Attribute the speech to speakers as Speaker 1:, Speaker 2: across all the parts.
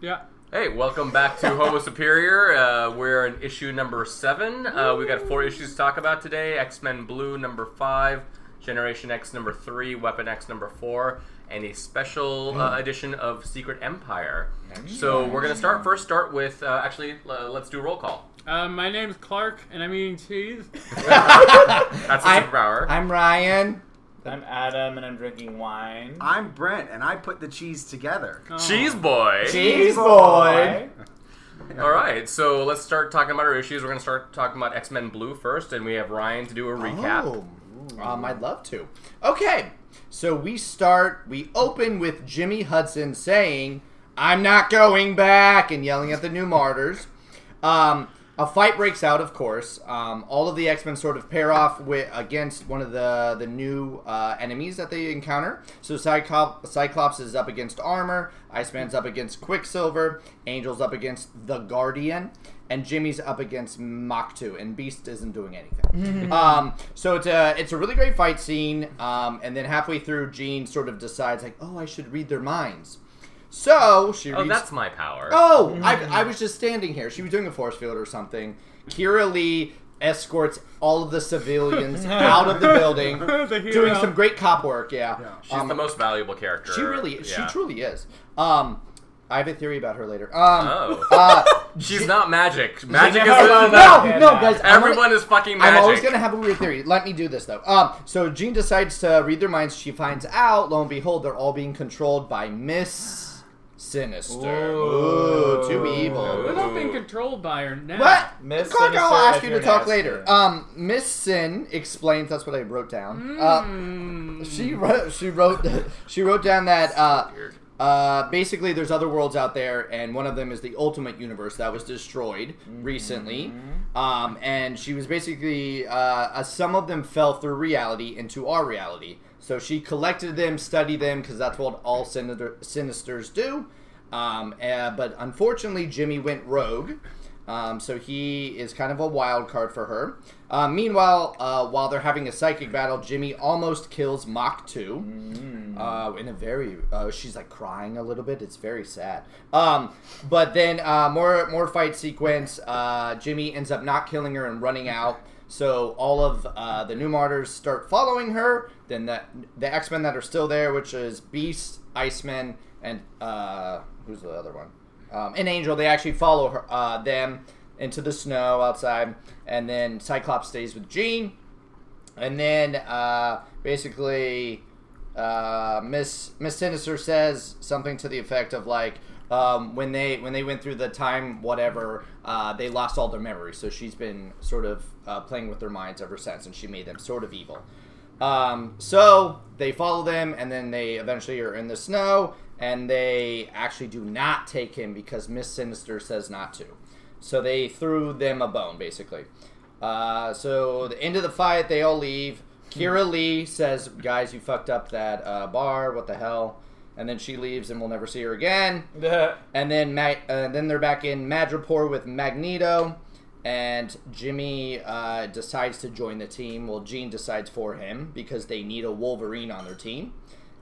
Speaker 1: Yeah.
Speaker 2: Hey, welcome back to Homo Superior. Uh, we're in issue number seven. Uh, we got four issues to talk about today X Men Blue number five, Generation X number three, Weapon X number four, and a special
Speaker 3: Mm.
Speaker 2: uh, edition of Secret Empire. So we're going to start first, start with uh, actually, uh, let's do a roll call.
Speaker 1: Uh, my name's Clark, and I'm eating cheese.
Speaker 2: That's a
Speaker 3: I-
Speaker 2: superpower.
Speaker 3: I'm Ryan.
Speaker 4: I'm Adam and I'm drinking wine.
Speaker 5: I'm Brent, and I put the cheese together.
Speaker 1: Oh.
Speaker 2: Cheese boy.
Speaker 3: Cheese boy.
Speaker 2: All right, so let's start talking about our issues. We're going to start talking about X Men Blue first, and we have Ryan to do a recap.
Speaker 3: Oh, um, I'd love to. Okay, so we start, we open with Jimmy Hudson saying, I'm not going back, and yelling at the new martyrs. Um, a fight breaks out, of course. Um, all of the X Men sort of pair off with, against one of the, the new uh, enemies that they encounter. So Cyclop- Cyclops is up against Armor, Iceman's up against Quicksilver, Angel's up against The Guardian, and Jimmy's up against Mach2, and Beast isn't doing anything. um, so it's a it's a really great fight scene, um, and then halfway through, Jean sort of decides like, oh, I should read their minds. So she
Speaker 2: Oh,
Speaker 3: reads.
Speaker 2: that's my power.
Speaker 3: oh, I, I was just standing here. She was doing a force field or something. Kira Lee escorts all of the civilians out of the building,
Speaker 1: The
Speaker 3: doing
Speaker 1: hero.
Speaker 3: some great cop work. Yeah,
Speaker 2: She's
Speaker 3: Um,
Speaker 2: the most valuable character.
Speaker 3: She really,
Speaker 2: Yeah.
Speaker 3: she truly is. Um, I have a theory about her later. Um,
Speaker 2: Oh.
Speaker 3: uh,
Speaker 2: She's not magic. Magic is
Speaker 4: No, no,
Speaker 3: no,
Speaker 2: really
Speaker 3: no,
Speaker 2: not.
Speaker 4: no,
Speaker 3: guys. I wanna-
Speaker 2: Everyone is fucking
Speaker 3: I'm
Speaker 2: magic.
Speaker 3: always gonna have a weird theory. Let me do this though. Um, so Jean decides to read their minds. She finds out, lo and behold, they're all being controlled by Miss Sinister. Ooh, too
Speaker 1: We're
Speaker 3: evil.
Speaker 1: not being controlled by her now.
Speaker 3: What?
Speaker 4: Miss
Speaker 3: Clark, I'll
Speaker 4: Sinister,
Speaker 3: ask
Speaker 4: if
Speaker 3: you to
Speaker 4: you're
Speaker 3: talk
Speaker 4: nasty.
Speaker 3: later. Um, Miss Sin explains. That's what I wrote down. Uh,
Speaker 1: Mm.
Speaker 3: she wrote. She wrote. she wrote down that. Uh,
Speaker 2: Weird.
Speaker 3: uh, basically, there's other worlds out there, and one of them is the Ultimate Universe that was destroyed recently. Um, and she was basically, uh, uh, some of them fell through reality into our reality. So she collected them, studied them, because that's what all sinister, sinisters do. Um, uh, but unfortunately, Jimmy went rogue. Um, so he is kind of a wild card for her. Uh, meanwhile, uh, while they're having a psychic battle, Jimmy almost kills Mach 2 uh, in a very uh, she's like crying a little bit it's very sad um, but then uh, more more fight sequence uh, jimmy ends up not killing her and running out so all of uh, the new martyrs start following her then the, the x-men that are still there which is beast iceman and uh, who's the other one um, and angel they actually follow her, uh, them into the snow outside and then cyclops stays with jean and then uh, basically, uh, Miss Miss Sinister says something to the effect of like, um, when they when they went through the time whatever, uh, they lost all their memory. So she's been sort of uh, playing with their minds ever since, and she made them sort of evil. Um, so they follow them, and then they eventually are in the snow, and they actually do not take him because Miss Sinister says not to. So they threw them a bone, basically. Uh, so the end of the fight, they all leave. Kira Lee says, "Guys, you fucked up that uh, bar. What the hell?" And then she leaves, and we'll never see her again. And then Ma- uh, then they're back in Madripoor with Magneto, and Jimmy uh, decides to join the team. Well, Jean decides for him because they need a Wolverine on their team.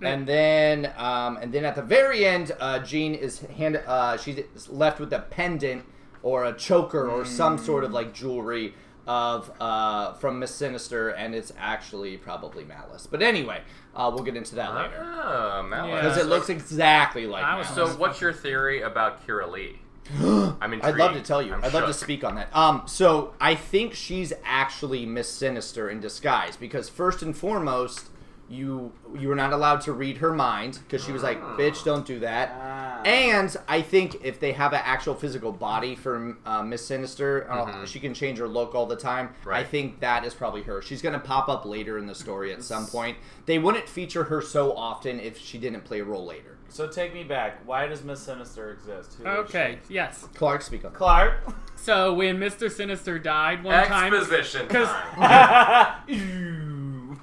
Speaker 3: And then, um, and then at the very end, uh, Jean is hand. Uh, she's left with a pendant or a choker or some
Speaker 1: Hmm.
Speaker 3: sort of like jewelry of uh, from Miss Sinister, and it's actually probably Malice. But anyway, uh, we'll get into that later
Speaker 2: Oh, Malice.
Speaker 3: because
Speaker 1: Yeah.
Speaker 3: it looks exactly like.
Speaker 1: I was
Speaker 3: Malice.
Speaker 2: So, what's your theory about Kira Lee? I'm intrigued.
Speaker 3: I'd love to tell you.
Speaker 2: I'm
Speaker 3: i would love to
Speaker 2: shook.
Speaker 3: speak on that. Um, so I think she's actually Miss Sinister in disguise because first and foremost, you you were not allowed to read her mind because she was like, "Bitch, don't do that."
Speaker 4: Ah.
Speaker 3: And I think if they have an actual physical body for uh, Miss Sinister, uh, she can change her look all the time. I
Speaker 2: Mm-hmm. Right.
Speaker 3: think that is probably her. She's going to pop up later in the story at some point. They wouldn't feature her so often if she didn't play a role later.
Speaker 4: So take me back. Why does Miss Sinister exist? Who is
Speaker 1: Okay,
Speaker 4: she?
Speaker 1: yes.
Speaker 3: Clark, speak on. that.
Speaker 4: Clark.
Speaker 1: So when Mr. Sinister died one time,
Speaker 2: Exposition. time.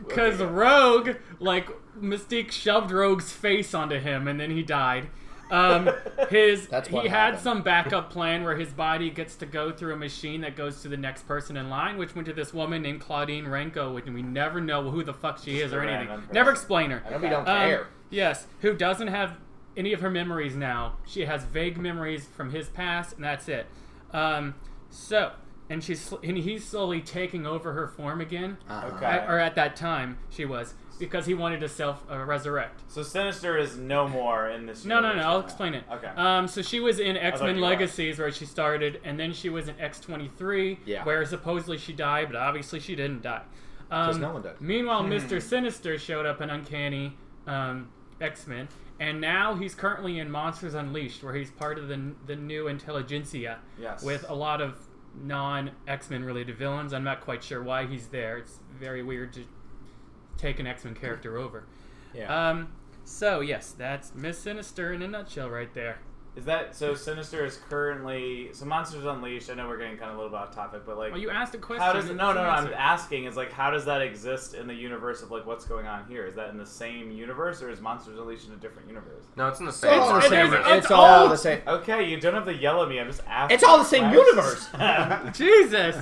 Speaker 1: because Rogue, like, Mystique shoved Rogue's face onto him and then he died. Um, his
Speaker 3: That's
Speaker 1: he
Speaker 3: what
Speaker 1: had
Speaker 3: happened.
Speaker 1: some backup plan where his body gets to go through a machine that goes to the next person in line, which went to this woman named Claudine Renko, which we never know who the fuck she is
Speaker 4: a
Speaker 1: or
Speaker 4: random
Speaker 1: anything.
Speaker 4: person.
Speaker 1: Never explain her.
Speaker 3: We don't
Speaker 1: Um,
Speaker 3: care.
Speaker 1: Yes, who doesn't have any of her memories now. She has vague memories from his past, and that's it. Um, so, and she's sl- and he's slowly taking over her form again,
Speaker 3: Ah. Uh-huh.
Speaker 4: Okay.
Speaker 1: At- or at that time she was, because he wanted to self uh, resurrect.
Speaker 4: so Sinister is no more in this.
Speaker 1: No, no, no.
Speaker 4: universe
Speaker 1: I'll
Speaker 4: now.
Speaker 1: explain it.
Speaker 4: Okay.
Speaker 1: Um, so she was in X Men
Speaker 4: you were.
Speaker 1: Legacies where she started, and then she was in X twenty three,
Speaker 3: Yeah.
Speaker 1: where supposedly she died, but obviously she didn't die. Um,
Speaker 3: 'Cause no one died.
Speaker 1: Meanwhile, Mister Sinister showed up in Uncanny um, X Men, and now he's currently in Monsters Unleashed, where he's part of the the new intelligentsia
Speaker 4: Yes.
Speaker 1: with a lot of non X Men related villains. I'm not quite sure why he's there. It's very weird to take an X Men character over.
Speaker 3: Yeah.
Speaker 1: Um. So yes, that's Miss Sinister in a nutshell, right there.
Speaker 4: Is that so? Sinister is currently so Monsters Unleashed. I know we're getting kind of a little bit off topic, but like,
Speaker 1: Well, you asked a question.
Speaker 4: how does no,
Speaker 1: and
Speaker 4: no,
Speaker 1: it's
Speaker 4: no?
Speaker 1: an
Speaker 4: I'm
Speaker 1: answer.
Speaker 4: asking is like, how does that exist in the universe of like what's going on here? Is that in the same universe or is Monsters Unleashed in a different universe?
Speaker 2: No, it's in the
Speaker 3: It's
Speaker 2: same.
Speaker 3: all the
Speaker 1: It's-
Speaker 3: same.
Speaker 1: it's-
Speaker 3: It's
Speaker 1: it's
Speaker 3: all
Speaker 1: old.
Speaker 3: the same.
Speaker 4: Okay, you don't have to yell at me. I'm just asking.
Speaker 3: It's all the same universe.
Speaker 1: Jesus.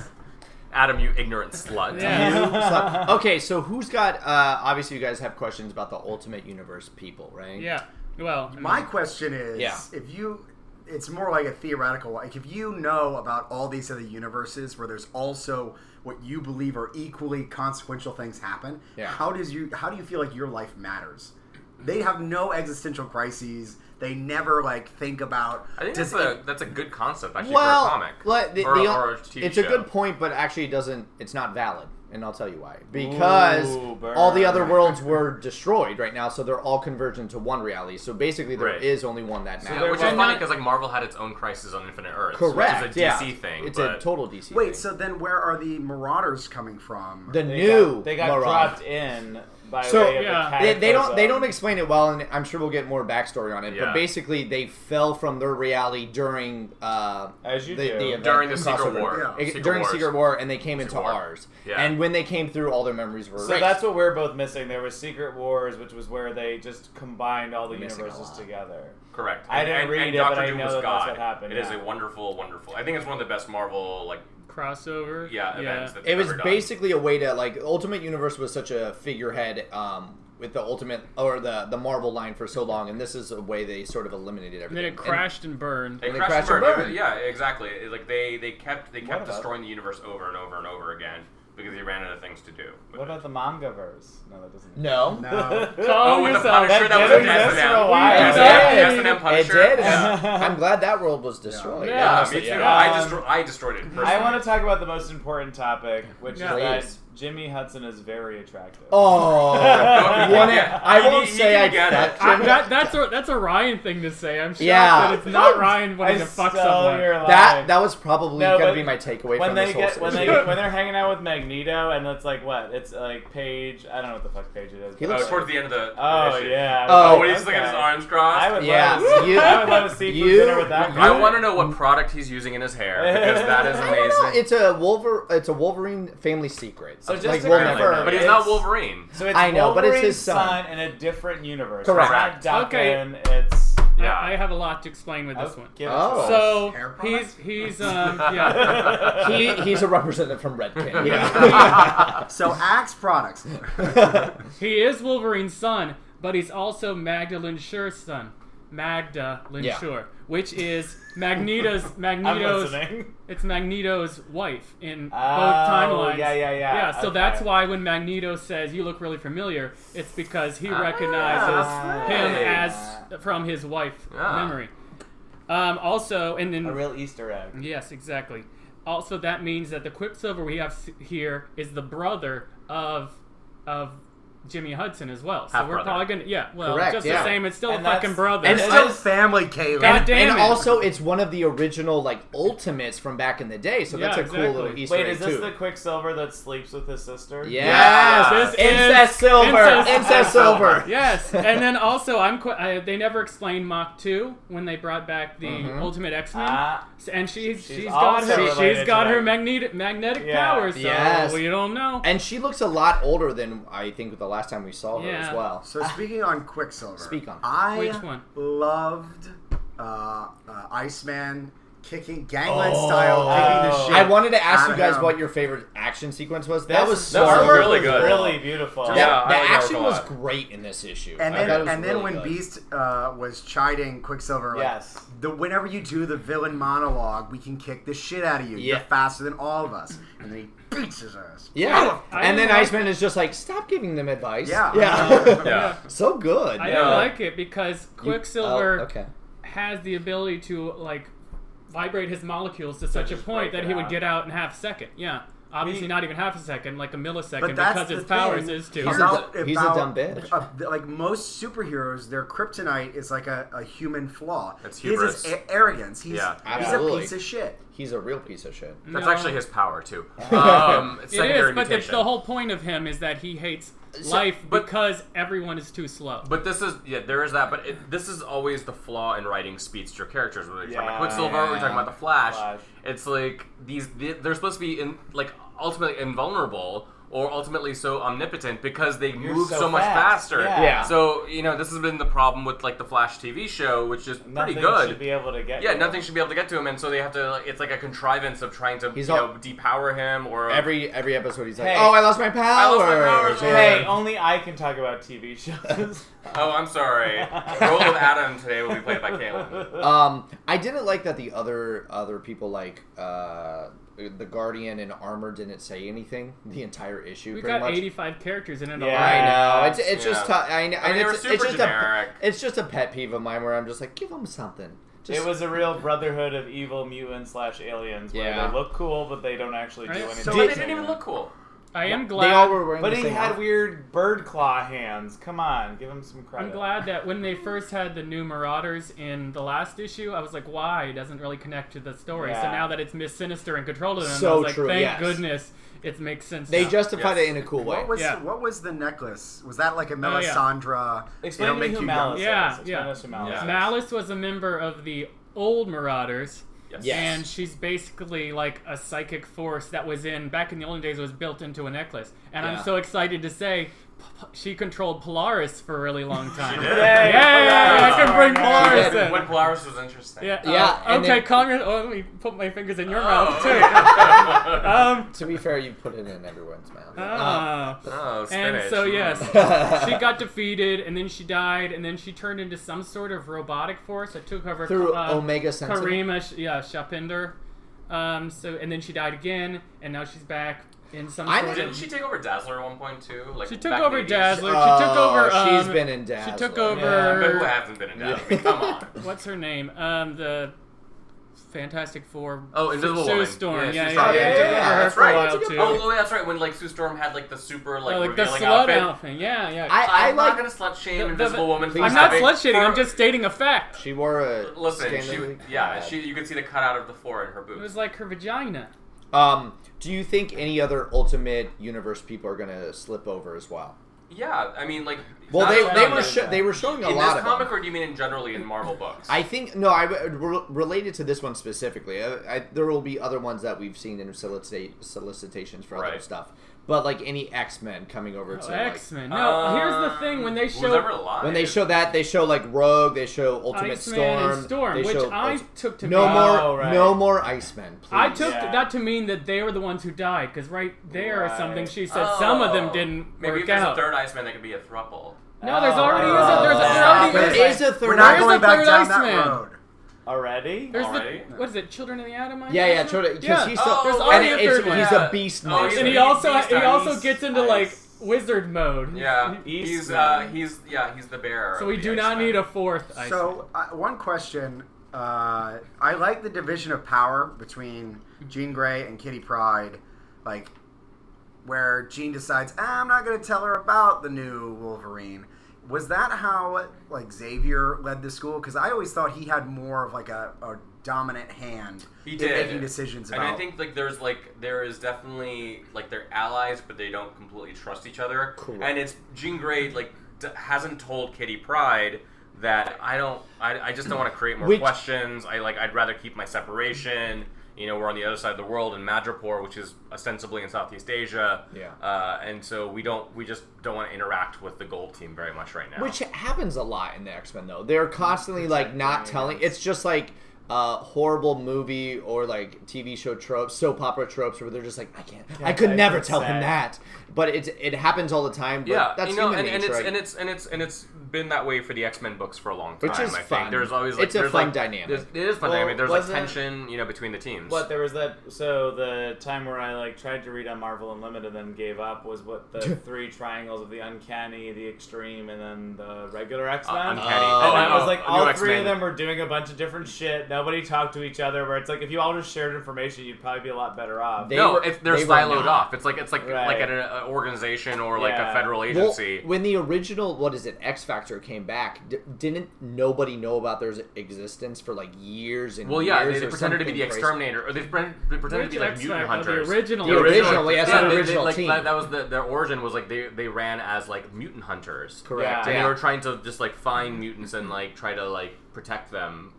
Speaker 2: Adam, you ignorant slut.
Speaker 1: Yeah.
Speaker 3: So- okay, so who's got? Uh, obviously, you guys have questions about the Ultimate Universe people, right?
Speaker 1: Yeah. Well, I
Speaker 6: My
Speaker 1: mean,
Speaker 6: question is,
Speaker 3: Yeah.
Speaker 6: if you, it's more like a theoretical. Like if you know about all these other universes where there's also what you believe are equally consequential things happen,
Speaker 3: Yeah.
Speaker 6: how does you how do you feel like your life matters? They have no existential crises. They never like think about.
Speaker 2: I think
Speaker 6: does
Speaker 2: that's
Speaker 6: it-
Speaker 2: a that's a good concept actually for a
Speaker 3: Well,
Speaker 2: comic
Speaker 3: like, the-
Speaker 2: or,
Speaker 3: the-
Speaker 2: or a TV
Speaker 3: it's
Speaker 2: show.
Speaker 3: a good point, but actually, it doesn't. It's not valid, and I'll tell you why. Because
Speaker 4: Ooh, burn.
Speaker 3: all the other worlds were destroyed right now, so they're all converged into one reality. So basically, there is
Speaker 2: Right.
Speaker 3: only one that
Speaker 2: Yeah,
Speaker 3: matters.
Speaker 2: which is
Speaker 1: they're
Speaker 2: funny
Speaker 1: not-
Speaker 2: because like Marvel had its own crisis on Infinite Earth,
Speaker 3: Correct.
Speaker 2: Which is a
Speaker 3: yeah.
Speaker 2: DC thing.
Speaker 3: It's
Speaker 2: but
Speaker 3: a total DC. thing.
Speaker 6: Wait, so then where are the Marauders coming from?
Speaker 3: the
Speaker 4: They
Speaker 3: new
Speaker 4: got, they got
Speaker 3: Marauder.
Speaker 4: dropped in by
Speaker 3: So-
Speaker 4: way of
Speaker 1: Yeah.
Speaker 4: the
Speaker 3: They, they don't they
Speaker 4: cataclysm.
Speaker 3: don't explain it well, and I'm sure we'll get more backstory on it.
Speaker 2: Yeah.
Speaker 3: But basically, they fell from their reality during uh,
Speaker 4: As you
Speaker 3: the,
Speaker 4: do.
Speaker 3: the event,
Speaker 2: During the Secret
Speaker 3: crossover.
Speaker 2: War.
Speaker 6: Yeah.
Speaker 3: It-
Speaker 2: Secret
Speaker 3: during
Speaker 2: Wars.
Speaker 3: Secret War, and they came into
Speaker 2: War.
Speaker 3: ours.
Speaker 2: Yeah.
Speaker 3: And when they came through, all their memories were
Speaker 4: So
Speaker 3: erased.
Speaker 4: that's what we're both missing. There was Secret Wars, which was where they just combined all the
Speaker 3: Missing a
Speaker 4: universes
Speaker 3: lot.
Speaker 4: together.
Speaker 2: correct.
Speaker 4: I
Speaker 2: And-
Speaker 4: didn't
Speaker 2: and-
Speaker 4: read
Speaker 2: and
Speaker 4: it, but
Speaker 2: Dr.
Speaker 4: I
Speaker 2: Doom
Speaker 4: know
Speaker 2: was
Speaker 4: that that's
Speaker 2: God.
Speaker 4: what happened,
Speaker 2: It is
Speaker 4: yeah.
Speaker 2: a wonderful, wonderful. I think it's one of the best Marvel like
Speaker 1: crossover.
Speaker 2: yeah, events. That
Speaker 3: it
Speaker 2: they've
Speaker 3: was
Speaker 2: ever done.
Speaker 3: basically a way to like Ultimate Universe was such a figurehead um, with the Ultimate or the the Marvel line for so long, and this is a way they sort of eliminated everything.
Speaker 1: And then it
Speaker 3: And-
Speaker 1: crashed and burned.
Speaker 2: They
Speaker 3: And they
Speaker 2: crashed
Speaker 3: crashed and
Speaker 2: burned.
Speaker 3: burned.
Speaker 2: Yeah, exactly. It- like they they kept they kept
Speaker 4: about-
Speaker 2: destroying the universe over and over and over again because they ran out of things to do. with
Speaker 4: What
Speaker 2: it.
Speaker 4: about the manga verse? No, that doesn't.
Speaker 3: no,
Speaker 6: no.
Speaker 1: Call
Speaker 2: Oh, with the
Speaker 1: yourself.
Speaker 2: Punisher,
Speaker 4: That
Speaker 2: that was
Speaker 4: did
Speaker 2: an
Speaker 4: exist
Speaker 2: S&M.
Speaker 4: for a while.
Speaker 2: Yes,
Speaker 3: It
Speaker 2: and M-
Speaker 3: did.
Speaker 2: yes, and M
Speaker 3: it
Speaker 2: Punisher.
Speaker 3: did.
Speaker 2: Yeah.
Speaker 3: and I'm glad that world was destroyed.
Speaker 1: Yeah,
Speaker 2: Yeah,
Speaker 3: honestly,
Speaker 2: me too.
Speaker 3: yeah.
Speaker 2: I,
Speaker 4: Um,
Speaker 2: destro- I destroyed it. Personally.
Speaker 4: I want to talk about the most important topic, which
Speaker 1: Yeah.
Speaker 4: is
Speaker 3: Please.
Speaker 4: that Jimmy Hudson is very attractive.
Speaker 3: Oh,
Speaker 4: Don't
Speaker 3: what
Speaker 2: forget.
Speaker 3: a- I
Speaker 2: You
Speaker 3: won't
Speaker 2: need- you
Speaker 3: say
Speaker 2: need
Speaker 3: I
Speaker 2: to get
Speaker 3: fucked
Speaker 2: it.
Speaker 1: I,
Speaker 3: him.
Speaker 1: that, that's a that's a Ryan thing to say. I'm shocked
Speaker 3: Yeah.
Speaker 1: that it's not Ryan wanting
Speaker 4: I
Speaker 1: to fuck
Speaker 4: stole
Speaker 1: someone.
Speaker 4: your
Speaker 3: That
Speaker 4: line.
Speaker 3: that was probably
Speaker 4: No,
Speaker 3: gonna
Speaker 4: but
Speaker 3: be my takeaway
Speaker 4: when
Speaker 3: from
Speaker 4: they
Speaker 3: this
Speaker 4: get
Speaker 3: whole
Speaker 4: when they
Speaker 3: situation.
Speaker 4: when they're hanging out with Magneto and it's like what it's like page I don't know what the fuck page it is.
Speaker 3: He
Speaker 4: but-
Speaker 2: Uh,
Speaker 3: looks-
Speaker 2: towards the end of the.
Speaker 4: oh
Speaker 2: issue.
Speaker 4: yeah.
Speaker 3: Oh,
Speaker 2: Oh, when he's looking at his
Speaker 4: okay.
Speaker 2: arms
Speaker 4: I
Speaker 2: crossed.
Speaker 4: would
Speaker 3: Yeah,
Speaker 4: love to see,
Speaker 3: you-
Speaker 4: I would love to see
Speaker 3: you-
Speaker 4: dinner with that
Speaker 3: you-
Speaker 4: guy.
Speaker 2: I want to know what product he's using in his hair because that is
Speaker 3: I don't know,
Speaker 2: amazing.
Speaker 3: It's a Wolver. It's a Wolverine family secret.
Speaker 4: So just
Speaker 3: like,
Speaker 4: to
Speaker 3: we'll
Speaker 4: confirm-
Speaker 3: never know.
Speaker 2: But he's not
Speaker 4: It's-
Speaker 2: Wolverine.
Speaker 4: So it's
Speaker 3: I know, but it's his
Speaker 4: Wolverine's son
Speaker 3: son.
Speaker 4: in a different universe.
Speaker 3: Correct.
Speaker 4: It's not
Speaker 1: Okay.
Speaker 4: Duncan. It's
Speaker 2: Yeah.
Speaker 1: I, I have a lot to explain with this
Speaker 4: Oh,
Speaker 1: one.
Speaker 4: give it
Speaker 3: Oh.
Speaker 4: to us.
Speaker 1: So
Speaker 6: Hair products?
Speaker 1: he's he's um yeah.
Speaker 3: he, he's a representative from Redkin.
Speaker 6: So Axe products.
Speaker 1: He is Wolverine's son, but he's also Magda Linsure's son. Magda Linsure, which is Magneto's
Speaker 4: I'm
Speaker 1: Magneto's
Speaker 4: listening.
Speaker 1: it's Magneto's wife in both
Speaker 4: Oh,
Speaker 1: timelines.
Speaker 4: yeah, yeah, yeah.
Speaker 1: Yeah, so
Speaker 4: Okay.
Speaker 1: that's why when Magneto says you look really familiar, it's because he recognizes
Speaker 2: Ah,
Speaker 1: him
Speaker 2: right.
Speaker 1: as from his wife
Speaker 4: Ah.
Speaker 2: Yeah.
Speaker 1: memory. Um, also, and then
Speaker 4: a real Easter egg.
Speaker 1: Yes, exactly. Also, that means that the Quicksilver we have s- here is the brother of of Jimmy Hudson as well. So we're
Speaker 2: Half-brother.
Speaker 1: probably gonna yeah. Well,
Speaker 3: Correct,
Speaker 1: just
Speaker 3: yeah.
Speaker 1: the same, it's still
Speaker 4: And
Speaker 1: a fucking
Speaker 4: that's-
Speaker 1: brother.
Speaker 3: and
Speaker 6: It's
Speaker 3: so-
Speaker 6: still family, Caleb.
Speaker 1: God damn
Speaker 3: and
Speaker 1: it.
Speaker 3: also, it's one of the original like Ultimates from back in the day. So that's
Speaker 1: Yeah,
Speaker 3: a cool little
Speaker 1: exactly.
Speaker 3: Easter
Speaker 4: Wait,
Speaker 3: egg
Speaker 4: is this
Speaker 3: too.
Speaker 4: the Quicksilver that sleeps with his sister?
Speaker 3: Yes,
Speaker 2: Yeah.
Speaker 1: This is
Speaker 3: incest silver,
Speaker 1: incest-
Speaker 3: incest, silver.
Speaker 1: Yes, and then also I'm qu- I, they never explained Mach two when they brought back the Ultimate X Men,
Speaker 4: Ah.
Speaker 1: and she's
Speaker 4: She's
Speaker 1: she's got
Speaker 4: also
Speaker 1: her
Speaker 4: related
Speaker 1: she's got
Speaker 4: to
Speaker 1: her
Speaker 4: that.
Speaker 1: magnetic magnetic
Speaker 4: Yeah.
Speaker 1: powers. So
Speaker 3: Yes.
Speaker 1: we don't know.
Speaker 3: And she looks a lot older than I think the last time we saw her
Speaker 1: Yeah.
Speaker 3: as well.
Speaker 6: So speaking on Quicksilver,
Speaker 3: Speak on it.
Speaker 6: I
Speaker 1: Which one?
Speaker 6: loved uh, uh, Iceman kicking Gangland style, kicking the shit.
Speaker 3: I wanted to ask
Speaker 6: out
Speaker 3: you
Speaker 6: of
Speaker 3: guys
Speaker 6: him.
Speaker 3: what your favorite action sequence was. That was
Speaker 4: that
Speaker 3: so
Speaker 4: was
Speaker 7: That's
Speaker 3: good.
Speaker 7: really good.
Speaker 4: really beautiful.
Speaker 3: That-
Speaker 7: Yeah, I
Speaker 3: the
Speaker 7: like that
Speaker 3: action
Speaker 7: a
Speaker 3: was
Speaker 7: lot.
Speaker 3: great in this issue.
Speaker 6: And
Speaker 3: I thought it
Speaker 6: then,
Speaker 3: was
Speaker 6: and then
Speaker 3: really
Speaker 6: when
Speaker 3: good.
Speaker 6: Beast uh, was chiding Quicksilver, like,
Speaker 4: Yes.
Speaker 6: the whenever you do the villain monologue, we can kick the shit out of you.
Speaker 3: Yeah.
Speaker 6: You're faster than all of us, and then he beats his ass.
Speaker 3: yeah,
Speaker 1: I
Speaker 3: and then
Speaker 1: like-
Speaker 3: Iceman is just like, stop giving them advice.
Speaker 6: Yeah.
Speaker 3: yeah,
Speaker 7: Yeah.
Speaker 3: so good.
Speaker 1: I
Speaker 3: You-
Speaker 1: don't
Speaker 7: Yeah.
Speaker 1: like it because
Speaker 3: oh,
Speaker 1: Quicksilver
Speaker 3: okay.
Speaker 1: has the ability to like vibrate his molecules to such a
Speaker 4: just
Speaker 1: point
Speaker 4: break
Speaker 1: that
Speaker 4: it
Speaker 1: he would
Speaker 4: out.
Speaker 1: get out in half a second. Yeah, obviously
Speaker 4: He-
Speaker 1: not even half a second, like a millisecond,
Speaker 6: But that's
Speaker 1: because
Speaker 6: the
Speaker 1: his powers
Speaker 6: thing
Speaker 1: is to.
Speaker 3: He's a
Speaker 6: about-
Speaker 3: d- he's a
Speaker 6: about-
Speaker 3: dumb bitch.
Speaker 6: uh, th- like most superheroes, their kryptonite is like a, a human flaw.
Speaker 2: That's
Speaker 6: His is
Speaker 2: hubris.
Speaker 6: a- arrogance. He's,
Speaker 2: Yeah.
Speaker 6: he's a
Speaker 3: Absolutely.
Speaker 6: piece of shit.
Speaker 3: He's a real piece of shit.
Speaker 2: That's
Speaker 1: No.
Speaker 2: actually his power too. Um, it's
Speaker 1: It
Speaker 2: secondary
Speaker 1: is, but the,
Speaker 2: mutation.
Speaker 1: the whole point of him is that he hates life
Speaker 2: but-
Speaker 1: because everyone is too slow.
Speaker 2: But this is yeah, there is that. But it, this is always the flaw in writing speedster characters. Whether you're talking
Speaker 4: Yeah.
Speaker 2: about Quicksilver, or you're talking about the Flash.
Speaker 4: Flash.
Speaker 2: It's like these the- they're supposed to be in like ultimately invulnerable or ultimately so omnipotent because they move
Speaker 4: so
Speaker 2: so, much
Speaker 4: fast.
Speaker 2: faster.
Speaker 4: Yeah. Yeah.
Speaker 2: So you know this has been the problem with like the Flash TV show, which is
Speaker 4: nothing
Speaker 2: pretty good.
Speaker 4: should be able to get.
Speaker 2: yeah,
Speaker 4: you.
Speaker 2: nothing should be able to get to him, and so they have to. Like, it's like a contrivance of trying to,
Speaker 3: He's
Speaker 2: you
Speaker 3: all-
Speaker 2: know, depower him or
Speaker 3: Every every episode, he's like,
Speaker 4: Hey.
Speaker 3: "Oh, I lost my powers."
Speaker 2: lost my powers.
Speaker 3: Yeah.
Speaker 4: Hey, only I can talk about TV shows.
Speaker 2: Oh, I'm sorry. The role of Adam today will be played by Caitlin.
Speaker 3: Um, I didn't like that the other other people like uh, the Guardian and Armor didn't say anything the entire issue.
Speaker 1: we
Speaker 3: pretty
Speaker 1: got
Speaker 3: much.
Speaker 1: 85 characters in it
Speaker 4: Yeah.
Speaker 1: already.
Speaker 3: I know it's it's
Speaker 2: Yeah.
Speaker 3: just t- I know
Speaker 2: I mean,
Speaker 3: and
Speaker 2: they were
Speaker 3: it's, it's
Speaker 2: super
Speaker 3: just
Speaker 2: generic.
Speaker 3: a it's just a pet peeve of mine where I'm just like give them something. Just,
Speaker 4: it was a real brotherhood of evil mutants slash aliens where
Speaker 3: Yeah.
Speaker 4: they look cool but they don't actually do
Speaker 1: Right.
Speaker 4: anything.
Speaker 2: So
Speaker 3: Did-
Speaker 2: they didn't even look cool.
Speaker 1: I am
Speaker 3: they all
Speaker 1: glad.
Speaker 3: were wearing.
Speaker 4: But
Speaker 3: the
Speaker 4: he
Speaker 3: same
Speaker 4: had
Speaker 3: outfit.
Speaker 4: weird bird claw hands. Come on, give him some credit.
Speaker 1: I'm glad that when they first had the new Marauders in the last issue, I was like, why? It doesn't really connect to the story. So
Speaker 4: Yeah.
Speaker 1: now that it's Miss Sinister and Control of them, I
Speaker 3: So
Speaker 1: was like,
Speaker 3: true,
Speaker 1: thank
Speaker 3: yes.
Speaker 1: goodness it makes sense.
Speaker 3: They
Speaker 1: now.
Speaker 3: justified
Speaker 2: Yes.
Speaker 3: it in a cool way.
Speaker 6: What was
Speaker 1: Yeah.
Speaker 6: what was the necklace? Was that like a
Speaker 2: Oh,
Speaker 1: yeah.
Speaker 6: Melisandre?
Speaker 4: Explain
Speaker 6: it'll
Speaker 4: to me
Speaker 6: make
Speaker 4: who
Speaker 6: you
Speaker 4: Malice
Speaker 6: dumb?
Speaker 1: Yeah,
Speaker 4: is. Explain
Speaker 1: yeah.
Speaker 4: to us who Malice
Speaker 2: Yeah.
Speaker 4: is.
Speaker 1: Malice was a member of the old Marauders.
Speaker 2: Yes.
Speaker 3: Yes.
Speaker 1: And she's basically like a psychic force that was in back in the olden days was built into a necklace. And I'm
Speaker 3: Yeah.
Speaker 1: so excited to say p- p- she controlled Polaris for a really long time.
Speaker 2: did.
Speaker 4: Yay,
Speaker 1: Yay! I
Speaker 2: Polaris.
Speaker 1: can bring
Speaker 3: She
Speaker 1: Polaris
Speaker 3: did.
Speaker 1: in.
Speaker 2: When Polaris was interesting.
Speaker 1: Yeah. uh,
Speaker 3: Yeah, and
Speaker 1: okay,
Speaker 3: then-
Speaker 1: Congress. Oh, let me put my fingers in your
Speaker 3: Oh.
Speaker 1: mouth too.
Speaker 2: Oh.
Speaker 1: um.
Speaker 3: To be fair, you put it in everyone's
Speaker 2: Uh,
Speaker 3: mouth. Uh,
Speaker 1: ah.
Speaker 2: Oh,
Speaker 1: and
Speaker 2: spinach.
Speaker 1: so yes,
Speaker 3: Mm.
Speaker 1: she got defeated, and then she died, and then she turned into some sort of robotic force that took over
Speaker 3: Through
Speaker 1: uh,
Speaker 3: Omega Sentinel.
Speaker 1: Karima, Sh- yeah, Shapinder. Um. So and then she died again, and now she's back in some
Speaker 3: I
Speaker 1: sort
Speaker 2: Didn't
Speaker 1: of.
Speaker 2: she take over Dazzler at one point too? Like
Speaker 1: She took
Speaker 2: back in
Speaker 1: over
Speaker 2: the 80s?
Speaker 1: Dazzler. she took
Speaker 3: Oh,
Speaker 1: over. Um,
Speaker 3: she's been in
Speaker 1: She
Speaker 3: Dazzler.
Speaker 1: took
Speaker 2: Yeah,
Speaker 1: over.
Speaker 2: but who hasn't been in Dazzler? I mean, come on.
Speaker 1: What's her name? Um. The Fantastic Four.
Speaker 2: Oh, Invisible
Speaker 1: Sue
Speaker 2: Woman.
Speaker 1: Storm. Yeah.
Speaker 2: Yeah,
Speaker 1: yeah,
Speaker 2: Sue Storm.
Speaker 1: yeah,
Speaker 3: Yeah,
Speaker 1: took
Speaker 3: yeah,
Speaker 1: over her
Speaker 2: that's
Speaker 1: for a
Speaker 2: right.
Speaker 1: while,
Speaker 3: Took
Speaker 1: too.
Speaker 3: over-
Speaker 2: Oh, oh, yeah, that's right. When like Sue Storm had like the super like,
Speaker 1: Oh, like the
Speaker 2: revealing
Speaker 1: slut
Speaker 2: outfit.
Speaker 1: outfit. Yeah, yeah.
Speaker 3: I, I
Speaker 2: I'm not
Speaker 3: like.
Speaker 2: gonna slut shame
Speaker 1: The- the-
Speaker 2: Invisible Woman. for
Speaker 1: I'm not
Speaker 2: having-
Speaker 1: slut shitting. I'm
Speaker 2: for-
Speaker 1: just stating a fact.
Speaker 3: She wore a.
Speaker 2: Listen,
Speaker 3: scantily-
Speaker 2: she yeah, she you could see the cutout of the four in her
Speaker 1: It
Speaker 2: boobs.
Speaker 1: was like her vagina.
Speaker 3: Um, do you think any other Ultimate Universe people are gonna slip over as well?
Speaker 2: Yeah, I mean like.
Speaker 3: Well,
Speaker 2: not
Speaker 3: they,
Speaker 2: just
Speaker 3: they
Speaker 2: in
Speaker 3: were
Speaker 2: this-
Speaker 3: sho- they were showing a
Speaker 2: in
Speaker 3: lot
Speaker 2: this
Speaker 3: of
Speaker 2: comic,
Speaker 3: them.
Speaker 2: or do you mean in generally in Marvel books?
Speaker 3: I think no, I re- related to this one specifically. I, I, there will be other ones that we've seen in solicita- solicitations for other
Speaker 2: Right.
Speaker 3: stuff, but like any X Men coming over to like,
Speaker 1: X Men. Oh, No, here's the thing. When they
Speaker 2: Uh, um, was ever
Speaker 1: show
Speaker 2: alive.
Speaker 3: when they show that they show like Rogue, they show Ultimate
Speaker 1: Iceman
Speaker 3: Storm,
Speaker 1: and Storm,
Speaker 3: they
Speaker 1: which
Speaker 3: show
Speaker 1: I
Speaker 3: Ulti-
Speaker 1: took to
Speaker 3: no
Speaker 1: mean,
Speaker 3: more
Speaker 4: Oh, right.
Speaker 3: no more Icemen. Please.
Speaker 1: I took
Speaker 4: Yeah.
Speaker 1: that to mean that they were the ones who died, because right there is something
Speaker 4: Right.
Speaker 1: she said. Some of them didn't
Speaker 2: Oh. Maybe if
Speaker 1: work
Speaker 2: there's
Speaker 1: out.
Speaker 2: a third Iceman, that could be a thruple.
Speaker 1: no, there's already
Speaker 4: Oh.
Speaker 1: is a, there's, there
Speaker 6: Stop
Speaker 1: already
Speaker 6: it.
Speaker 1: is.
Speaker 3: is a third.
Speaker 6: We're not
Speaker 1: There's
Speaker 6: going
Speaker 1: a
Speaker 6: back
Speaker 1: third
Speaker 6: down
Speaker 1: Iceman.
Speaker 6: that road.
Speaker 4: Already?
Speaker 1: There's
Speaker 2: Already?
Speaker 1: the what is it? Children of the Atom. I
Speaker 3: yeah, yeah,
Speaker 1: guess?
Speaker 3: because
Speaker 1: Yeah.
Speaker 3: he's
Speaker 2: Oh,
Speaker 3: still
Speaker 1: there's
Speaker 3: and
Speaker 1: already a
Speaker 3: it's-
Speaker 1: third one.
Speaker 3: he's
Speaker 2: Yeah.
Speaker 3: a beast
Speaker 2: Oh,
Speaker 3: monster.
Speaker 1: and he
Speaker 2: He's
Speaker 1: also
Speaker 2: beast
Speaker 1: he also
Speaker 2: eyes.
Speaker 1: gets into
Speaker 4: Eyes.
Speaker 1: like wizard mode.
Speaker 2: Yeah,
Speaker 4: He's-
Speaker 2: he's uh, he's yeah, he's the bearer.
Speaker 1: So
Speaker 2: of
Speaker 1: we
Speaker 2: the
Speaker 1: do not
Speaker 2: Iceman.
Speaker 1: need a fourth. Iceman.
Speaker 6: So uh, one question: uh, I like the division of power between Jean Grey and Kitty Pride, like where Jean decides "Ah, I'm not going to tell her about the new Wolverine. Was that how like Xavier led the school? Because I always thought he had more of like a, a dominant hand
Speaker 2: He
Speaker 6: in
Speaker 2: did.
Speaker 6: making decisions about.
Speaker 2: And I think like there's like there is definitely like they're allies, but they don't completely trust each other.
Speaker 3: Cool.
Speaker 2: And it's Jean Grey like d- hasn't told Kitty Pride that I don't. I, I just don't want to create more
Speaker 3: Which-
Speaker 2: questions. I like. I'd rather keep my separation. You know, we're on the other side of the world in Madripoor, which is ostensibly in Southeast Asia.
Speaker 3: Yeah.
Speaker 2: Uh, and so we don't. We just don't want to interact with the Gold Team very much right now.
Speaker 3: Which happens a lot in the X Men, though. They're constantly like not telling. It's just like uh, horrible movie or like TV show tropes, soap opera tropes, where they're just like, I can't, I could
Speaker 4: I
Speaker 3: never
Speaker 4: could
Speaker 3: tell him
Speaker 4: say.
Speaker 3: that. But it's it happens all the time. But
Speaker 2: yeah,
Speaker 3: that's
Speaker 2: you know,
Speaker 3: human
Speaker 2: and, and
Speaker 3: nature,
Speaker 2: it's
Speaker 3: I-
Speaker 2: and it's and it's and it's been that way for the X Men books for a long time.
Speaker 3: Which is
Speaker 2: I think
Speaker 3: fun.
Speaker 2: there's always like
Speaker 3: It's a
Speaker 2: there's,
Speaker 3: fun
Speaker 2: like,
Speaker 3: dynamic.
Speaker 2: there's- It is fun
Speaker 4: Well,
Speaker 2: dynamic. There's like
Speaker 4: wasn't-
Speaker 2: tension, you know, between the teams.
Speaker 4: What there was that so the time where I like tried to read on Marvel Unlimited and then gave up was what the three triangles of the uncanny, the extreme, and then the regular X Men.
Speaker 2: Uh, uncanny.
Speaker 3: Oh,
Speaker 2: oh,
Speaker 4: and I was like,
Speaker 2: oh,
Speaker 4: all
Speaker 2: new
Speaker 4: three of
Speaker 2: X-Men.
Speaker 4: them were doing a bunch of different shit. Nobody talked to each other. Where it's like, if you all just shared information, you'd probably be a lot better off.
Speaker 3: They
Speaker 2: no,
Speaker 3: were-
Speaker 2: it's, they're
Speaker 3: they were
Speaker 2: siloed
Speaker 3: not.
Speaker 2: off. It's like it's like
Speaker 4: Right.
Speaker 2: like an, uh organization or like
Speaker 4: Yeah.
Speaker 2: a federal
Speaker 3: Well,
Speaker 2: agency.
Speaker 3: when the original, what is it, X Factor came back, d- didn't nobody know about their existence for like years and
Speaker 2: Well, yeah,
Speaker 3: years
Speaker 2: they, they
Speaker 3: or
Speaker 2: pretended to be
Speaker 3: something
Speaker 2: the
Speaker 3: crazy.
Speaker 2: exterminator, or they pretended, they pretended to be
Speaker 1: Which
Speaker 2: like
Speaker 1: X
Speaker 2: mutant
Speaker 4: Oh,
Speaker 1: Factor? The
Speaker 2: hunters.
Speaker 1: original-
Speaker 3: The original, yes,
Speaker 2: yeah,
Speaker 3: the
Speaker 2: they- they-
Speaker 3: original
Speaker 2: like,
Speaker 3: team.
Speaker 2: That, that was the, their origin was like they they ran as like mutant hunters,
Speaker 3: Correct.
Speaker 2: And
Speaker 4: Yeah.
Speaker 2: they were trying to just like find mutants and like try to like protect them.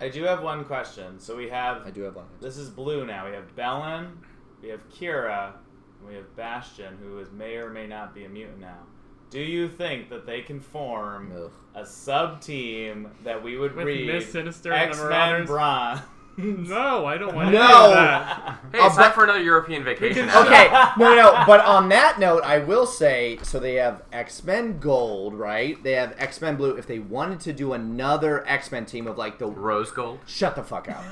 Speaker 4: I do have one question. So we have
Speaker 3: I do have one.
Speaker 4: This is blue now. We have Belen, we have Kira, and we have Bastion, who is may or may not be a mutant now. Do you think that they can form
Speaker 3: Ugh.
Speaker 4: a sub team that we would
Speaker 1: With
Speaker 4: read
Speaker 1: Miss Sinister and the
Speaker 4: X Men
Speaker 1: Marauders?
Speaker 4: Bronze?
Speaker 1: No, I don't want any
Speaker 3: No!
Speaker 1: of that.
Speaker 2: Hey, it's
Speaker 3: but-
Speaker 2: time for another European vacation.
Speaker 1: can-
Speaker 3: Okay, no, no. But on that note, I will say so they have X Men Gold, right? They have X Men Blue. If they wanted to do another X Men team of like the
Speaker 2: Rose gold.
Speaker 3: shut the fuck up.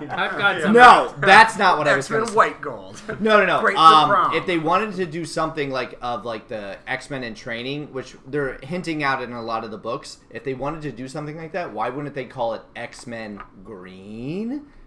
Speaker 1: I've got some.
Speaker 3: No, that's not what I was
Speaker 6: X Men
Speaker 3: going to
Speaker 6: White Gold.
Speaker 3: No, no, no.
Speaker 6: Great for
Speaker 3: um,
Speaker 6: prom.
Speaker 3: if they wanted to do something like of like the X Men in training, which they're hinting out in a lot of the books, if they wanted to do something like that, why wouldn't they call it X Men Green?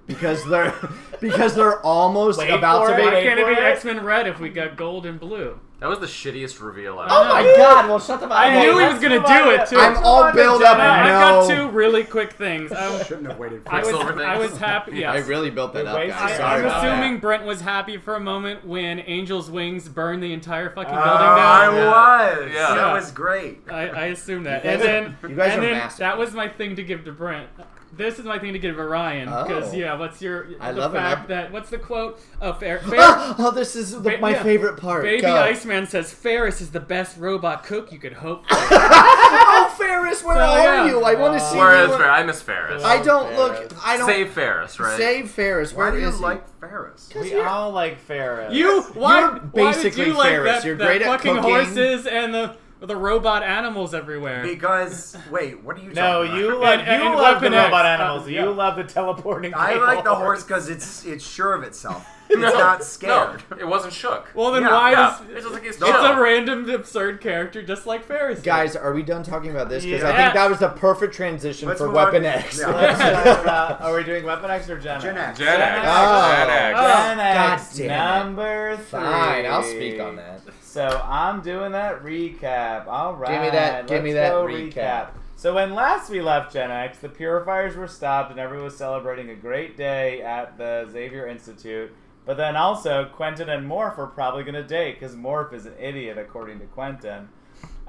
Speaker 3: Because they're because they're almost
Speaker 4: Wait
Speaker 3: about
Speaker 4: for
Speaker 3: to
Speaker 4: it,
Speaker 3: be.
Speaker 4: wait
Speaker 1: Why can't it be
Speaker 4: Wait for it.
Speaker 1: X Men Red if we got gold and blue?
Speaker 2: That was the shittiest reveal ever.
Speaker 3: Oh my god! Well, shut the fuck up.
Speaker 1: I knew he
Speaker 4: that's
Speaker 1: was gonna
Speaker 4: the one
Speaker 1: do it
Speaker 4: that-
Speaker 1: too.
Speaker 3: I'm
Speaker 1: No,
Speaker 3: all built up.
Speaker 1: I've got
Speaker 3: No.
Speaker 1: two really quick things. I,
Speaker 6: Shouldn't have waited for
Speaker 1: I was,
Speaker 2: Silver things.
Speaker 1: I was happy. Yes.
Speaker 3: I really built that
Speaker 4: We
Speaker 3: up,
Speaker 4: wasted-
Speaker 1: I,
Speaker 3: guys.
Speaker 4: I'm
Speaker 3: Sorry
Speaker 1: am
Speaker 3: about
Speaker 1: assuming
Speaker 3: that.
Speaker 1: Brent was happy for a moment when Angel's Wings burned the entire fucking
Speaker 6: Oh,
Speaker 1: building down.
Speaker 6: I was.
Speaker 2: Yeah.
Speaker 6: That
Speaker 1: Yeah.
Speaker 6: was great.
Speaker 1: I, I assume that.
Speaker 3: You guys
Speaker 1: And then,
Speaker 3: are- you guys
Speaker 1: and
Speaker 3: are
Speaker 1: then
Speaker 3: massive.
Speaker 1: that was my thing to give to Brent. This is my thing to give to Ryan because
Speaker 3: Oh.
Speaker 1: yeah, what's your
Speaker 3: I
Speaker 1: the
Speaker 3: love it.
Speaker 1: fact
Speaker 3: I-
Speaker 1: that what's the quote? Oh, fair, fair
Speaker 3: Ah, oh, this is the,
Speaker 1: Ba-
Speaker 3: my
Speaker 1: yeah.
Speaker 3: favorite part.
Speaker 1: baby
Speaker 3: Go.
Speaker 1: Iceman says Ferris is the best robot cook you could hope for.
Speaker 3: Oh, Ferris, where
Speaker 1: So,
Speaker 3: are
Speaker 1: yeah.
Speaker 3: you? I want to see
Speaker 2: Where is
Speaker 3: you.
Speaker 2: Ferris? I miss Ferris.
Speaker 3: I don't
Speaker 4: Ferris.
Speaker 3: look. I don't
Speaker 2: Save Ferris, right?
Speaker 3: Save Ferris.
Speaker 6: Why
Speaker 3: Where
Speaker 6: do you
Speaker 3: is he?
Speaker 6: like Ferris?
Speaker 3: Because
Speaker 4: we
Speaker 3: you're-
Speaker 4: all like Ferris.
Speaker 1: You why
Speaker 3: You're
Speaker 1: why did
Speaker 3: basically
Speaker 1: you like
Speaker 3: Ferris.
Speaker 1: that,
Speaker 3: You're
Speaker 1: that
Speaker 3: great at
Speaker 1: fucking
Speaker 3: cooking.
Speaker 1: horses and the the robot animals everywhere?
Speaker 6: Because wait, what are you?
Speaker 4: No,
Speaker 6: talking
Speaker 4: you
Speaker 6: About?
Speaker 4: love
Speaker 1: And- and
Speaker 4: you love the
Speaker 1: Weapon X.
Speaker 4: robot
Speaker 1: Uh,
Speaker 4: animals.
Speaker 1: yeah.
Speaker 4: You love the teleporting.
Speaker 6: I like the
Speaker 4: cable.
Speaker 6: horse because it's it's sure of itself. It's not
Speaker 2: No,
Speaker 6: scared.
Speaker 2: it wasn't shook.
Speaker 1: well, then
Speaker 6: Yeah,
Speaker 1: why
Speaker 2: yeah,
Speaker 1: does
Speaker 2: it's just like it's,
Speaker 1: it's
Speaker 2: chill.
Speaker 1: a random absurd character just like Ferris? is.
Speaker 3: Guys, are we done talking about this? Because I
Speaker 1: Yeah.
Speaker 3: think that was the perfect transition
Speaker 6: Let's
Speaker 3: for
Speaker 6: move on.
Speaker 3: Weapon X.
Speaker 6: Yeah.
Speaker 4: Let's talk about- Are we doing Weapon X or Gen
Speaker 6: Gen
Speaker 4: X?
Speaker 6: X.
Speaker 8: Gen X.
Speaker 3: Oh.
Speaker 8: Gen X.
Speaker 4: Gen
Speaker 3: God
Speaker 4: X
Speaker 3: damn it.
Speaker 4: number three.
Speaker 3: Fine, I'll speak on that.
Speaker 4: So I'm doing that recap. All right.
Speaker 3: Give me that- give me
Speaker 4: let's
Speaker 3: that
Speaker 4: go
Speaker 3: recap.
Speaker 4: So when last we left Gen X, the purifiers were stopped and everyone was celebrating a great day at the Xavier Institute. But then also Quentin and Morph are probably going to date because Morph is an idiot according to Quentin.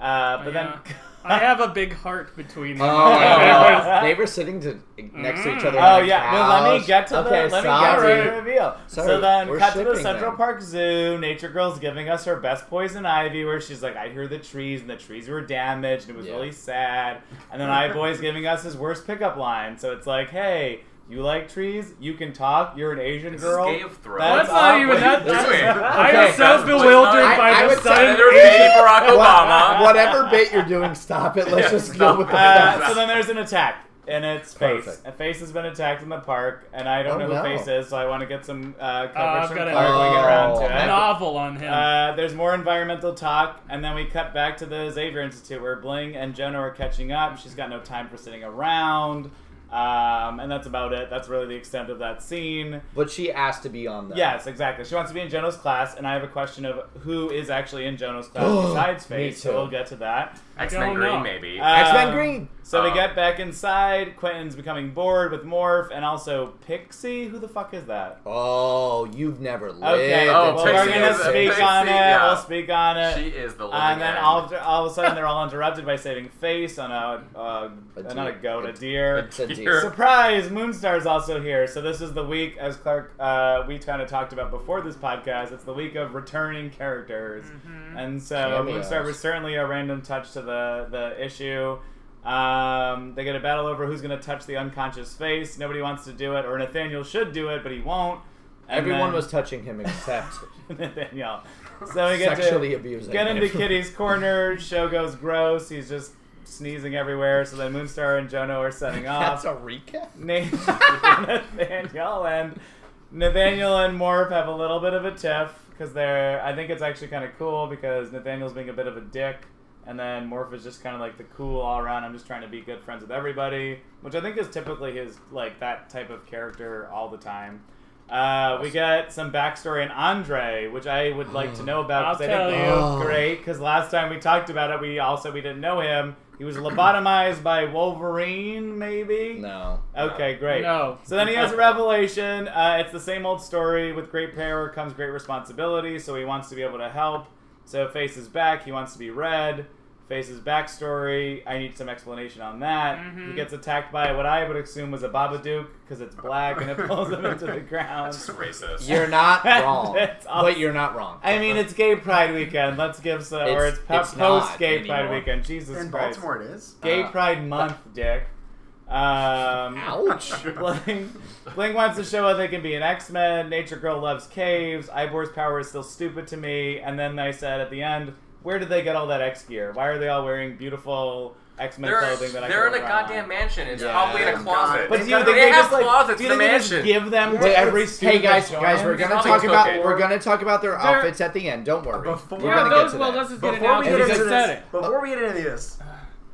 Speaker 4: Uh, but
Speaker 1: Oh, Yeah.
Speaker 4: then
Speaker 1: I have a big heart between them.
Speaker 3: Oh,
Speaker 4: God.
Speaker 3: they were sitting to, next to each other.
Speaker 4: Oh
Speaker 3: on the
Speaker 4: yeah,
Speaker 3: couch.
Speaker 4: no, let me get to
Speaker 3: okay,
Speaker 4: the let
Speaker 3: sorry.
Speaker 4: me get to the reveal.
Speaker 3: Sorry,
Speaker 4: so then,
Speaker 3: we're
Speaker 4: cut to the
Speaker 3: shipping
Speaker 4: Central
Speaker 3: them.
Speaker 4: Park Zoo. Nature Girl's giving us her best poison ivy, where she's like, "I hear the trees, and the trees were damaged, and it was
Speaker 3: Yeah.
Speaker 4: really sad." And then I Boy's giving us his worst pickup line. So it's like, "Hey, you like trees? You can talk. You're an Asian
Speaker 2: This is
Speaker 4: girl." Uh,
Speaker 2: Game of Thrones.
Speaker 1: That's
Speaker 4: That's
Speaker 1: not even
Speaker 4: awkward.
Speaker 1: that.
Speaker 3: This
Speaker 1: that's-
Speaker 3: is-
Speaker 1: I
Speaker 3: okay,
Speaker 1: am
Speaker 2: that's-
Speaker 1: so bewildered
Speaker 2: I-
Speaker 1: by
Speaker 3: I
Speaker 1: the
Speaker 3: would say
Speaker 1: sudden.
Speaker 2: Senator Baby Barack Obama.
Speaker 3: What- whatever bait you're doing, stop it. Let's
Speaker 2: Yeah,
Speaker 3: just go
Speaker 2: stop
Speaker 3: with the
Speaker 2: it.
Speaker 4: Uh,
Speaker 3: facts.
Speaker 4: so then there's an attack, and it's face.
Speaker 3: Perfect.
Speaker 4: A face has been attacked in the park, and I don't
Speaker 3: Oh,
Speaker 4: know who
Speaker 3: no.
Speaker 4: face is, so I want to get some uh, coverage
Speaker 1: I've
Speaker 4: from
Speaker 1: got
Speaker 4: Clark
Speaker 1: it.
Speaker 4: when we get around to
Speaker 3: Oh,
Speaker 4: it.
Speaker 1: novel on him.
Speaker 4: Uh, there's more environmental talk, and then we cut back to the Xavier Institute where Bling and Jonah are catching up. She's got no time for sitting around, um, and that's about it. That's really the extent of that scene.
Speaker 3: But she asked to be on that.
Speaker 4: Yes, exactly. She wants to be in Jonah's class, and I have a question of who is actually in Jonah's class besides
Speaker 3: Me
Speaker 4: Faith.
Speaker 3: too.
Speaker 4: So we'll get to that.
Speaker 2: X
Speaker 1: I
Speaker 2: Men
Speaker 1: don't
Speaker 2: Green,
Speaker 1: know.
Speaker 2: maybe.
Speaker 4: Uh,
Speaker 3: X Men
Speaker 4: Um,
Speaker 3: Green.
Speaker 4: So we
Speaker 2: Uh.
Speaker 4: get back inside. Quentin's becoming bored with Morph and also Pixie. Who the fuck is that?
Speaker 3: Oh, you've never lived.
Speaker 4: Okay,
Speaker 2: Oh,
Speaker 4: well,
Speaker 2: Pixie
Speaker 4: we're gonna
Speaker 2: is-
Speaker 4: speak
Speaker 2: Pixie,
Speaker 4: on it.
Speaker 2: yeah.
Speaker 4: We'll speak on it.
Speaker 2: she is the living
Speaker 4: uh, And then
Speaker 2: end.
Speaker 4: all of, all of a sudden, they're all interrupted by saving face on a, uh,
Speaker 3: A
Speaker 4: not a
Speaker 3: deer.
Speaker 4: goat,
Speaker 3: A
Speaker 4: a deer.
Speaker 3: It's a
Speaker 2: You're-
Speaker 3: deer.
Speaker 4: Surprise! Moonstar's also here. So this is the week, as Clark, uh, we kind of talked about before this podcast. It's the week of returning characters, and so
Speaker 3: Cameos.
Speaker 4: Moonstar was certainly a random touch to the the issue. Uh, Um, they get a battle over who's going to touch the unconscious face. Nobody wants to do it, or Nathaniel should do it, but he won't. And
Speaker 3: Everyone
Speaker 4: then-
Speaker 3: was touching him except
Speaker 4: Nathaniel. So we get
Speaker 3: sexually
Speaker 4: to
Speaker 3: abusing
Speaker 4: get into
Speaker 3: him.
Speaker 4: Kitty's corner. Show goes gross. He's just sneezing everywhere. So then Moonstar and Jono are setting off.
Speaker 3: That's a recap.
Speaker 4: Na- Nathaniel and Nathaniel and Morph have a little bit of a tiff because they're. I think it's actually kind of cool because Nathaniel's being a bit of a dick, and then Morph is just kind of like the cool all around. I'm just trying to be good friends with everybody, which I think is typically his like that type of character all the time. Uh, we get some backstory on Andre, which I would like to know about because I
Speaker 1: I'll
Speaker 4: think
Speaker 1: tell
Speaker 4: it's great. Because last time we talked about it, we also we didn't know him. He was lobotomized by Wolverine, maybe.
Speaker 3: No.
Speaker 4: Okay, great.
Speaker 1: No.
Speaker 4: So then he has a revelation. Uh, it's the same old story. With great power comes great responsibility. So he wants to be able to help. So faces back. He wants to be read. Faces backstory. I need some explanation on that. He gets attacked by what I would assume was a Babadook because it's black and it pulls him into the ground.
Speaker 2: Racist.
Speaker 3: You're not wrong.
Speaker 4: That's awesome.
Speaker 3: But you're not wrong.
Speaker 4: I mean, it's Gay Pride Weekend. Let's give some, or
Speaker 3: It's-
Speaker 4: it's, po-
Speaker 3: it's not
Speaker 4: post Gay Pride
Speaker 3: anymore.
Speaker 4: Weekend. Jesus
Speaker 6: In
Speaker 4: Christ!
Speaker 6: Baltimore, it is.
Speaker 4: Gay
Speaker 3: Uh,
Speaker 4: Pride Month, Dick. Um,
Speaker 3: Ouch.
Speaker 4: Bling, Bling wants to show how they can be an X Men. Nature Girl loves caves. Ivor's power is still stupid to me. And then they said at the end, where did they get all that X gear? Why are they all wearing beautiful X Men
Speaker 2: They're,
Speaker 4: clothing that I
Speaker 2: they're
Speaker 4: can
Speaker 2: in a
Speaker 4: wear on?
Speaker 2: goddamn mansion. It's
Speaker 3: Yeah.
Speaker 2: probably in a
Speaker 6: God.
Speaker 2: closet.
Speaker 4: But do you
Speaker 6: They
Speaker 4: think
Speaker 2: they
Speaker 4: they
Speaker 2: have
Speaker 4: just like
Speaker 2: closets
Speaker 4: do
Speaker 2: in
Speaker 4: you
Speaker 2: the
Speaker 4: think they just
Speaker 2: mansion.
Speaker 4: give them to
Speaker 9: Wait,
Speaker 4: every
Speaker 9: hey
Speaker 4: student
Speaker 9: guys,
Speaker 4: that
Speaker 9: guys, we're
Speaker 4: joins?
Speaker 9: gonna
Speaker 2: It's
Speaker 9: talk
Speaker 2: okay.
Speaker 9: about we're gonna talk about their outfits at the end. Don't worry.
Speaker 6: Before,
Speaker 9: We're gonna
Speaker 1: yeah,
Speaker 9: get
Speaker 1: those,
Speaker 9: to
Speaker 1: well,
Speaker 9: that.
Speaker 1: let's just get
Speaker 6: before
Speaker 1: out
Speaker 6: we
Speaker 1: there
Speaker 6: get
Speaker 1: because
Speaker 6: into
Speaker 1: I said
Speaker 6: this,
Speaker 1: it.
Speaker 6: before we get into this,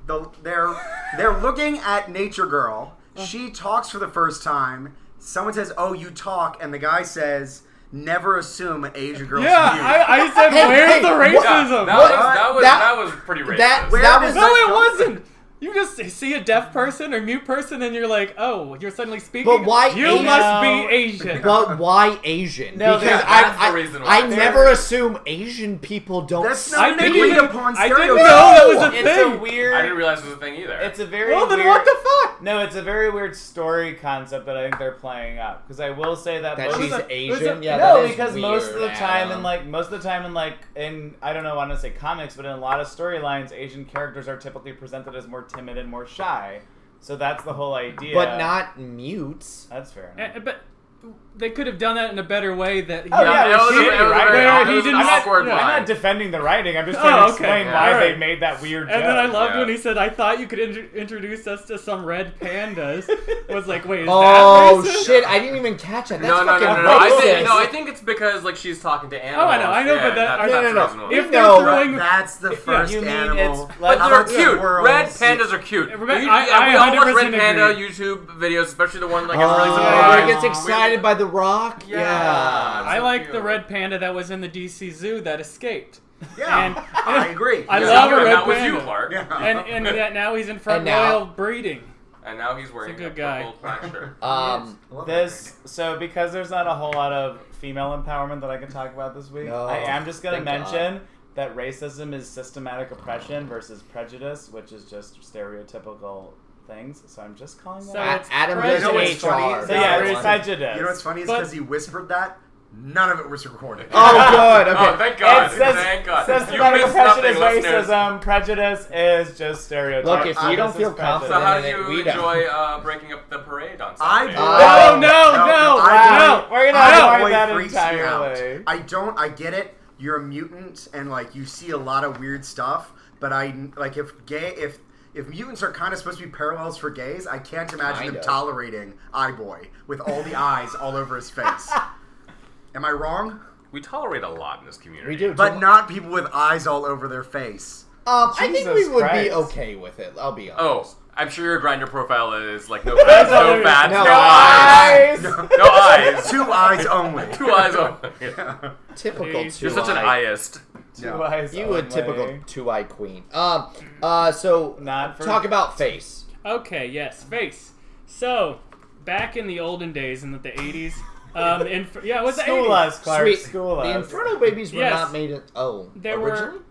Speaker 6: the, they're they're looking at Nature Girl. She talks for the first time. Someone says, "Oh, you talk," and the guy says, "Never assume an Asian girl's
Speaker 1: Yeah,
Speaker 6: view."
Speaker 1: I, I said,
Speaker 9: Hey,
Speaker 1: where's
Speaker 9: hey,
Speaker 1: the
Speaker 9: what-
Speaker 1: racism?
Speaker 2: that, was, that, was,
Speaker 9: That-
Speaker 2: that, was pretty racist.
Speaker 9: That
Speaker 6: Where
Speaker 9: that was
Speaker 6: does that
Speaker 1: no, it
Speaker 6: come
Speaker 1: wasn't. You just see a deaf person or mute person, and you're like, oh, you're suddenly speaking.
Speaker 9: But why
Speaker 1: You
Speaker 9: Asian?
Speaker 1: must be Asian.
Speaker 9: But why Asian?
Speaker 4: No,
Speaker 9: because
Speaker 4: that-
Speaker 2: that's the
Speaker 9: I,
Speaker 2: reason
Speaker 9: I,
Speaker 2: why.
Speaker 9: I never assume Asian people don't.
Speaker 6: That's
Speaker 9: speak.
Speaker 6: not
Speaker 1: I
Speaker 6: an
Speaker 1: didn't
Speaker 6: agreed
Speaker 1: even.
Speaker 6: upon
Speaker 1: I didn't know
Speaker 6: stereotype.
Speaker 1: that was a
Speaker 4: it's a
Speaker 1: thing.
Speaker 2: I didn't
Speaker 4: weird.
Speaker 2: realize it was a thing either.
Speaker 4: It's a very
Speaker 1: Well, then
Speaker 4: weird,
Speaker 1: what the fuck?
Speaker 4: No, it's a very weird story concept that I think they're playing up. Because I will say that,
Speaker 3: That
Speaker 4: most
Speaker 3: she's
Speaker 4: of-
Speaker 3: Asian. Yeah,
Speaker 4: no,
Speaker 3: that is
Speaker 4: because
Speaker 3: weird,
Speaker 4: most of the time
Speaker 3: Adam.
Speaker 4: in like most of the time in like in I don't know, I want to say comics, but in a lot of storylines, Asian characters are typically presented as more timid and more shy. So that's the whole idea.
Speaker 3: but not mutes.
Speaker 4: That's fair. Enough.
Speaker 1: Eh, But they could have done that in a better way. That
Speaker 4: Oh, yeah,
Speaker 2: it was,
Speaker 4: she-
Speaker 2: a- it was a
Speaker 4: right,
Speaker 2: very
Speaker 1: right,
Speaker 2: awkward-
Speaker 1: he
Speaker 2: it was
Speaker 1: didn't-
Speaker 2: an awkward
Speaker 1: yeah,
Speaker 4: I'm
Speaker 2: line.
Speaker 4: not defending the writing. I'm just trying
Speaker 1: Oh,
Speaker 4: to
Speaker 1: okay.
Speaker 4: explain
Speaker 1: Yeah,
Speaker 4: why
Speaker 1: all
Speaker 4: they
Speaker 1: right.
Speaker 4: made that weird.
Speaker 1: And then I
Speaker 4: joke.
Speaker 1: loved
Speaker 2: Yeah.
Speaker 1: when he said, "I thought you could in- introduce us to some red pandas." was like, "Wait, is
Speaker 3: Oh
Speaker 1: that racist?"
Speaker 3: shit! I didn't even catch it. That's
Speaker 2: no, no, no,
Speaker 3: fucking
Speaker 2: no, no, no. I
Speaker 3: racist.
Speaker 2: think, no, I think it's because like she's talking to animals.
Speaker 1: Oh, I know, I know,
Speaker 2: yeah,
Speaker 1: but that-
Speaker 2: Oh, that's,
Speaker 1: No,
Speaker 2: that's
Speaker 3: no, no.
Speaker 2: reasonable.
Speaker 1: If
Speaker 3: No,
Speaker 1: they're
Speaker 3: but
Speaker 1: throwing,
Speaker 6: That's the first
Speaker 4: you mean
Speaker 6: animal.
Speaker 4: it's like-
Speaker 2: But they're
Speaker 6: of the
Speaker 2: cute.
Speaker 6: world.
Speaker 2: Red pandas are cute.
Speaker 1: Everybody-
Speaker 2: You-
Speaker 1: I- I
Speaker 2: we all watch
Speaker 1: 100%
Speaker 2: Red Panda
Speaker 1: agree.
Speaker 2: YouTube videos, especially the one like
Speaker 3: Oh,
Speaker 2: I'm really
Speaker 3: where he
Speaker 2: surprised.
Speaker 3: gets excited by the rock.
Speaker 2: Yeah.
Speaker 3: Yeah.
Speaker 1: I
Speaker 2: so
Speaker 1: like
Speaker 2: cute.
Speaker 1: the red panda that was in the DC zoo that escaped,
Speaker 6: Yeah,
Speaker 1: And-
Speaker 6: I agree.
Speaker 1: I
Speaker 2: Yeah,
Speaker 1: love
Speaker 2: you're
Speaker 1: a red
Speaker 2: not with you,
Speaker 1: panda.
Speaker 2: Clark.
Speaker 6: Yeah.
Speaker 1: and and that now he's in front
Speaker 3: And now-
Speaker 1: royal breeding.
Speaker 2: And now he's wearing
Speaker 1: He's a good guy.
Speaker 2: purple plaid shirt.
Speaker 3: Um,
Speaker 6: Love that thing.
Speaker 4: This so because there's not a whole lot of female empowerment that I can talk about this week.
Speaker 3: No.
Speaker 4: I am just gonna
Speaker 3: Thank God.
Speaker 4: mention that racism is systematic oppression versus prejudice, which is just stereotypical things. So I'm just calling that.
Speaker 1: So
Speaker 3: A-
Speaker 4: out.
Speaker 1: it's
Speaker 3: Adam
Speaker 1: crazy.
Speaker 3: goes
Speaker 6: You know what's
Speaker 3: to HR.
Speaker 6: funny?
Speaker 4: So yeah,
Speaker 6: no,
Speaker 4: it's
Speaker 6: it's-
Speaker 4: prejudice.
Speaker 6: You know what's funny is
Speaker 1: But-
Speaker 6: because he whispered that, none of it was recorded.
Speaker 3: Oh, good. Okay.
Speaker 2: Oh, thank God.
Speaker 4: it says
Speaker 2: thank God.
Speaker 4: systematic
Speaker 2: you missed
Speaker 4: oppression is
Speaker 2: nothing, listeners.
Speaker 4: racism. Prejudice is just stereotypes.
Speaker 3: Look, if you
Speaker 4: This
Speaker 3: don't
Speaker 4: is
Speaker 3: feel
Speaker 4: prejudice.
Speaker 2: So how
Speaker 3: confident-
Speaker 2: do you
Speaker 3: uh, We don't.
Speaker 2: enjoy uh, breaking up the parade on
Speaker 6: I-
Speaker 2: Saturday?
Speaker 3: Uh,
Speaker 1: Oh, no,
Speaker 6: no,
Speaker 1: no,
Speaker 6: no,
Speaker 1: no!
Speaker 6: I-
Speaker 4: We're
Speaker 1: No.
Speaker 4: gonna
Speaker 6: That
Speaker 4: avoid
Speaker 6: boy
Speaker 4: that
Speaker 6: freaks me out.
Speaker 4: entirely.
Speaker 6: I don't. I get it. You're a mutant, and like you see a lot of weird stuff. But I like if gay if if mutants are kind of supposed to be parallels for gays, I can't imagine
Speaker 3: Kinda.
Speaker 6: them tolerating Eye Boy with all the eyes all over his face. Am I wrong?
Speaker 2: we tolerate a lot in this community.
Speaker 3: We do,
Speaker 6: But not people with eyes all over their face.
Speaker 3: Um, I think we
Speaker 4: Jesus
Speaker 3: would be
Speaker 4: Christ.
Speaker 3: okay with it. I'll be honest.
Speaker 2: Oh, I'm sure your grinder profile is like no fats, no fats,
Speaker 3: No
Speaker 2: no, eyes,
Speaker 3: eyes.
Speaker 4: Guys!
Speaker 2: no eyes,
Speaker 6: Two eyes only.
Speaker 2: two eyes only. Yeah.
Speaker 3: Typical.
Speaker 1: Jeez.
Speaker 3: two
Speaker 2: You're such an
Speaker 3: eye.
Speaker 2: eyeist.
Speaker 4: Two eyes
Speaker 3: You a
Speaker 4: only.
Speaker 3: typical two eye queen. Um. Uh. So
Speaker 4: Not for-
Speaker 3: talk about face.
Speaker 1: Okay, yes, face. So, back in the olden days, in the, 80s, um, in, yeah, it was
Speaker 4: School
Speaker 1: the 80s.
Speaker 4: us, Clark.
Speaker 3: Sweet.
Speaker 4: School us.
Speaker 3: The Inferno Babies were
Speaker 1: Yes.
Speaker 3: not made in. Oh,
Speaker 1: There
Speaker 3: originally?
Speaker 1: were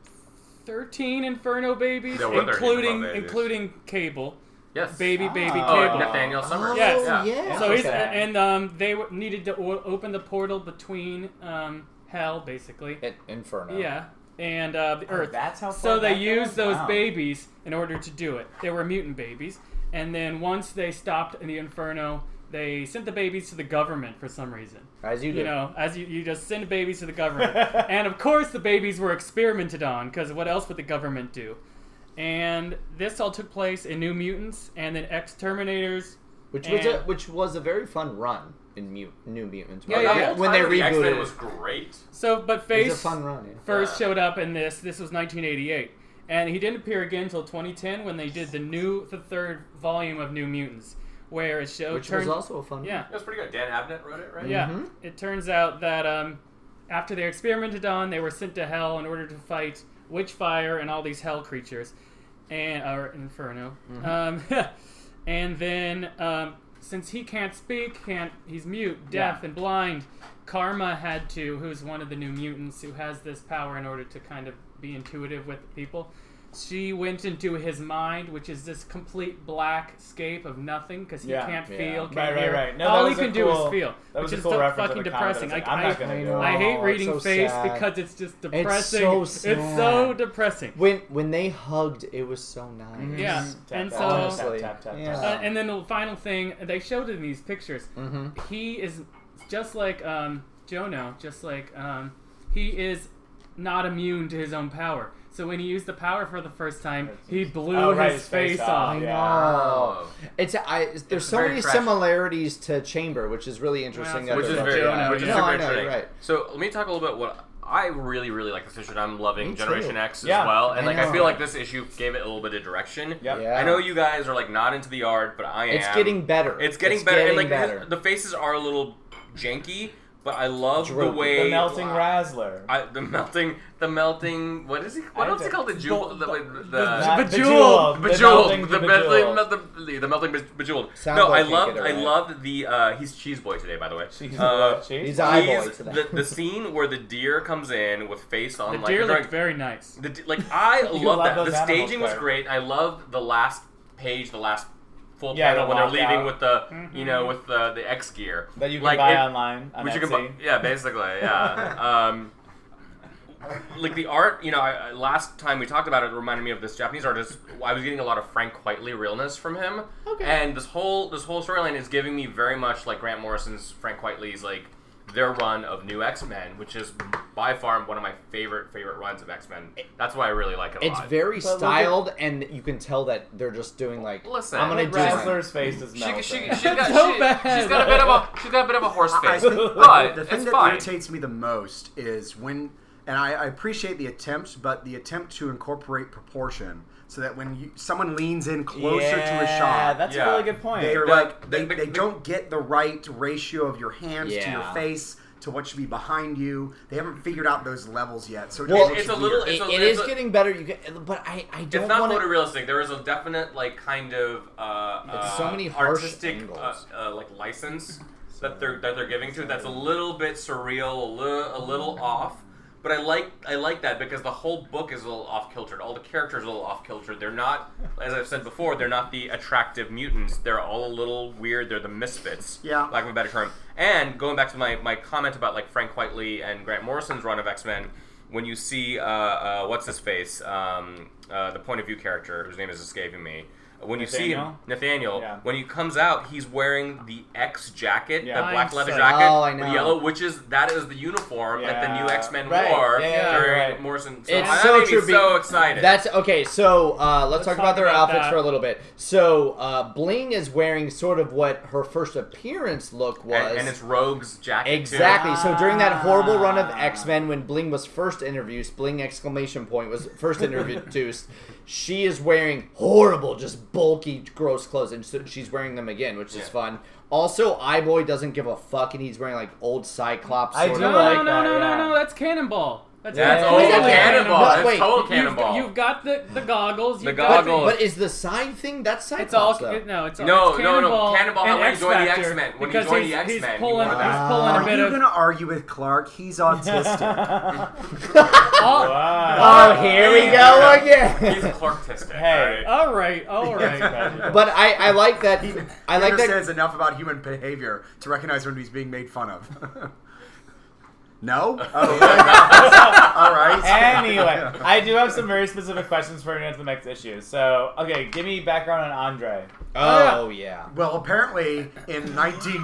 Speaker 1: 13 Inferno babies,
Speaker 2: There were 13
Speaker 1: including
Speaker 2: Inferno Babies.
Speaker 1: including Cable,
Speaker 2: Yes.
Speaker 1: baby, baby,
Speaker 4: Oh.
Speaker 2: Oh,
Speaker 1: Cable.
Speaker 2: Nathaniel Summers.
Speaker 3: Oh,
Speaker 1: Yes.
Speaker 3: yeah.
Speaker 1: So he's
Speaker 4: Okay.
Speaker 1: and um, they were- needed to o- open the portal between um, hell, basically.
Speaker 3: In- Inferno.
Speaker 1: Yeah, and uh, the Earth.
Speaker 4: that's how
Speaker 1: so
Speaker 4: far
Speaker 1: they
Speaker 4: back that
Speaker 1: used
Speaker 4: was?
Speaker 1: those
Speaker 4: Wow.
Speaker 1: babies in order to do it. They were mutant babies, and then once they stopped in the Inferno, they sent the babies to the government for some reason.
Speaker 3: As you do.
Speaker 1: You know, as you, you just send babies to the government, and of course the babies were experimented on because what else would the government do? And this all took place in New Mutants, and then Exterminators.
Speaker 3: Which was a
Speaker 1: And-
Speaker 3: which was a very fun run in Mu- New Mutants.
Speaker 1: Yeah,
Speaker 3: right?
Speaker 1: yeah, yeah.
Speaker 3: When they rebooted,
Speaker 2: X-Men
Speaker 3: it
Speaker 2: was great.
Speaker 1: So, but
Speaker 3: It
Speaker 1: Phase
Speaker 3: was a fun run. Yeah.
Speaker 1: first
Speaker 2: Yeah.
Speaker 1: showed up in this. This was 1988, and he didn't appear again until 2010 when they did the new, the third volume of New Mutants, where it showed.
Speaker 3: Which
Speaker 1: turned,
Speaker 3: was also a fun.
Speaker 1: yeah,
Speaker 2: That was pretty good. Dan Abnett wrote it, right?
Speaker 1: yeah. It turns out that um, after they experimented on, they were sent to hell in order to fight witchfire and all these hell creatures, and uh, or inferno. Um, and then um, since he can't speak, can't he's mute, deaf, and blind. Karma had to, who's one of the new mutants who has this power in order to kind of be intuitive with people. She went into his mind, which is this complete black scape of nothing because he
Speaker 4: Yeah.
Speaker 1: can't
Speaker 3: Yeah.
Speaker 1: feel, can't
Speaker 4: Right, right,
Speaker 1: hear.
Speaker 4: right. No,
Speaker 1: all
Speaker 4: that
Speaker 1: he
Speaker 4: was a
Speaker 1: can do is
Speaker 4: cool-
Speaker 1: feel,
Speaker 4: that was
Speaker 1: which
Speaker 4: a
Speaker 1: is
Speaker 4: cool
Speaker 1: so
Speaker 4: reference
Speaker 1: fucking
Speaker 4: to the comic.
Speaker 1: depressing.
Speaker 4: That was like,
Speaker 1: I,
Speaker 4: I'm not
Speaker 1: I-
Speaker 4: gonna
Speaker 3: I
Speaker 4: do
Speaker 3: know.
Speaker 4: it.
Speaker 1: I hate
Speaker 3: Oh, it's
Speaker 1: reading
Speaker 3: so
Speaker 1: face
Speaker 3: sad.
Speaker 1: because it's just depressing.
Speaker 3: so
Speaker 1: It's so
Speaker 3: sad.
Speaker 1: depressing.
Speaker 3: When when they hugged, it was so nice.
Speaker 1: Yeah,
Speaker 4: Mm-hmm. Tap,
Speaker 1: and
Speaker 4: tap,
Speaker 1: so
Speaker 4: tap,
Speaker 3: Honestly.
Speaker 4: tap, tap, tap,
Speaker 3: Yeah.
Speaker 4: tap.
Speaker 1: uh, and then the final thing they showed in these pictures,
Speaker 3: Mm-hmm.
Speaker 1: he is just like um, Jono, just like um, he is not immune to his own power. So when he used the power for the first time, he blew
Speaker 4: Oh,
Speaker 1: his,
Speaker 4: right,
Speaker 1: face, off.
Speaker 3: I
Speaker 4: Yeah.
Speaker 2: Oh.
Speaker 3: know. It's I. There's so
Speaker 2: very
Speaker 3: many
Speaker 2: tragic.
Speaker 3: similarities to Chamber, which is really interesting.
Speaker 1: Well,
Speaker 3: that
Speaker 2: Which is
Speaker 3: they're
Speaker 2: very,
Speaker 3: both-
Speaker 2: which is
Speaker 3: no,
Speaker 2: super
Speaker 3: I know,
Speaker 2: interesting.
Speaker 3: you're right.
Speaker 2: So let me talk a little bit what I really, really like this issue. and I'm loving
Speaker 3: Me
Speaker 2: Generation
Speaker 3: too.
Speaker 2: X as
Speaker 4: Yeah,
Speaker 2: well, and
Speaker 3: I
Speaker 2: like I
Speaker 3: know.
Speaker 2: feel like this issue gave it a little bit of direction.
Speaker 4: Yep.
Speaker 3: Yeah.
Speaker 2: I know you guys are like not into the art, but I am.
Speaker 3: It's getting better.
Speaker 2: It's getting better. and like
Speaker 3: better.
Speaker 2: his- the faces are a little janky, but I love
Speaker 3: Droopy.
Speaker 2: the way
Speaker 4: The melting
Speaker 2: I-
Speaker 4: razzler.
Speaker 2: I, the melting, the melting. What is he? What
Speaker 4: I
Speaker 2: else he
Speaker 4: don't-
Speaker 2: called the jewel? The, the,
Speaker 1: the-
Speaker 4: Not
Speaker 1: Bejeweled.
Speaker 4: The
Speaker 2: Bejeweled,
Speaker 4: melting
Speaker 2: the,
Speaker 4: bejeweled.
Speaker 2: melting, mel- the, the melting be- bejeweled.
Speaker 3: Sound
Speaker 2: no,
Speaker 3: boy
Speaker 2: I
Speaker 3: can't
Speaker 2: loved,
Speaker 3: get
Speaker 2: I
Speaker 3: it right.
Speaker 2: loved the. Uh, he's cheese boy today, by the way.
Speaker 4: She's
Speaker 2: Uh,
Speaker 4: she's
Speaker 3: He's eye boy
Speaker 2: He's-
Speaker 3: today.
Speaker 2: the, the scene where the deer comes in with face on
Speaker 1: The
Speaker 2: like
Speaker 1: deer
Speaker 2: during-
Speaker 1: looked very nice.
Speaker 2: the de- like I
Speaker 4: love
Speaker 2: love that.
Speaker 4: those
Speaker 2: the
Speaker 4: animals,
Speaker 2: staging was
Speaker 4: Claire.
Speaker 2: great. I loved the last page, the last full
Speaker 4: Yeah,
Speaker 2: panel
Speaker 4: the Mm-hmm.
Speaker 2: when they're
Speaker 4: walkout.
Speaker 2: leaving with the you know with the the X gear
Speaker 4: that you can
Speaker 2: Like,
Speaker 4: buy
Speaker 2: it-
Speaker 4: online on
Speaker 2: which you
Speaker 4: Etsy.
Speaker 2: can buy, yeah, basically, yeah. um, like the art, you know, I, I- last time we talked about it, it reminded me of this Japanese artist. I was getting a lot of Frank Quitely realness from him, okay. and this whole this whole storyline is giving me very much like Grant Morrison's Frank Quitely's like their run of New X Men, which is by far one of my favorite favorite runs of X Men. That's why I really like it a
Speaker 3: It's
Speaker 2: lot.
Speaker 3: very
Speaker 4: look at-
Speaker 3: styled, and you can tell that they're just doing like
Speaker 2: Listen.
Speaker 3: I'm gonna do something.
Speaker 4: Razzler's face is
Speaker 2: she,
Speaker 4: melting.
Speaker 2: she, she's got,
Speaker 1: So
Speaker 2: she,
Speaker 1: bad.
Speaker 2: has got a bit of a she's got a bit of a horse
Speaker 6: I- I
Speaker 2: face,
Speaker 6: think-
Speaker 2: but
Speaker 6: the thing
Speaker 2: it's
Speaker 6: that
Speaker 2: fine.
Speaker 6: irritates me the most is when, and I, I appreciate the attempts, but the attempt to incorporate proportion so that when you, someone leans in closer
Speaker 4: yeah,
Speaker 6: to a shot,
Speaker 4: That's
Speaker 2: Yeah.
Speaker 4: a really good point.
Speaker 6: they're
Speaker 2: the-
Speaker 6: like
Speaker 2: the-
Speaker 6: they,
Speaker 2: the-
Speaker 6: they don't get the right ratio of your hands to your
Speaker 3: Yeah.
Speaker 6: face to what should be behind you. They haven't figured out those levels yet, so it
Speaker 3: Well,
Speaker 6: just
Speaker 2: it's a
Speaker 6: looks
Speaker 2: little-
Speaker 6: weird.
Speaker 3: It-
Speaker 2: So
Speaker 3: it
Speaker 2: it's
Speaker 3: is
Speaker 2: a-
Speaker 3: getting better. You can, but I I don't
Speaker 2: It's not
Speaker 3: want
Speaker 2: photorealistic. There is a definite like kind of uh, uh,
Speaker 3: so many harsh
Speaker 2: artistic uh,
Speaker 3: angles.
Speaker 2: uh, like license that they're that they're giving to it that's a little bit surreal, a, li- a little off. But I like I like that because the whole book is a little off kiltered. All the characters are a little off kiltered. They're not, as I've said before, they're not the attractive mutants. They're all a little weird. They're the misfits,
Speaker 6: Yeah.
Speaker 2: lack of a better term. And going back to my, my comment about like Frank Whiteley and Grant Morrison's run of X Men, when you see uh, uh, what's his face, um, uh, the point of view character whose name is escaping me, when you see him, Nathaniel,
Speaker 4: Yeah.
Speaker 2: when he comes out, he's wearing the X jacket,
Speaker 4: Yeah.
Speaker 2: that black
Speaker 1: I'm
Speaker 2: leather
Speaker 1: so-
Speaker 2: jacket,
Speaker 3: Oh, I
Speaker 2: with
Speaker 3: know.
Speaker 2: yellow, which is that is the uniform that the new
Speaker 4: Yeah.
Speaker 2: X Men
Speaker 4: Right.
Speaker 2: wore
Speaker 4: Yeah, yeah,
Speaker 2: during
Speaker 4: right.
Speaker 2: Morrison. So
Speaker 3: It's
Speaker 2: I- that
Speaker 3: so
Speaker 2: made
Speaker 3: true.
Speaker 2: Me
Speaker 3: be-
Speaker 2: so excited.
Speaker 3: That's okay. So uh, let's, talk,
Speaker 1: talk
Speaker 3: about their
Speaker 1: about
Speaker 3: outfits
Speaker 1: that.
Speaker 3: for a little bit. So uh, Bling is wearing sort of what her first appearance look was.
Speaker 2: and, and it's Rogue's jacket too.
Speaker 3: Exactly. So during that horrible run of
Speaker 4: Ah.
Speaker 3: X Men, when Bling was first introduced, Bling exclamation point was first introduced. she is wearing horrible, just bulky, gross clothes, and so she's wearing them again, which
Speaker 2: Yeah.
Speaker 3: is fun. Also, Eyeboy doesn't give a fuck, and he's wearing like old Cyclops.
Speaker 4: I
Speaker 3: Sort
Speaker 4: do
Speaker 3: of
Speaker 1: No,
Speaker 3: like,
Speaker 1: no,
Speaker 4: like
Speaker 1: no,
Speaker 4: that,
Speaker 1: no,
Speaker 4: yeah.
Speaker 1: no, no. That's Cannonball. That's,
Speaker 2: That's
Speaker 1: completely
Speaker 2: old
Speaker 3: Wait, wait, wait.
Speaker 2: cannonball.
Speaker 3: No,
Speaker 2: That's
Speaker 3: wait.
Speaker 2: total
Speaker 1: You've-
Speaker 2: Oh, cannonball.
Speaker 1: You've, got the, the goggles.
Speaker 2: The
Speaker 1: you've got
Speaker 2: goggles.
Speaker 3: But is the sign thing that's Cyclops?
Speaker 1: It's all
Speaker 3: though.
Speaker 1: it, no. It's all,
Speaker 2: No,
Speaker 1: it's
Speaker 2: no, no,
Speaker 1: Cannonball.
Speaker 2: Cannonball,
Speaker 1: and
Speaker 2: when you
Speaker 1: X
Speaker 2: join the
Speaker 1: Factor,
Speaker 2: X-Men, when you
Speaker 1: because
Speaker 2: join
Speaker 1: he's,
Speaker 2: the
Speaker 1: he's
Speaker 2: X-Men, you
Speaker 1: pulling,
Speaker 2: want
Speaker 1: he's
Speaker 2: that.
Speaker 1: pulling a
Speaker 6: Are
Speaker 1: bit
Speaker 6: you
Speaker 1: of.
Speaker 6: going to argue with Clark? He's autistic.
Speaker 1: all,
Speaker 4: wow.
Speaker 3: Oh, here we go again.
Speaker 2: He's Clark Tistic.
Speaker 4: Hey.
Speaker 2: alright?
Speaker 1: all right, all right.
Speaker 3: But I, I like that. I
Speaker 6: he
Speaker 3: like that.
Speaker 6: understands enough about human behavior to recognize when he's being made fun of. No? Oh, yeah. all right.
Speaker 4: Anyway, I do have some very specific questions for you into the next issue. So, okay, give me background on Andre.
Speaker 1: Ah.
Speaker 3: Oh yeah.
Speaker 6: Well, apparently in 19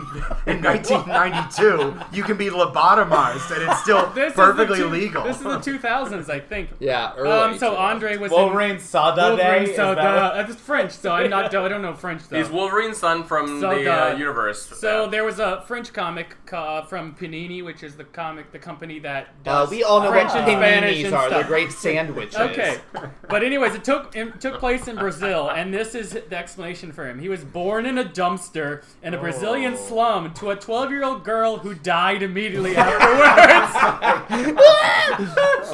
Speaker 6: in 1992, you can be lobotomized and it's still
Speaker 1: This is the
Speaker 6: perfectly
Speaker 1: two-
Speaker 6: legal.
Speaker 1: This is the 2000s, I think.
Speaker 3: Yeah. Early
Speaker 1: Um, so
Speaker 3: 2000s.
Speaker 1: Andre was in
Speaker 4: Wolverine Sada Day.
Speaker 1: Wolverine
Speaker 4: is
Speaker 1: Soda.
Speaker 4: that
Speaker 1: Uh, It's French, so I'm not. I don't know French though.
Speaker 2: He's Wolverine's son from
Speaker 1: So
Speaker 2: the uh,
Speaker 1: the-
Speaker 2: universe.
Speaker 1: So
Speaker 2: Yeah.
Speaker 1: there was a French comic uh, from Panini, which is the comic, the company that
Speaker 3: Uh,
Speaker 1: does
Speaker 3: we all know
Speaker 1: French
Speaker 3: what
Speaker 1: and Spanish
Speaker 3: paninis
Speaker 1: and
Speaker 3: are. They're
Speaker 1: stuff.
Speaker 3: great sandwiches.
Speaker 1: Okay, but anyways, it took it took place in Brazil, and this is the explanation for him. He was born in a dumpster in a Brazilian
Speaker 3: Oh.
Speaker 1: slum to a 12 year old girl who died immediately afterwards.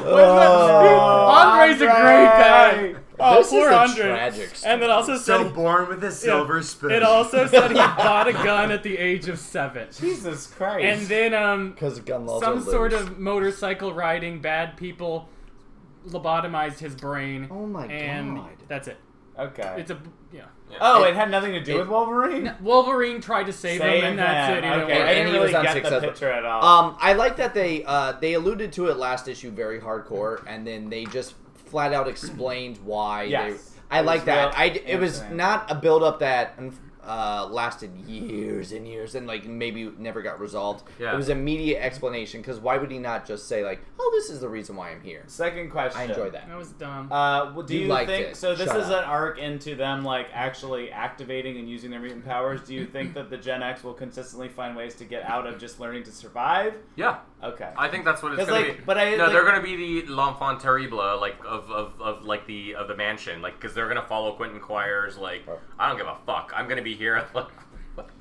Speaker 4: Oh,
Speaker 1: Andre's a great
Speaker 4: Andre!
Speaker 1: guy. Oh,
Speaker 3: This is
Speaker 1: poor
Speaker 3: a
Speaker 1: Andre.
Speaker 3: tragic
Speaker 1: and then also said
Speaker 6: so born with a silver spoon.
Speaker 1: it also said he bought a gun at the age of seven,
Speaker 4: Jesus Christ.
Speaker 1: and then um
Speaker 3: Because gun laws are
Speaker 1: some
Speaker 3: loose.
Speaker 1: sort of motorcycle riding bad people lobotomized his brain.
Speaker 3: Oh my
Speaker 1: and
Speaker 3: God.
Speaker 1: That's it.
Speaker 4: okay.
Speaker 1: It's a yeah.
Speaker 4: oh, it, had nothing to do with Wolverine.
Speaker 1: Wolverine tried to save, him, and that's
Speaker 4: him.
Speaker 1: it. Either
Speaker 4: Okay,
Speaker 1: way.
Speaker 4: I
Speaker 3: And
Speaker 4: didn't
Speaker 3: he
Speaker 4: really
Speaker 3: was
Speaker 4: get the
Speaker 3: unsuccessful.
Speaker 4: picture at all.
Speaker 3: Um, I like that they uh, they alluded to it last issue very hardcore, and then they just flat out explained why.
Speaker 4: Yes.
Speaker 3: They, I
Speaker 4: It was
Speaker 3: like that.
Speaker 4: real
Speaker 3: I d- it was
Speaker 4: interesting.
Speaker 3: not a build up that uh, lasted years and years, and like maybe never got resolved.
Speaker 2: Yeah.
Speaker 3: It was immediate explanation because why would he not just say like, "Oh, this is the reason why I'm here."
Speaker 4: Second question.
Speaker 3: I enjoy that.
Speaker 1: That was dumb.
Speaker 4: Uh, well, do
Speaker 3: You
Speaker 4: you,
Speaker 3: liked
Speaker 4: think
Speaker 3: it.
Speaker 4: so? This
Speaker 3: Shut
Speaker 4: is
Speaker 3: up.
Speaker 4: an arc into them like actually activating and using their mutant powers. Do you think that the Gen X will consistently find ways to get out of just learning to survive?
Speaker 2: yeah,
Speaker 4: Okay.
Speaker 2: I think that's what it's
Speaker 4: 'Cause,
Speaker 2: gonna
Speaker 4: like,
Speaker 2: be.
Speaker 4: but I-
Speaker 2: no,
Speaker 4: like-
Speaker 2: they're gonna be the l'enfant terrible, like of, of, of like the of the mansion, like because they're gonna follow Quentin Quires. Like I don't give a fuck. I'm gonna be here. Like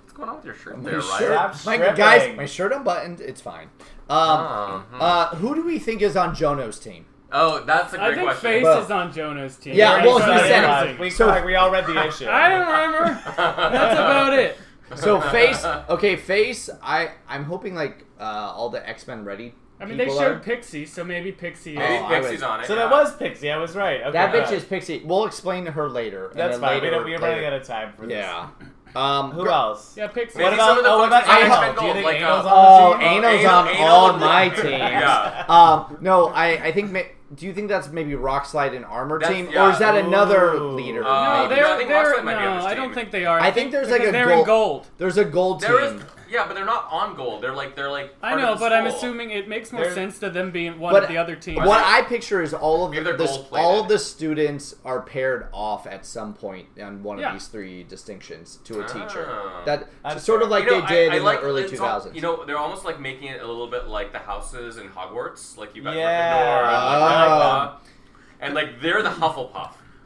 Speaker 2: what's going on with your shirt there,
Speaker 3: My
Speaker 2: right?
Speaker 3: shirt-
Speaker 4: Stop
Speaker 3: my, guys,
Speaker 4: stripping.
Speaker 3: my shirt unbuttoned. It's fine. Um,
Speaker 1: Ah.
Speaker 2: Uh-huh.
Speaker 3: uh, who do we think is on Jono's team?
Speaker 2: Oh, that's a
Speaker 1: I
Speaker 2: great
Speaker 1: think
Speaker 2: question.
Speaker 1: Face
Speaker 3: Well-
Speaker 1: is on Jonah's team.
Speaker 3: Yeah,
Speaker 1: Right,
Speaker 3: well,
Speaker 1: so
Speaker 3: he
Speaker 1: that's
Speaker 3: said it.
Speaker 1: amazing.
Speaker 4: we,
Speaker 3: So-
Speaker 4: we all read the issue.
Speaker 1: I don't remember. That's about it.
Speaker 3: So face, okay, face. I I'm hoping like uh, all the X Men ready.
Speaker 1: I mean, they
Speaker 3: people
Speaker 1: showed
Speaker 3: are-
Speaker 1: Pixie, so maybe Pixie.
Speaker 2: Maybe
Speaker 1: Is,
Speaker 3: Oh, I
Speaker 2: Pixie's
Speaker 3: would-
Speaker 2: on it.
Speaker 4: so
Speaker 2: yeah.
Speaker 4: that was Pixie. I was right. Okay.
Speaker 3: That bitch
Speaker 4: good.
Speaker 3: is Pixie. We'll explain to her later. and
Speaker 4: That's
Speaker 3: then
Speaker 4: fine. We
Speaker 3: Later,
Speaker 4: don't, we're running out
Speaker 3: later.
Speaker 4: of time for this.
Speaker 3: Yeah. Um.
Speaker 4: Who
Speaker 3: gr-
Speaker 4: else?
Speaker 1: yeah, Pixie.
Speaker 2: Maybe
Speaker 4: What about-
Speaker 2: some of the
Speaker 4: oh, what
Speaker 2: folks
Speaker 4: about
Speaker 2: in
Speaker 4: anal?
Speaker 2: X-Men
Speaker 4: Do you
Speaker 2: Gold,
Speaker 4: think
Speaker 2: like,
Speaker 4: anal's
Speaker 2: uh,
Speaker 4: on-
Speaker 3: Oh,
Speaker 2: Anal-
Speaker 3: Anil's on
Speaker 2: Anil-
Speaker 3: all
Speaker 2: Anil-
Speaker 3: my teams.
Speaker 2: Yeah.
Speaker 3: Um. No, I I think. Ma- do you think that's maybe Rockslide and Armor
Speaker 2: That's-
Speaker 3: team,
Speaker 2: yeah.
Speaker 3: or is that another
Speaker 4: Ooh.
Speaker 3: leader?
Speaker 2: Uh,
Speaker 1: no,
Speaker 3: maybe?
Speaker 1: they're,
Speaker 2: No, I think
Speaker 1: they're,
Speaker 2: Rockslide might be on this
Speaker 1: no I don't
Speaker 2: team.
Speaker 1: think they are.
Speaker 3: I think there's like
Speaker 1: because
Speaker 3: a
Speaker 1: they're in
Speaker 3: gold-
Speaker 1: gold.
Speaker 3: There's a gold
Speaker 2: There
Speaker 3: team.
Speaker 2: is, yeah, but they're not on gold. They're like they're like.
Speaker 1: I
Speaker 2: part of
Speaker 1: know,
Speaker 2: the
Speaker 1: but I'm
Speaker 2: school.
Speaker 1: assuming it makes more
Speaker 4: They're-
Speaker 1: sense to them being one
Speaker 3: But
Speaker 1: of the other teams.
Speaker 3: What I picture is all of
Speaker 2: Maybe
Speaker 3: the,
Speaker 2: they're
Speaker 3: this-
Speaker 2: gold-plated.
Speaker 3: all of the students are paired off at some point on one
Speaker 1: Yeah.
Speaker 3: of these three distinctions to a teacher.
Speaker 2: Ah.
Speaker 3: That
Speaker 4: That's
Speaker 3: sort of
Speaker 4: fair.
Speaker 3: like
Speaker 2: You know,
Speaker 3: they did
Speaker 2: I, I
Speaker 3: in
Speaker 2: like,
Speaker 3: the early
Speaker 2: it's
Speaker 3: two
Speaker 2: al-
Speaker 3: thousands.
Speaker 2: You know, they're almost like making it a little bit like the houses in Hogwarts. Like you've got
Speaker 4: Yeah.
Speaker 2: Gryffindor, and,
Speaker 3: Oh.
Speaker 2: like, Ravenclaw, and like they're the Hufflepuff.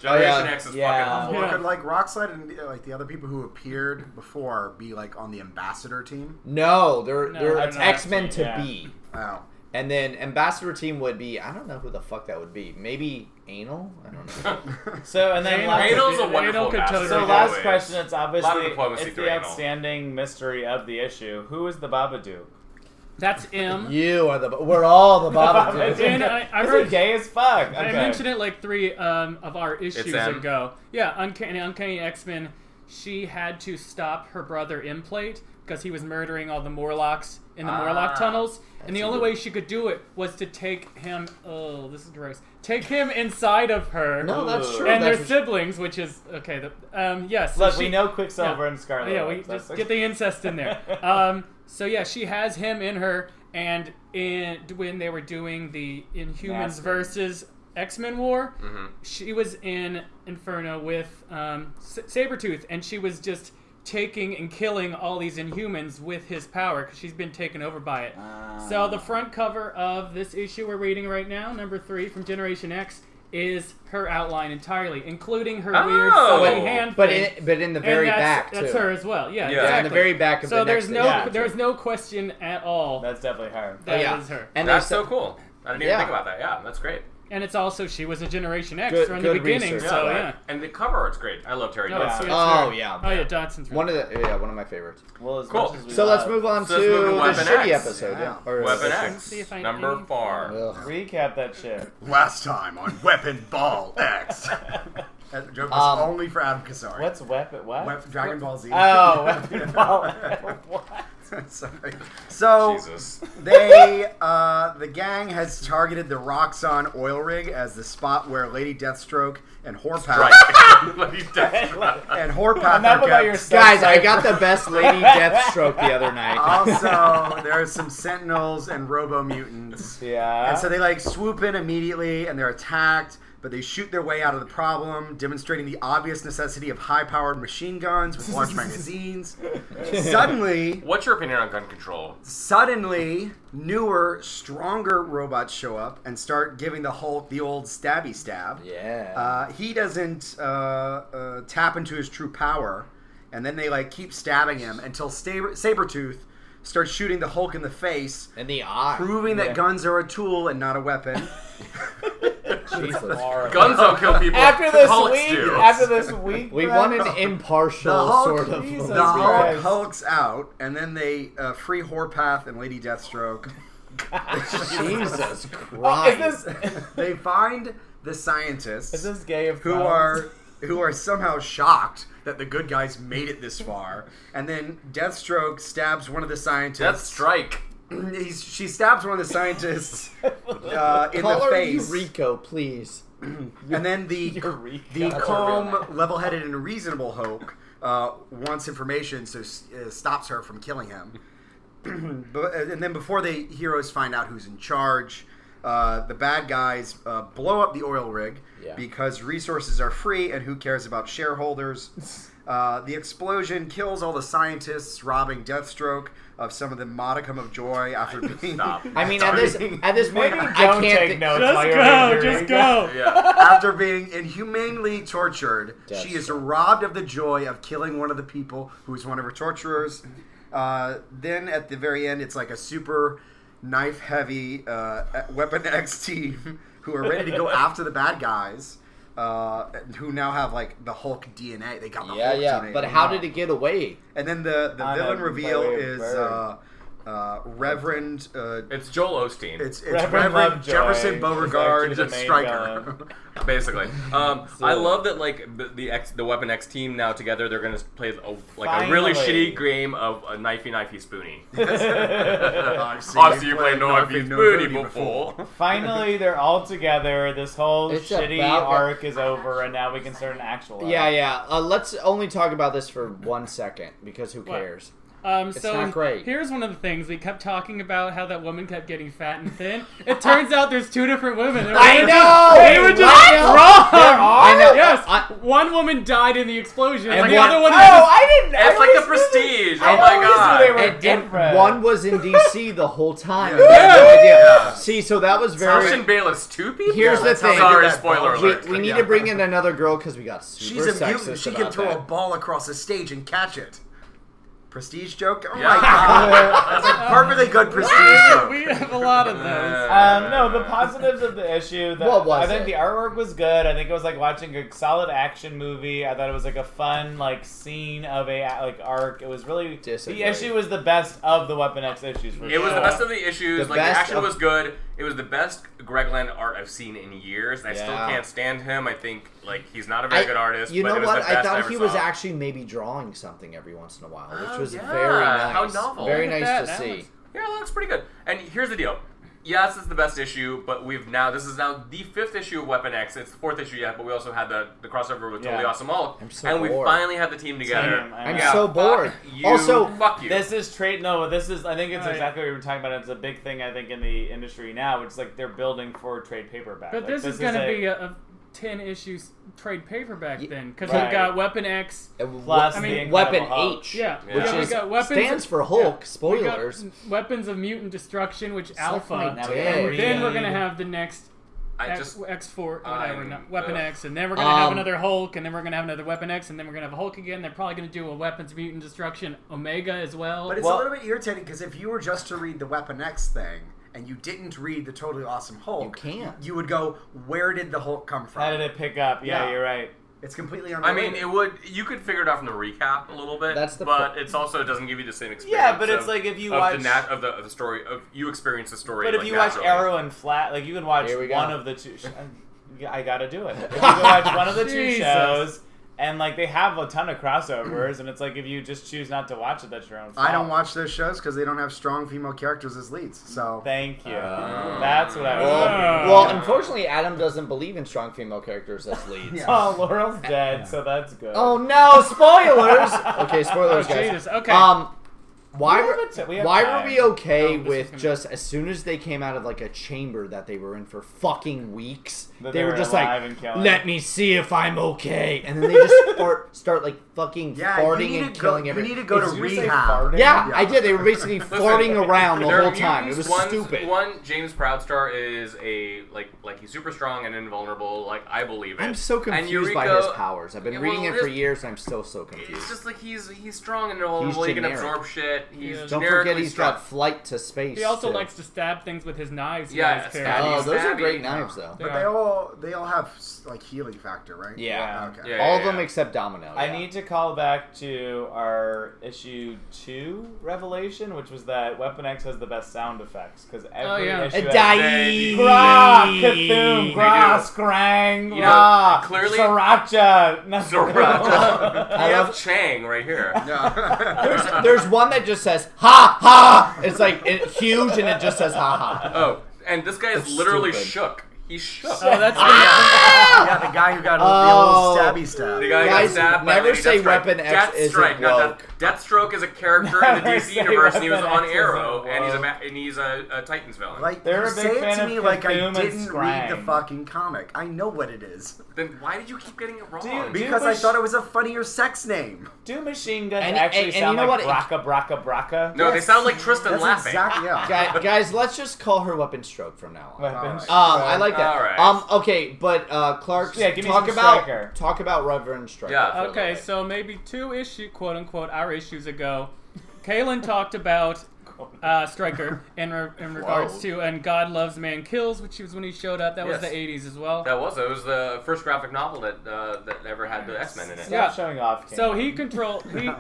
Speaker 3: yeah.
Speaker 2: Generation X is
Speaker 4: Yeah.
Speaker 2: fucking Hufflepuff.
Speaker 6: Or
Speaker 1: Yeah.
Speaker 6: could like Rockslide and uh, like the other people who appeared before be like on the ambassador team?
Speaker 3: no, they're
Speaker 1: No,
Speaker 3: they're
Speaker 1: that's not
Speaker 3: X Men to
Speaker 4: actually, yeah.
Speaker 3: be,
Speaker 6: Oh,
Speaker 3: and then ambassador team would be. I don't know who the fuck that would be. Maybe anal. I don't know.
Speaker 4: So and then
Speaker 1: Anal-
Speaker 4: last,
Speaker 2: Anil's a
Speaker 1: Anil
Speaker 2: wonderful
Speaker 1: could
Speaker 2: bastard.
Speaker 1: totally
Speaker 4: so
Speaker 1: do
Speaker 4: last
Speaker 2: Always.
Speaker 4: question. It's obviously
Speaker 2: diplomacy
Speaker 4: it's
Speaker 2: through
Speaker 4: the
Speaker 2: anal.
Speaker 4: outstanding mystery of the issue. Who is the Babadook?
Speaker 1: That's
Speaker 2: Hmm?
Speaker 1: M.
Speaker 3: you are the. We're all the Babadook.
Speaker 4: Babadook.
Speaker 1: And I- I
Speaker 4: This
Speaker 1: heard-
Speaker 4: is gay as fuck. Okay.
Speaker 1: I mentioned it like three um, of our issues
Speaker 2: Em.
Speaker 1: ago. Yeah, Uncanny, Uncanny X Men. She had to stop her brother Implate because he was murdering all the Morlocks in the Morlock
Speaker 4: Ah,
Speaker 1: tunnels, and the only way she could do it was to take him. Oh, this is gross. Take him inside of her.
Speaker 3: No, that's true.
Speaker 1: and their
Speaker 3: that's
Speaker 1: siblings, which is okay. The, um, yes,
Speaker 4: Look,
Speaker 1: she,
Speaker 4: we know Quicksilver
Speaker 1: yeah.
Speaker 4: and Scarlet.
Speaker 1: Yeah, we
Speaker 4: Witch. That's
Speaker 1: just get the incest in there. Um, so yeah, she has him in her, and in when they were doing the Inhumans
Speaker 4: Nasty.
Speaker 1: versus X Men War, she was in Inferno with um, S- Sabretooth, and she was just taking and killing all these Inhumans with his power because she's been taken over by it. So
Speaker 4: Um,
Speaker 1: the front cover of this issue we're reading right now, number three from Generation X. Is her outline entirely, including her weird
Speaker 2: Oh.
Speaker 1: sewing hand?
Speaker 3: but
Speaker 1: thing.
Speaker 3: in but in the very
Speaker 1: and that's,
Speaker 3: back too.
Speaker 1: That's her as well. Yeah,
Speaker 2: Yeah.
Speaker 1: exactly.
Speaker 3: Yeah, in the very back of
Speaker 1: so
Speaker 3: the next
Speaker 1: there's no
Speaker 3: issue.
Speaker 4: Yeah.
Speaker 1: there's no question at all that
Speaker 4: That's definitely her.
Speaker 1: that is
Speaker 3: Oh, yeah.
Speaker 1: her.
Speaker 3: And
Speaker 2: That's
Speaker 3: there's-
Speaker 2: so cool. I didn't even
Speaker 3: Yeah.
Speaker 2: think about that. Yeah, that's great.
Speaker 1: And it's also she was a Generation X
Speaker 3: Good-
Speaker 1: from the
Speaker 3: good
Speaker 1: beginning.
Speaker 3: research.
Speaker 1: So
Speaker 2: that-
Speaker 1: yeah.
Speaker 2: And the cover art's great. I love Terry
Speaker 1: No,
Speaker 2: Jones.
Speaker 1: it's- it's
Speaker 3: Oh
Speaker 1: her.
Speaker 3: yeah.
Speaker 1: Oh yeah, Dotson's
Speaker 3: One of the yeah one of my favorites.
Speaker 4: Well, as
Speaker 2: Cool.
Speaker 4: much as we
Speaker 3: So let's
Speaker 4: love-
Speaker 3: move on
Speaker 2: So
Speaker 3: to
Speaker 2: let's move to
Speaker 3: the
Speaker 2: Weapon
Speaker 3: shitty
Speaker 2: X.
Speaker 3: episode. Yeah.
Speaker 6: Yeah.
Speaker 3: Or uh,
Speaker 2: Weapon
Speaker 3: issue.
Speaker 2: X,
Speaker 1: see if I-
Speaker 2: number four.
Speaker 3: Ugh.
Speaker 4: Recap that shit.
Speaker 6: last time on Weapon Ball X. that joke was
Speaker 3: Um,
Speaker 6: only for Adam Kazari.
Speaker 4: What's weapon? What?
Speaker 6: Wep- Dragon Ball Z?
Speaker 4: oh, weapon ball. what?
Speaker 6: Sorry. So
Speaker 2: Jesus.
Speaker 6: they, uh, the gang has targeted the Roxxon oil rig as the spot where Lady Deathstroke and Horpath
Speaker 2: Right. What he does.
Speaker 6: and Horpath
Speaker 4: Enough
Speaker 6: are
Speaker 4: about
Speaker 6: kept.
Speaker 4: your sex
Speaker 3: Guys, I
Speaker 4: life.
Speaker 3: got the best Lady Deathstroke the other
Speaker 2: Uh,
Speaker 3: night.
Speaker 6: also, there are some Sentinels and Robo Mutants.
Speaker 4: Yeah.
Speaker 6: And so they like swoop in immediately and they're attacked, but they shoot their way out of the problem, demonstrating the obvious necessity of high powered machine guns with large magazines. suddenly,
Speaker 2: What's your opinion on gun control?
Speaker 6: suddenly, newer, stronger robots show up and start giving the Hulk the old stabby stab.
Speaker 3: Yeah.
Speaker 6: Uh, he doesn't uh, uh, tap into his true power, and then they like keep stabbing him until Saber- Sabretooth starts shooting the Hulk in the face,
Speaker 3: and the eye.
Speaker 6: proving that guns are a tool and not a weapon.
Speaker 3: Jesus.
Speaker 2: Guns don't kill people.
Speaker 4: after this
Speaker 2: Bullets
Speaker 4: week,
Speaker 2: do.
Speaker 4: after this week,
Speaker 3: We
Speaker 4: Brett,
Speaker 3: want an impartial
Speaker 6: The Hulk-
Speaker 3: sort of.
Speaker 4: Jesus
Speaker 6: the Hulk
Speaker 4: Christ.
Speaker 6: hulks out, and then they uh, free Horpath and Lady Deathstroke.
Speaker 3: Jesus
Speaker 4: Oh,
Speaker 3: Christ.
Speaker 4: is this
Speaker 6: they find the scientists
Speaker 4: is this gay of
Speaker 6: who
Speaker 4: clowns?
Speaker 6: are who are somehow shocked that the good guys made it this far, and then Deathstroke stabs one of the scientists.
Speaker 2: That's strike.
Speaker 6: He's, she stabs one of the scientists uh, in
Speaker 3: Call
Speaker 6: the
Speaker 3: her
Speaker 6: face,
Speaker 3: Rico, please.
Speaker 6: and then the
Speaker 4: Eureka.
Speaker 6: the
Speaker 4: That's a
Speaker 6: calm, level-headed, and reasonable Hulk uh, wants information, so s- uh, stops her from killing him. but, uh, and then before the heroes find out who's in charge, uh, the bad guys uh, blow up the oil rig
Speaker 3: Yeah.
Speaker 6: because resources are free, and who cares about shareholders? Uh, the explosion kills all the scientists, robbing Deathstroke of some of the modicum of joy after being
Speaker 2: Stop.
Speaker 3: I mean, at this at this point,
Speaker 4: Maybe don't
Speaker 3: I can't.
Speaker 4: take
Speaker 3: thi-
Speaker 4: notes. while
Speaker 1: Just
Speaker 4: you're
Speaker 1: go,
Speaker 4: interviewing.
Speaker 1: just go.
Speaker 2: Yeah.
Speaker 6: after being inhumanely tortured,
Speaker 3: Death
Speaker 6: she is
Speaker 3: stroke.
Speaker 6: robbed of the joy of killing one of the people who is one of her torturers. Uh, then at the very end, it's like a super knife heavy uh, Weapon X team who are ready to go after the bad guys. Uh, who now have like the Hulk DNA? They got the
Speaker 3: Yeah,
Speaker 6: Hulk
Speaker 3: yeah.
Speaker 6: DNA.
Speaker 3: But how did it get away?
Speaker 6: And then the the
Speaker 4: On a
Speaker 6: villain reveal
Speaker 4: very
Speaker 6: is uh,
Speaker 4: bird.
Speaker 6: uh, Reverend. Uh,
Speaker 2: It's Joel Osteen.
Speaker 6: it's it's
Speaker 4: Reverend
Speaker 6: Reverend,
Speaker 4: Lovejoy.
Speaker 6: Jefferson
Speaker 4: He's
Speaker 6: Beauregard
Speaker 4: actually the main
Speaker 6: Stryker.
Speaker 4: villain.
Speaker 2: basically. Um, I love that like the, the X, the Weapon X team now together. They're gonna play a, like a really
Speaker 4: Finally.
Speaker 2: shitty game of a knifey knifey spoonie.
Speaker 6: Obviously,
Speaker 2: Obviously, you
Speaker 6: you've
Speaker 2: played
Speaker 6: played
Speaker 2: knifey
Speaker 6: Knifey
Speaker 2: spoonie
Speaker 6: Knifey
Speaker 2: before.
Speaker 4: Finally, they're all together. This whole
Speaker 3: It's
Speaker 4: shitty
Speaker 3: about-
Speaker 4: arc is over, and now we can start an actual. arc.
Speaker 3: Yeah, yeah. Uh, let's only talk about this for one second because who
Speaker 1: What?
Speaker 3: cares?
Speaker 1: Um, so
Speaker 3: not great.
Speaker 1: here's one of the things we kept talking about: how that woman kept getting fat and thin. It turns out there's two different women. They were
Speaker 3: I
Speaker 1: just-
Speaker 3: know!
Speaker 1: They were
Speaker 3: Wait,
Speaker 1: just
Speaker 3: what?
Speaker 1: wrong.
Speaker 3: I know.
Speaker 1: Yes,
Speaker 3: I-
Speaker 1: one woman died in the explosion, and,
Speaker 3: And
Speaker 1: the
Speaker 3: one-
Speaker 1: other one.
Speaker 4: Oh,
Speaker 1: is just-
Speaker 4: I didn't. I
Speaker 2: It's like the
Speaker 4: always knew they-
Speaker 2: Prestige.
Speaker 4: I
Speaker 2: Oh my
Speaker 4: always knew They
Speaker 2: god.
Speaker 4: were
Speaker 3: And, and
Speaker 4: different.
Speaker 3: one was in D.C. the whole time.
Speaker 6: Yeah.
Speaker 3: I had no idea.
Speaker 2: Yeah.
Speaker 3: See, so that was
Speaker 2: Christian
Speaker 3: very.
Speaker 2: Bale is two people.
Speaker 3: Here's the
Speaker 6: that's how
Speaker 3: thing.
Speaker 6: they do
Speaker 2: Sorry,
Speaker 6: that,
Speaker 2: spoiler
Speaker 6: Paul.
Speaker 3: We,
Speaker 2: alert.
Speaker 3: we need
Speaker 6: Yeah.
Speaker 3: to bring in another girl because we got super
Speaker 6: She's a
Speaker 3: sexist
Speaker 6: mutant. She
Speaker 3: about
Speaker 6: can throw
Speaker 3: that.
Speaker 6: a ball across a stage and catch it. Prestige joke? Oh
Speaker 2: Yeah.
Speaker 6: my god. That's a perfectly good prestige joke.
Speaker 1: We have a lot of
Speaker 2: Uh,
Speaker 1: those.
Speaker 4: Um, no, the positives of the issue. The,
Speaker 3: What was
Speaker 4: I think
Speaker 3: it?
Speaker 4: the artwork was good. I think it was like watching a solid action movie. I thought it was like a fun like scene of a like arc. It was really
Speaker 3: Disagree.
Speaker 4: the issue was the best of the Weapon X issues. For
Speaker 2: It was the
Speaker 4: sure.
Speaker 2: best of the issues.
Speaker 3: The
Speaker 2: like the
Speaker 3: best
Speaker 2: action
Speaker 3: of-
Speaker 2: was good. It was the best Greg Land art I've seen in years. and I still
Speaker 3: Yeah.
Speaker 2: can't stand him. I think like he's not a very
Speaker 3: I-
Speaker 2: good artist.
Speaker 3: You
Speaker 2: but
Speaker 3: know
Speaker 2: it was
Speaker 3: what?
Speaker 2: The best
Speaker 3: I thought
Speaker 2: ever
Speaker 3: he was
Speaker 2: saw.
Speaker 3: actually maybe drawing something every once in a while, which
Speaker 2: Oh,
Speaker 3: was
Speaker 2: yeah.
Speaker 3: very nice.
Speaker 2: How novel.
Speaker 3: Very
Speaker 1: Look at
Speaker 3: nice
Speaker 1: that.
Speaker 3: to
Speaker 1: That
Speaker 3: see.
Speaker 1: looks-
Speaker 2: Yeah, that looks pretty good. And here's the deal. Yes, it's the best issue, but we've now this is now the fifth issue of Weapon X. It's the fourth issue yet, but we also had the, the crossover with Totally
Speaker 4: Yeah.
Speaker 2: Awesome Hulk,
Speaker 3: I'm so
Speaker 2: and we
Speaker 3: bored.
Speaker 2: finally had the team together.
Speaker 4: Same, I
Speaker 3: I'm
Speaker 4: know.
Speaker 2: Yeah,
Speaker 3: so
Speaker 2: fuck
Speaker 3: bored.
Speaker 2: You,
Speaker 3: Also,
Speaker 2: fuck you.
Speaker 4: This is trade. No, this is. I think it's
Speaker 1: Right.
Speaker 4: exactly what we were talking about. It's a big thing. I think in the industry now, which is like they're building for trade paperback.
Speaker 1: But
Speaker 4: Like,
Speaker 1: this, is going to
Speaker 4: a-
Speaker 1: be a, a ten issue s- trade paperback then, because
Speaker 4: Right.
Speaker 1: we've got Weapon X.
Speaker 3: And we-
Speaker 4: Plus
Speaker 1: I mean,
Speaker 4: the Incredible
Speaker 3: Weapon
Speaker 4: Hulk.
Speaker 3: H,
Speaker 1: Yeah,
Speaker 2: Yeah.
Speaker 1: yeah,
Speaker 3: which
Speaker 1: we
Speaker 3: is,
Speaker 1: got weapons
Speaker 3: stands for
Speaker 1: yeah.
Speaker 3: Hulk.
Speaker 1: We got
Speaker 3: Spoilers.
Speaker 1: weapons of mutant destruction, which
Speaker 3: my
Speaker 1: Alpha.
Speaker 3: dick.
Speaker 1: And then we're gonna
Speaker 4: Read.
Speaker 1: have the next
Speaker 2: I
Speaker 1: X,
Speaker 2: just
Speaker 1: X4, whatever,
Speaker 2: I'm-
Speaker 1: no, Weapon
Speaker 2: ugh.
Speaker 1: X, and then we're gonna have
Speaker 3: Um,
Speaker 1: another Hulk, and then we're gonna have another Weapon X, and then we're gonna have a Hulk again. They're probably gonna do a Weapons Mutant Destruction Omega as well.
Speaker 6: But it's
Speaker 4: Well-
Speaker 6: a little bit irritating because if you were just to read the Weapon X thing and you didn't read the Totally Awesome Hulk,
Speaker 3: You can't.
Speaker 6: You would go, where did the Hulk come
Speaker 4: How did
Speaker 6: from?
Speaker 4: it pick up? Yeah,
Speaker 6: Yeah.
Speaker 4: you're right.
Speaker 6: It's completely
Speaker 2: I
Speaker 6: unrelated.
Speaker 2: mean, it would. You could figure it out from the recap a little bit.
Speaker 3: That's the
Speaker 2: But
Speaker 3: pro-
Speaker 2: it's also it doesn't give you the same experience.
Speaker 4: Yeah, but it's
Speaker 2: of-
Speaker 4: like if you
Speaker 2: of
Speaker 4: watch.
Speaker 2: the nat of the, of the story of you experience the story.
Speaker 4: But if
Speaker 2: like,
Speaker 4: you watch
Speaker 2: naturally.
Speaker 4: Arrow and Flat, like you can watch
Speaker 3: Here we go.
Speaker 4: one of the two. Sh- I- I gotta do it. If you can watch one of the two
Speaker 1: Jesus.
Speaker 4: shows, And like they have a ton of crossovers, and it's like if you just choose not to watch it, that's your own. Fault.
Speaker 6: I don't watch those shows because they don't have strong female characters as leads. So
Speaker 4: Thank you. that's what
Speaker 1: Oh.
Speaker 4: I was. looking
Speaker 3: Well,
Speaker 4: for.
Speaker 3: well, unfortunately, Adam doesn't believe in strong female characters as leads.
Speaker 6: Yeah.
Speaker 4: Oh, Laurel's dead, so that's good.
Speaker 3: Oh no! Spoilers. okay,
Speaker 1: Oh,
Speaker 3: spoilers, guys.
Speaker 1: Jesus. Okay.
Speaker 3: Um, why
Speaker 4: We have
Speaker 3: were
Speaker 4: a t- we have
Speaker 3: why
Speaker 4: time.
Speaker 3: were we okay
Speaker 1: No, this is
Speaker 3: with
Speaker 1: gonna-
Speaker 3: just as soon as they came out of like a chamber that they were in for fucking weeks,
Speaker 4: That
Speaker 3: they,
Speaker 4: they
Speaker 3: were
Speaker 4: were
Speaker 3: just
Speaker 4: alive
Speaker 3: like,
Speaker 4: and killing.
Speaker 3: "Let me see if I'm okay," and then they just fart, start like fucking
Speaker 6: yeah, you
Speaker 3: farting
Speaker 6: need
Speaker 3: and
Speaker 6: to
Speaker 3: killing
Speaker 6: go.
Speaker 3: everyone.
Speaker 6: You need to go
Speaker 4: Did
Speaker 6: to
Speaker 4: you say
Speaker 6: rehab.
Speaker 4: farting?
Speaker 3: yeah,
Speaker 6: Yeah.
Speaker 3: I did. They were basically farting around the
Speaker 2: There are
Speaker 3: whole time. It
Speaker 2: mutants.
Speaker 3: was
Speaker 2: One's-
Speaker 3: stupid.
Speaker 2: One James Proudstar is a like like he's super strong and invulnerable. Like I believe it.
Speaker 3: I'm so
Speaker 2: And
Speaker 3: confused by
Speaker 2: Eureka-
Speaker 3: his powers. I've been
Speaker 2: Yeah,
Speaker 3: reading
Speaker 2: well,
Speaker 3: it for
Speaker 2: this-
Speaker 3: years, and I'm still so confused.
Speaker 2: It's just like he's he's strong and invulnerable.
Speaker 3: He's
Speaker 2: he can
Speaker 3: generic.
Speaker 2: absorb shit. He's
Speaker 1: Yeah.
Speaker 3: Don't
Speaker 2: generically
Speaker 3: forget, he's
Speaker 2: strong.
Speaker 3: got flight to space.
Speaker 1: he also
Speaker 3: too.
Speaker 1: likes to stab things with his knives.
Speaker 2: Yeah,
Speaker 1: Yeah, his
Speaker 2: stab-
Speaker 1: parody.
Speaker 3: Oh,
Speaker 2: Abby's
Speaker 3: those are
Speaker 2: Abby.
Speaker 3: great knives, though.
Speaker 6: But
Speaker 1: Yeah.
Speaker 6: they all they all have s- like healing factor, right?
Speaker 3: Yeah.
Speaker 6: Okay.
Speaker 2: Yeah.
Speaker 3: All of them except Domino.
Speaker 4: I
Speaker 3: Oh, yeah.
Speaker 4: need to call back to our issue two revelation, which was that Weapon X has the best sound effects because every
Speaker 1: Oh, yeah.
Speaker 4: issue.
Speaker 3: Uh,
Speaker 4: has-
Speaker 3: die.
Speaker 4: Grah, Cthulhu, Grah,
Speaker 2: do.
Speaker 4: Scrang,
Speaker 2: You know,
Speaker 4: Grah,
Speaker 2: clearly-
Speaker 4: Sriracha. No,
Speaker 1: Oh,
Speaker 2: Sriracha.
Speaker 3: I
Speaker 2: We
Speaker 3: love-
Speaker 2: have Chang right here.
Speaker 3: There's, there's one that just says ha ha. It's like it, huge, and it just says ha ha.
Speaker 2: Oh, and this guy is
Speaker 3: That's
Speaker 2: literally
Speaker 3: stupid.
Speaker 2: shook. He's shook.
Speaker 1: Oh, that's
Speaker 6: Yeah, the guy who got a
Speaker 3: Oh.
Speaker 6: the old stabby stab.
Speaker 2: the guy who
Speaker 3: Guys,
Speaker 2: got stabbed by
Speaker 3: never
Speaker 2: Lady
Speaker 3: say
Speaker 2: Deathstrike.
Speaker 3: Weapon X
Speaker 2: Deathstrike, not
Speaker 3: isn't woke.
Speaker 2: Death- Deathstroke is a character in the
Speaker 4: Never
Speaker 2: DC
Speaker 4: say
Speaker 2: universe, and he was
Speaker 4: Weapon
Speaker 2: on
Speaker 4: X isn't
Speaker 2: Arrow, and he's a
Speaker 4: woke.
Speaker 2: ma- and he's a, a Titans villain.
Speaker 6: Like
Speaker 4: They're
Speaker 6: you
Speaker 4: a big
Speaker 6: say it
Speaker 4: fan
Speaker 6: to
Speaker 4: of
Speaker 6: me like I
Speaker 4: Cthulhu and
Speaker 6: didn't read the
Speaker 4: Scrang.
Speaker 6: fucking comic. I know what it is
Speaker 2: then why did you keep getting it
Speaker 4: Do you-
Speaker 2: wrong?
Speaker 4: do you-
Speaker 6: because I
Speaker 4: wish-
Speaker 6: thought it was a funnier sex name.
Speaker 4: Do machine guns
Speaker 3: And-
Speaker 4: actually
Speaker 3: and- and
Speaker 4: sound
Speaker 3: you know
Speaker 4: like
Speaker 3: what?
Speaker 4: braka braka braka?
Speaker 2: no, they sound like Tristan
Speaker 6: That's
Speaker 2: laughing.
Speaker 6: exactly yeah.
Speaker 3: Guy, guys, let's just call her Weapon Stroke from now on. Um,
Speaker 4: Weapons.
Speaker 1: Oh,
Speaker 3: I like that.
Speaker 2: All right.
Speaker 3: Um, okay, but uh, Clark,
Speaker 4: Yeah, give me
Speaker 3: talk
Speaker 4: some
Speaker 3: about
Speaker 4: Striker.
Speaker 3: talk about Reverend Striker.
Speaker 2: Yeah.
Speaker 3: for a little
Speaker 1: okay.
Speaker 3: bit.
Speaker 1: So maybe two issue, quote unquote, our issues ago, Kalen talked about uh, Striker in, re- in regards
Speaker 3: Whoa.
Speaker 1: to and God loves man kills, which was when he showed up. That was
Speaker 2: Yes.
Speaker 1: the '80s as well.
Speaker 2: That was it. Was the first graphic novel that uh, that ever had the X Men in it.
Speaker 4: Stop
Speaker 1: Yeah.
Speaker 4: showing off.
Speaker 1: so
Speaker 4: Kane.
Speaker 1: he control he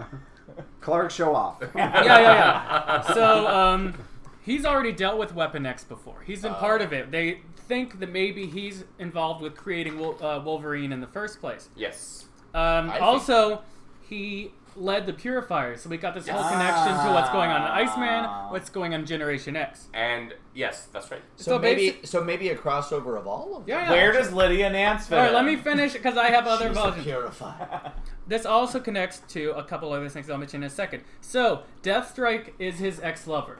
Speaker 6: Clark show off.
Speaker 1: yeah, yeah, yeah. So um, he's already dealt with Weapon X before. He's been part of it. They think that maybe he's involved with creating Wol- uh, Wolverine in the first place.
Speaker 2: Yes.
Speaker 1: Um,
Speaker 3: think-
Speaker 1: also, he led the Purifiers, so we got this whole connection to what's going on in Iceman, what's going on in Generation X.
Speaker 2: And yes, that's right.
Speaker 3: so,
Speaker 1: so
Speaker 3: maybe
Speaker 1: basi-
Speaker 3: so maybe a crossover of all of them.
Speaker 1: Yeah, yeah.
Speaker 4: Where does Lydia Nance fit?
Speaker 1: All right,
Speaker 4: in?
Speaker 1: let me finish because I have other
Speaker 3: She's a
Speaker 1: versions.
Speaker 3: purifier.
Speaker 1: This also connects to a couple other things I'll mention in a second. So, Deathstrike is his ex-lover.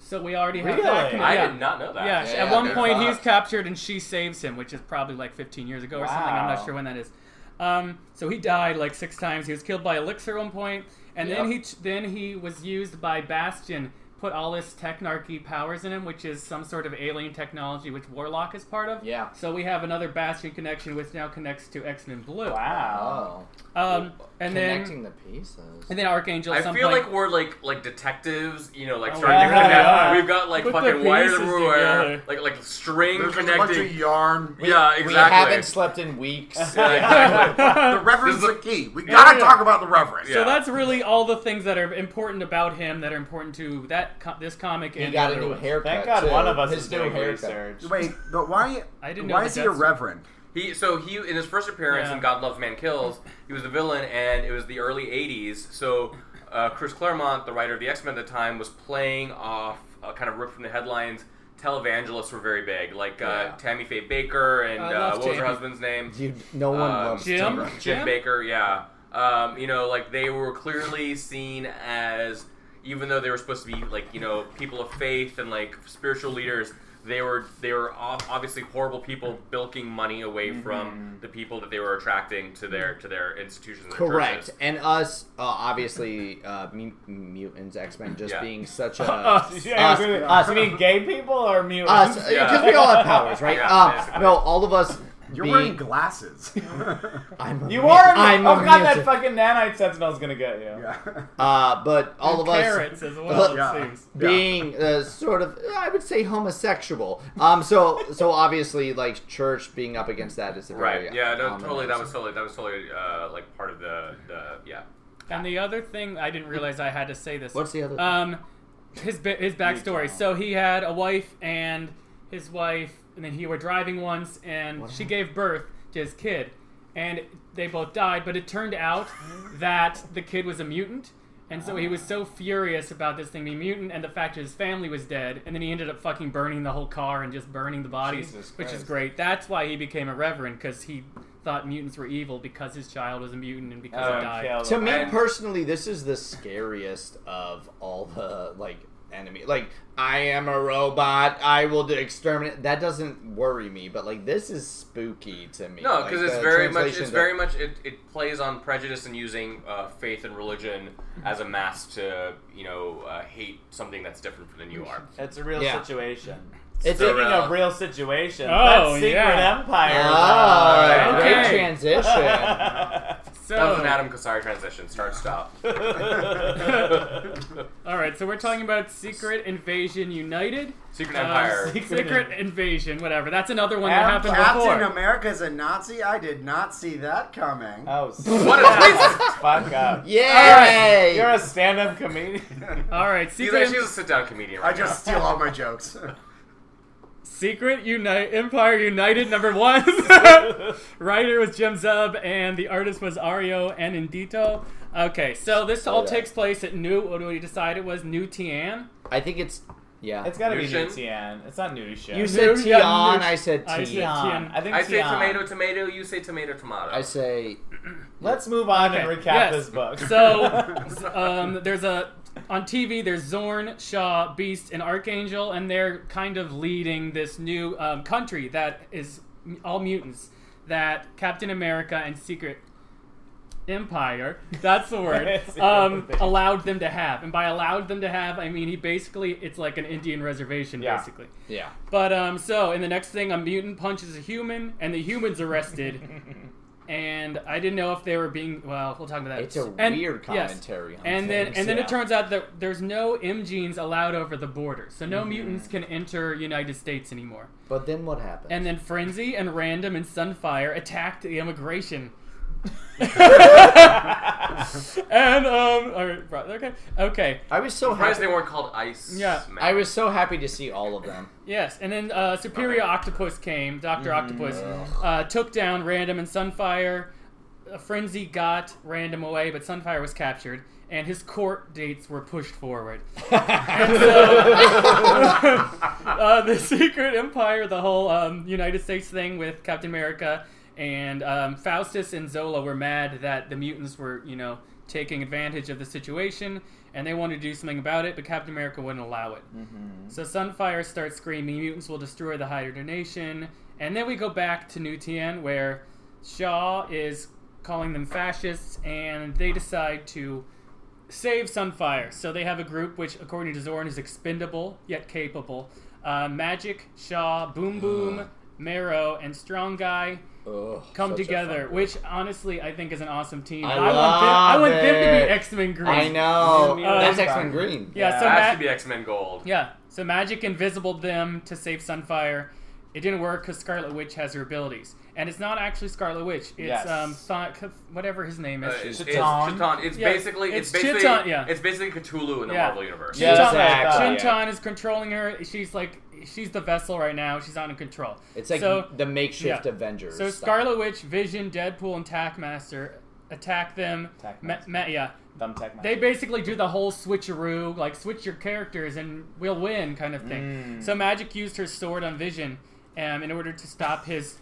Speaker 1: So we already have
Speaker 4: Really?
Speaker 1: that. conne-
Speaker 2: I
Speaker 1: yeah.
Speaker 2: did not know that.
Speaker 1: Yeah,
Speaker 3: Yeah,
Speaker 1: at one
Speaker 3: they're
Speaker 1: point he's
Speaker 3: fucked.
Speaker 1: captured and she saves him, which is probably like 15 years ago or something. I'm
Speaker 4: Wow.
Speaker 1: not sure when that is. Um, so he died like six times. He was killed by Elixir at one point, and then he
Speaker 3: Yep.
Speaker 1: ch- then he was used by Bastion. Put all his technarchy powers in him, which is some sort of alien technology, which Warlock is part of.
Speaker 3: Yeah.
Speaker 1: So we have another Bastion connection, which now connects to X Men Blue.
Speaker 4: Wow.
Speaker 3: Oh,
Speaker 1: Um, and then
Speaker 3: connecting the pieces.
Speaker 1: and then Archangel. at
Speaker 2: I
Speaker 1: some
Speaker 2: feel
Speaker 1: point-
Speaker 2: like we're like like detectives, you know, like
Speaker 1: Oh,
Speaker 2: starting to
Speaker 4: yeah.
Speaker 2: connect.
Speaker 4: Yeah.
Speaker 2: We've got like
Speaker 1: Put the
Speaker 2: fucking wires
Speaker 1: pieces
Speaker 2: everywhere,
Speaker 1: together.
Speaker 2: like like string
Speaker 6: There's just a bunch of
Speaker 2: connecting.
Speaker 6: yarn.
Speaker 2: yeah,
Speaker 3: we
Speaker 2: exactly.
Speaker 3: haven't slept in weeks.
Speaker 2: Yeah, exactly.
Speaker 6: The reverend's
Speaker 2: This
Speaker 6: the
Speaker 2: is-
Speaker 6: key. We gotta
Speaker 1: yeah.
Speaker 6: talk about the reverend.
Speaker 1: So
Speaker 2: Yeah.
Speaker 1: that's really all the things that are important about him that are important to that co- this comic
Speaker 3: He
Speaker 1: and
Speaker 3: got
Speaker 1: the
Speaker 3: a
Speaker 1: other
Speaker 3: new
Speaker 1: ones.
Speaker 3: Oh, haircut.
Speaker 4: Thank God
Speaker 3: too.
Speaker 4: one of us
Speaker 3: His
Speaker 4: is
Speaker 3: new
Speaker 4: doing
Speaker 3: haircut.
Speaker 4: research.
Speaker 6: Wait, but why?
Speaker 1: I didn't know
Speaker 6: why
Speaker 1: the
Speaker 6: is he a
Speaker 1: Deathstroke.
Speaker 6: reverend?
Speaker 2: He so he in his first appearance
Speaker 1: Yeah.
Speaker 2: in God Loves Man Kills, he was the villain, and it was the early '80s. So uh, Chris Claremont, the writer of the X Men at the time, was playing off uh, kind of ripped from the headlines. Televangelists were very big, like uh,
Speaker 3: Yeah.
Speaker 2: Tammy Faye Baker and
Speaker 1: I
Speaker 2: uh,
Speaker 1: love
Speaker 2: what was her
Speaker 1: Tammy.
Speaker 2: husband's name?
Speaker 3: You, no one
Speaker 2: Uh,
Speaker 3: loves
Speaker 1: Jim?
Speaker 3: Timber.
Speaker 2: Jim
Speaker 1: Yeah.
Speaker 2: Baker, yeah. Um, you know, like they were clearly seen as, even though they were supposed to be like you know people of faith and like spiritual leaders, they were they were ob- obviously horrible people bilking money away from the people that they were attracting to their to their institutions. And
Speaker 3: Correct.
Speaker 2: churches.
Speaker 3: And us, uh, obviously, uh, mu- mutants, X Men, just
Speaker 2: Yeah.
Speaker 3: being such a.
Speaker 4: Us, yeah,
Speaker 3: us,
Speaker 4: you-
Speaker 3: us.
Speaker 4: you mean gay people or mutants?
Speaker 3: us, because
Speaker 2: Yeah.
Speaker 3: we all have powers, right?
Speaker 2: Yeah,
Speaker 3: uh,
Speaker 2: basically.
Speaker 3: no, all of us.
Speaker 6: You're
Speaker 3: being,
Speaker 6: wearing glasses.
Speaker 3: I'm a
Speaker 4: You
Speaker 3: mu-
Speaker 4: are.
Speaker 3: I'm
Speaker 4: oh
Speaker 3: a
Speaker 4: god, that
Speaker 3: mutant.
Speaker 4: fucking nanite sentinel's gonna get you.
Speaker 6: yeah.
Speaker 3: Uh, but all of us
Speaker 1: Parrots as well. it
Speaker 6: Yeah.
Speaker 1: seems.
Speaker 3: being uh, sort of, I would say, homosexual. Um, so so obviously, like church being up against that is a very
Speaker 2: Right. Yeah. No,
Speaker 3: um,
Speaker 2: totally. That was totally. That was totally uh, like part of the the yeah.
Speaker 1: And the other thing I didn't realize I had to say this.
Speaker 3: What's the other?
Speaker 1: Um, his ba- his backstory. So he had a wife and his wife, and then he were driving once, and she gave birth to his kid. and they both died. But it turned out that the kid was a mutant, and so he was so furious about this thing being mutant and the fact that his family was dead, and then he ended up fucking burning the whole car and just burning the bodies,
Speaker 4: Jesus
Speaker 1: which is
Speaker 4: Christ.
Speaker 1: great. That's why he became a reverend because he thought mutants were evil because his child was a mutant and because he died.
Speaker 4: Oh, kill
Speaker 3: To
Speaker 4: them.
Speaker 3: me
Speaker 2: And-
Speaker 3: personally, this is the scariest of all the like enemy. Like I am a robot. I will do exterminate. That doesn't worry me, but like this is spooky to me.
Speaker 2: No,
Speaker 3: Like,
Speaker 2: because
Speaker 3: the
Speaker 2: it's very much it's
Speaker 3: translations
Speaker 2: very
Speaker 3: are-
Speaker 2: much it, it plays on prejudice and using uh, faith and religion as a mask to you know uh, hate something that's different than you are.
Speaker 4: It's a real
Speaker 3: Yeah.
Speaker 4: situation.
Speaker 3: It's
Speaker 4: Speaking
Speaker 2: a-
Speaker 4: of real situations,
Speaker 1: Oh,
Speaker 4: that's Secret
Speaker 1: yeah.
Speaker 4: Empire.
Speaker 3: Oh,
Speaker 2: Alright.
Speaker 3: great
Speaker 1: Okay.
Speaker 3: transition.
Speaker 2: That was
Speaker 1: So,
Speaker 2: an Adam Kasari transition. Start stop.
Speaker 1: all right, so we're talking about Secret Invasion United.
Speaker 2: Secret
Speaker 1: Uh,
Speaker 2: Empire.
Speaker 1: Secret, Invasion, whatever. That's another one
Speaker 4: And
Speaker 1: that happened
Speaker 6: Captain
Speaker 1: before.
Speaker 6: America's a Nazi? I did not see that coming.
Speaker 4: oh,
Speaker 2: What a twist!
Speaker 4: fuck up.
Speaker 3: Yay!
Speaker 4: You're a stand-up comedian.
Speaker 1: All right,
Speaker 2: He's
Speaker 1: Secret,
Speaker 2: actually a sit-down comedian.
Speaker 6: I
Speaker 2: Right
Speaker 6: just steal all my jokes. Uh,
Speaker 1: Secret Uni- Empire United number one. Writer was Jim Zub, and the artist was Ario Anindito. Okay, so this all
Speaker 3: yeah.
Speaker 1: takes place at New. What do we decide it was? New Tian.
Speaker 3: I think it's yeah.
Speaker 4: It's gotta be
Speaker 2: Nushin?
Speaker 4: New Tian. It's not New Shin.
Speaker 3: you said
Speaker 1: Yeah,
Speaker 3: Tian.
Speaker 1: Nush-
Speaker 3: I said
Speaker 1: I
Speaker 3: Tian.
Speaker 1: said-
Speaker 4: Tian. I think
Speaker 2: now. I say
Speaker 4: Tian.
Speaker 2: tomato, tomato. You say tomato, tomato.
Speaker 3: I say
Speaker 4: Let's move on and
Speaker 1: Okay,
Speaker 4: recap
Speaker 1: yes.
Speaker 4: this book.
Speaker 1: So, um, there's a on TV. There's Zorn, Shaw, Beast, and Archangel, and they're kind of leading this new um, country that is m- all mutants. That Captain America and Secret Empire, that's the word,
Speaker 4: Secret
Speaker 1: um,
Speaker 4: Invasion.
Speaker 1: allowed them to have. And by allowed them to have, I mean he basically it's like an Indian reservation,
Speaker 4: Yeah.
Speaker 1: basically.
Speaker 3: yeah.
Speaker 1: But um, so in the next thing, a mutant punches a human, and the human's arrested. and I didn't know if they were being well. We'll talk about that.
Speaker 3: It's a
Speaker 1: And-
Speaker 3: weird
Speaker 1: yes.
Speaker 3: commentary. on
Speaker 1: And then,
Speaker 3: things,
Speaker 1: and then
Speaker 3: yeah.
Speaker 1: it turns out that there's no M genes allowed over the border, so
Speaker 3: Mm-hmm.
Speaker 1: no mutants can enter United States anymore.
Speaker 3: But then what happens?
Speaker 1: And then Frenzy and Random and Sunfire attacked the immigration. and um, all right, bro- okay, okay,
Speaker 3: I was so
Speaker 2: Surprised
Speaker 3: happy.
Speaker 2: they weren't called Ice.
Speaker 1: Yeah.
Speaker 2: Man.
Speaker 3: I was so happy to see all of them.
Speaker 1: yes. And then uh, Superior
Speaker 2: Okay.
Speaker 1: Octopus came, Doctor Octopus, uh, took down Random and Sunfire. Uh, Frenzy got Random away, but Sunfire was captured, and his court dates were pushed forward. And so, uh, the Secret Empire, the whole um, United States thing with Captain America and um, Faustus and Zola were mad that the mutants were, you know, taking advantage of the situation, and they wanted to do something about it, but Captain America wouldn't allow it. So Sunfire starts screaming, "Mutants will destroy the Hydra Nation," and then we go back to New Tien, where Shaw is calling them fascists, and they decide to save Sunfire. So they have a group which, according to Zorn, is expendable yet capable. Uh, Magic, Shaw, Boom Boom, Marrow, and Strong Guy
Speaker 3: Ugh,
Speaker 1: come
Speaker 3: Uh. such a
Speaker 1: together,
Speaker 3: fun-
Speaker 1: which honestly I think is an awesome team.
Speaker 3: I
Speaker 1: want them, I
Speaker 3: love
Speaker 1: want them to
Speaker 3: it.
Speaker 1: be X Men Green.
Speaker 3: I know.
Speaker 4: Uh,
Speaker 3: That's X Men Green.
Speaker 1: Yeah,
Speaker 4: Yeah,
Speaker 1: so
Speaker 2: It has
Speaker 1: Ma-
Speaker 2: to be X-Men Gold.
Speaker 1: yeah, so Magic invisibled them to save Sunfire. It didn't work because Scarlet Witch has her abilities, and it's not actually Scarlet Witch. It's
Speaker 4: Yes.
Speaker 1: um, Th- whatever his name
Speaker 2: Uh,
Speaker 1: is.
Speaker 2: it's, it's
Speaker 4: Chiton.
Speaker 2: Chiton. It's
Speaker 1: Yeah,
Speaker 2: basically
Speaker 1: it's
Speaker 2: it's, basically
Speaker 1: Chiton, yeah.
Speaker 2: it's basically Cthulhu in the
Speaker 1: Yeah.
Speaker 2: Marvel universe.
Speaker 4: Ah, Yeah, that's what I
Speaker 3: exactly.
Speaker 4: thought.
Speaker 1: Shintan is controlling her. She's like she's the vessel right now. She's not in control.
Speaker 3: It's like
Speaker 1: so.
Speaker 3: the makeshift
Speaker 1: yeah.
Speaker 3: Avengers.
Speaker 1: So
Speaker 3: style.
Speaker 1: Scarlet Witch, Vision, Deadpool, and Tackmaster attack them.
Speaker 4: Tackmaster.
Speaker 1: Ma- ma- yeah,
Speaker 4: Thumbtack Mike.
Speaker 1: they basically do the whole switcheroo, like switch your characters and we'll win kind of thing. So Magic used her sword on Vision um, in order to stop his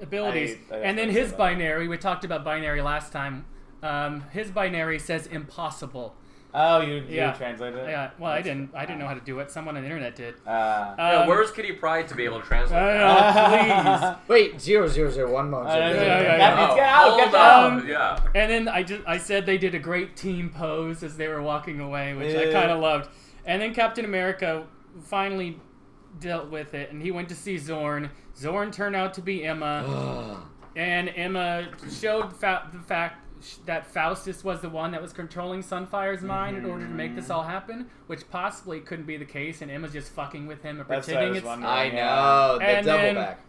Speaker 1: abilities.
Speaker 4: I
Speaker 1: and then
Speaker 4: also
Speaker 1: his
Speaker 4: saw that.
Speaker 1: binary, we talked about binary last time. Um, his binary says impossible.
Speaker 4: Oh, you, you
Speaker 1: Yeah.
Speaker 4: translated it?
Speaker 1: Yeah, well, I didn't. I didn't know how to do it. Someone on the internet did.
Speaker 4: Uh,
Speaker 1: Um,
Speaker 2: Yeah, where's Kitty Pride to be able to translate?
Speaker 1: I
Speaker 2: that?
Speaker 1: don't know, Uh, please.
Speaker 3: Wait, zero zero zero one month.
Speaker 4: I don't know.
Speaker 1: yeah, yeah,
Speaker 4: That
Speaker 1: yeah.
Speaker 4: means get out,
Speaker 2: hold
Speaker 4: get out.
Speaker 1: on.
Speaker 2: Um, Yeah.
Speaker 1: And then I just I said they did a great team pose as they were walking away, which I
Speaker 4: Yeah.
Speaker 1: kind of loved. And then Captain America finally dealt with it, and he went to see Zorn. Zorn turned out to be Emma, and Emma showed fa- the fact sh- that Faustus was the one that was controlling Sunfire's mind in order to make
Speaker 4: Mm-hmm.
Speaker 1: this all happen, which possibly couldn't be the case. And Emma's just fucking with him and
Speaker 4: That's what I
Speaker 1: pretending
Speaker 4: was
Speaker 1: it's
Speaker 4: wondering.
Speaker 3: I know the
Speaker 1: And
Speaker 3: double
Speaker 1: then-
Speaker 3: back.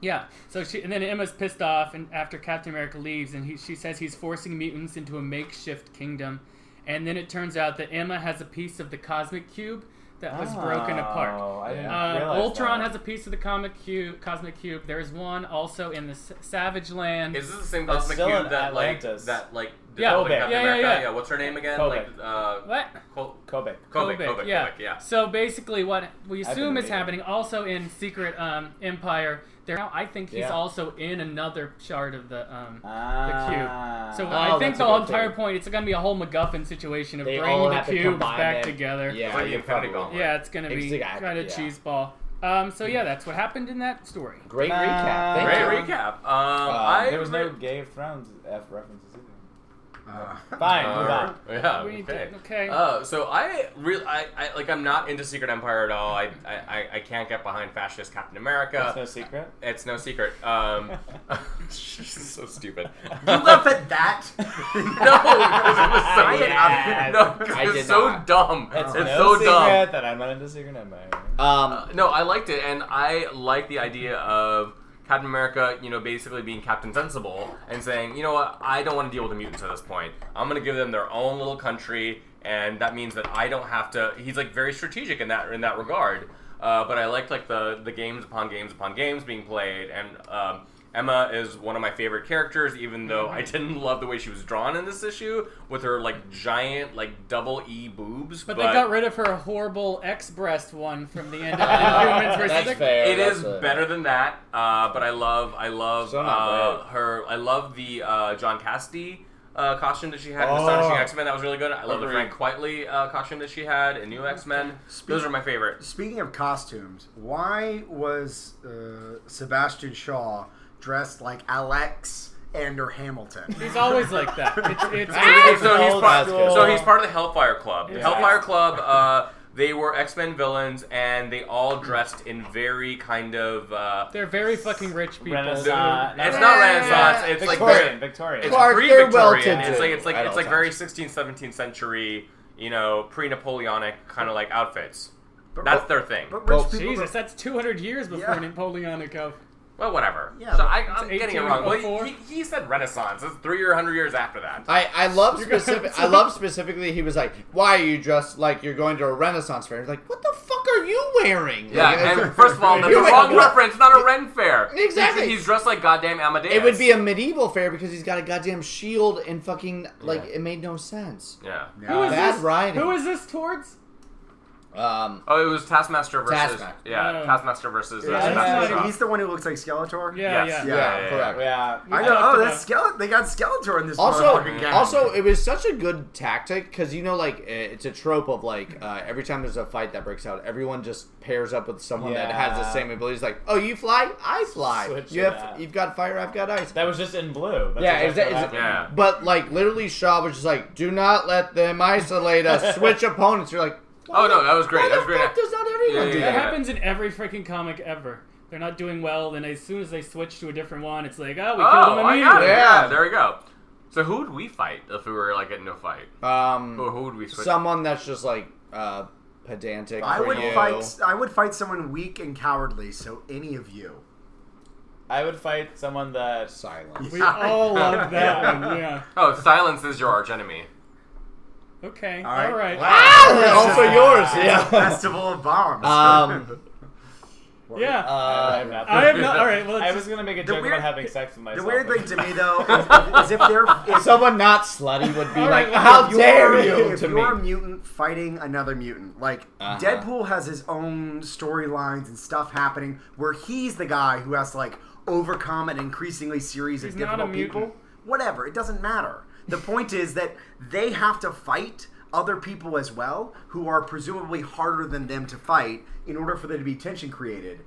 Speaker 1: yeah. So she and then Emma's pissed off, and after Captain America leaves, and he, she says he's forcing mutants into a makeshift kingdom, and then it turns out that Emma has a piece of the cosmic cube that was broken apart.
Speaker 4: Oh, I didn't
Speaker 1: Um,
Speaker 4: realize
Speaker 1: Ultron
Speaker 4: that.
Speaker 1: has a piece of the comic cube, cosmic cube. There's one also in the S- Savage Land.
Speaker 2: Is this the same
Speaker 4: That's
Speaker 2: cosmic
Speaker 4: still
Speaker 2: cube
Speaker 4: in
Speaker 2: that like
Speaker 4: Atlantis.
Speaker 2: that like
Speaker 1: Yeah.
Speaker 2: developed
Speaker 4: Kobe.
Speaker 2: Captain
Speaker 1: Yeah, yeah,
Speaker 2: America?
Speaker 1: yeah.
Speaker 2: What's her name again?
Speaker 4: Kobe.
Speaker 2: Like uh,
Speaker 1: what?
Speaker 2: Col-
Speaker 4: Kobe.
Speaker 2: Kobe, Kobe, Kobe,
Speaker 1: yeah.
Speaker 2: yeah.
Speaker 1: So basically, what we
Speaker 4: I've
Speaker 1: assume
Speaker 4: been
Speaker 1: is
Speaker 4: reading.
Speaker 1: happening also in Secret um, Empire. There, now I think he's
Speaker 4: Yeah.
Speaker 1: also in another shard of the um,
Speaker 4: Ah.
Speaker 1: So
Speaker 3: Oh,
Speaker 1: I think
Speaker 3: that's
Speaker 1: the
Speaker 3: a good
Speaker 1: entire
Speaker 3: theory.
Speaker 1: point it's going to be a whole MacGuffin situation of
Speaker 3: They
Speaker 1: bringing
Speaker 3: all
Speaker 1: the
Speaker 3: have to
Speaker 1: cubes
Speaker 3: combine
Speaker 1: back
Speaker 3: them.
Speaker 1: together.
Speaker 2: It's
Speaker 3: Yeah,
Speaker 2: like the
Speaker 3: you're
Speaker 2: Infinity
Speaker 3: probably
Speaker 2: Gauntlet.
Speaker 1: Yeah, it's going to be
Speaker 3: Exactly,
Speaker 1: kind of
Speaker 3: yeah.
Speaker 1: cheese ball. Um, so yeah, that's what happened in that story.
Speaker 3: Great
Speaker 4: Nah.
Speaker 3: recap. Thank
Speaker 2: Great
Speaker 3: you.
Speaker 2: recap. Um,
Speaker 1: uh,
Speaker 2: I
Speaker 4: Uh, there was no
Speaker 2: re-
Speaker 4: Game of Thrones F references either.
Speaker 6: Uh,
Speaker 4: Fine, move
Speaker 2: Uh,
Speaker 4: on.
Speaker 2: yeah.
Speaker 1: We did-
Speaker 2: Okay.
Speaker 1: okay.
Speaker 2: Uh, so I really, I, I like. I'm not into Secret Empire at all. I, I, I- I can't get behind fascist Captain America.
Speaker 4: That's no secret.
Speaker 2: It's no secret. Um, so stupid.
Speaker 6: you laugh at that?
Speaker 2: No, because it was so no,
Speaker 4: Yes.
Speaker 2: 'cause
Speaker 3: I did
Speaker 2: it's so
Speaker 3: not.
Speaker 2: dumb.
Speaker 4: It's,
Speaker 2: It's,
Speaker 4: no
Speaker 2: so
Speaker 4: secret
Speaker 2: dumb.
Speaker 4: that I'm not into Secret Empire.
Speaker 3: Um,
Speaker 2: Uh, No, I liked it, and I like the idea of Captain America, you know, basically being Captain Sensible and saying, you know what, I don't want to deal with the mutants at this point. I'm going to give them their own little country, and that means that I don't have to. He's like very strategic in that in that regard. Uh, but I liked like the the games upon games upon games being played, and um, Emma is one of my favorite characters, even though
Speaker 1: Mm-hmm.
Speaker 2: I didn't love the way she was drawn in this issue with her like giant like double E boobs.
Speaker 1: But, they got rid of her horrible ex breast one from the end of Inhumans versus
Speaker 3: that's
Speaker 1: the-
Speaker 3: fair.
Speaker 2: It
Speaker 3: that's
Speaker 2: is
Speaker 3: a-
Speaker 2: better than that, uh, but I love, I love
Speaker 3: So not
Speaker 2: uh,
Speaker 3: bad.
Speaker 2: her. I love the uh, John Cassidy uh, costume that she had in
Speaker 3: Oh.
Speaker 2: Astonishing X Men. That was really good. I love the
Speaker 3: Agreed.
Speaker 2: Frank Quitely uh, costume that she had in New X Men. Those are my favorites.
Speaker 6: Speaking of costumes, why was uh, Sebastian Shaw dressed like Alex Ander Hamilton?
Speaker 1: He's always like that. It's, it's,
Speaker 3: Ah!
Speaker 2: so, he's
Speaker 4: old
Speaker 2: part,
Speaker 4: school.
Speaker 2: so he's part of the Hellfire Club. The
Speaker 4: Yeah.
Speaker 2: Hellfire Club. Uh, they were X Men villains, and they all dressed in very kind of. Uh,
Speaker 1: they're very fucking rich people.
Speaker 4: Renaissance.
Speaker 2: it's not Renaissance. It's like very-
Speaker 4: Victorian. Victorian.
Speaker 2: It's
Speaker 3: Clark,
Speaker 2: pre
Speaker 3: they're
Speaker 2: Victorian.
Speaker 3: well-to-do
Speaker 2: It's like it's like
Speaker 3: at
Speaker 2: it's
Speaker 3: all
Speaker 2: like very 16th, 17th century, you know, pre-Napoleonic kind of like outfits.
Speaker 6: But-
Speaker 2: That's their thing.
Speaker 6: But rich
Speaker 3: Well,
Speaker 6: people.
Speaker 1: Jesus, that's 200 years before
Speaker 6: Yeah.
Speaker 1: Napoleonic. Of.
Speaker 2: Well, whatever.
Speaker 6: Yeah,
Speaker 2: so
Speaker 6: but
Speaker 2: I,
Speaker 1: it's
Speaker 2: I'm getting it
Speaker 1: 18
Speaker 2: wrong.
Speaker 1: before.
Speaker 2: Well, he, he said Renaissance. It's three or hundred years after that.
Speaker 3: I, I love
Speaker 1: You're going
Speaker 3: specific.
Speaker 1: to-
Speaker 3: I love specifically. He was like, "Why are you dressed like you're going to a Renaissance fair?" He's like, "What the fuck are you wearing?" Like,
Speaker 2: Yeah,
Speaker 3: it's-
Speaker 2: and first of all, that's
Speaker 3: You're
Speaker 2: a
Speaker 3: like,
Speaker 2: wrong
Speaker 3: what?
Speaker 2: reference, not a Ren fair.
Speaker 3: Exactly.
Speaker 2: He's, he's dressed like goddamn Amadeus.
Speaker 3: it would be a medieval fair because he's got a goddamn shield and fucking like
Speaker 2: Yeah.
Speaker 3: it made no sense.
Speaker 2: yeah.
Speaker 1: Who is
Speaker 3: Bad
Speaker 1: this?
Speaker 3: writing.
Speaker 1: Who is this towards?
Speaker 3: Um,
Speaker 2: Oh, it was Taskmaster versus
Speaker 3: Taskmaster.
Speaker 2: yeah,
Speaker 1: Oh.
Speaker 2: Taskmaster versus uh,
Speaker 1: Yeah,
Speaker 6: he's,
Speaker 1: that's
Speaker 2: Sebastian
Speaker 6: the,
Speaker 1: not-
Speaker 2: Shaw.
Speaker 6: he's the one who looks like Skeletor.
Speaker 1: Yeah,
Speaker 2: Yes.
Speaker 3: yeah,
Speaker 1: yeah.
Speaker 2: Yeah, yeah,
Speaker 3: correct.
Speaker 4: yeah.
Speaker 6: I know. Oh, that's Skeletor. They got Skeletor in this
Speaker 3: Also,
Speaker 6: motherfucking game.
Speaker 3: also, it was such a good tactic because you know, like eh, it's a trope of like uh, every time there's a fight that breaks out, everyone just pairs up with someone that has the
Speaker 4: Yeah.
Speaker 3: same abilities. Like, oh, you fly, I fly.
Speaker 4: Switch
Speaker 3: you
Speaker 4: it
Speaker 3: have,
Speaker 4: up.
Speaker 3: you've got fire, I've got ice.
Speaker 4: That was just in blue. That's
Speaker 3: Yeah,
Speaker 4: exactly
Speaker 3: is that-
Speaker 4: what
Speaker 3: is-
Speaker 4: happened.
Speaker 2: yeah.
Speaker 3: But like literally, Shaw was just like, "Do not let them isolate us. Switch opponents." You're like,
Speaker 2: Oh no, that was great.
Speaker 3: Why
Speaker 2: that
Speaker 3: the
Speaker 2: was great.
Speaker 3: fuck does not everyone
Speaker 2: Yeah,
Speaker 3: do
Speaker 2: yeah,
Speaker 1: That
Speaker 3: that?
Speaker 1: happens in every freaking comic ever. They're not doing well, then as soon as they switch to a different one, it's like, oh, we killed
Speaker 2: Oh,
Speaker 1: him
Speaker 2: I got it.
Speaker 1: immediately.
Speaker 3: Yeah.
Speaker 2: Yeah, there we go. So who would we fight if we were like getting into a fight? Who,
Speaker 3: Um,
Speaker 2: who would we switch?
Speaker 3: someone that's just like uh, pedantic.
Speaker 6: I
Speaker 3: for
Speaker 6: would
Speaker 3: you.
Speaker 6: fight. I would fight someone weak and cowardly. So any of you.
Speaker 4: I would fight someone that.
Speaker 3: silence.
Speaker 1: We all love that one, yeah.
Speaker 2: Oh, silence is your archenemy.
Speaker 1: Okay,
Speaker 6: All right.
Speaker 1: all right.
Speaker 3: Ah, also yours. Yeah.
Speaker 6: Festival of Bombs.
Speaker 3: Um,
Speaker 1: Yeah.
Speaker 3: Uh,
Speaker 4: I'm not-
Speaker 1: I have not. All right, well,
Speaker 4: I
Speaker 1: it's-
Speaker 4: was gonna make a
Speaker 6: The
Speaker 4: joke
Speaker 6: weird-
Speaker 4: about having sex with
Speaker 6: the
Speaker 4: myself.
Speaker 6: weird
Speaker 4: but-
Speaker 6: thing to me though is, is if they're if,
Speaker 3: Someone not slutty would be
Speaker 1: All
Speaker 3: like,
Speaker 1: right, well,
Speaker 3: "How
Speaker 6: if you're-
Speaker 3: dare you?"
Speaker 6: If
Speaker 3: to
Speaker 6: you're a
Speaker 3: me.
Speaker 6: mutant fighting another mutant, like
Speaker 3: Uh-huh.
Speaker 6: Deadpool has his own storylines and stuff happening where he's the guy who has to like overcome an increasingly series
Speaker 1: He's
Speaker 6: of
Speaker 1: not a
Speaker 6: difficult people.
Speaker 1: mutant.
Speaker 6: Whatever, it doesn't matter. The point is that they have to fight other people as well who are presumably harder than them to fight in order for there to be tension created.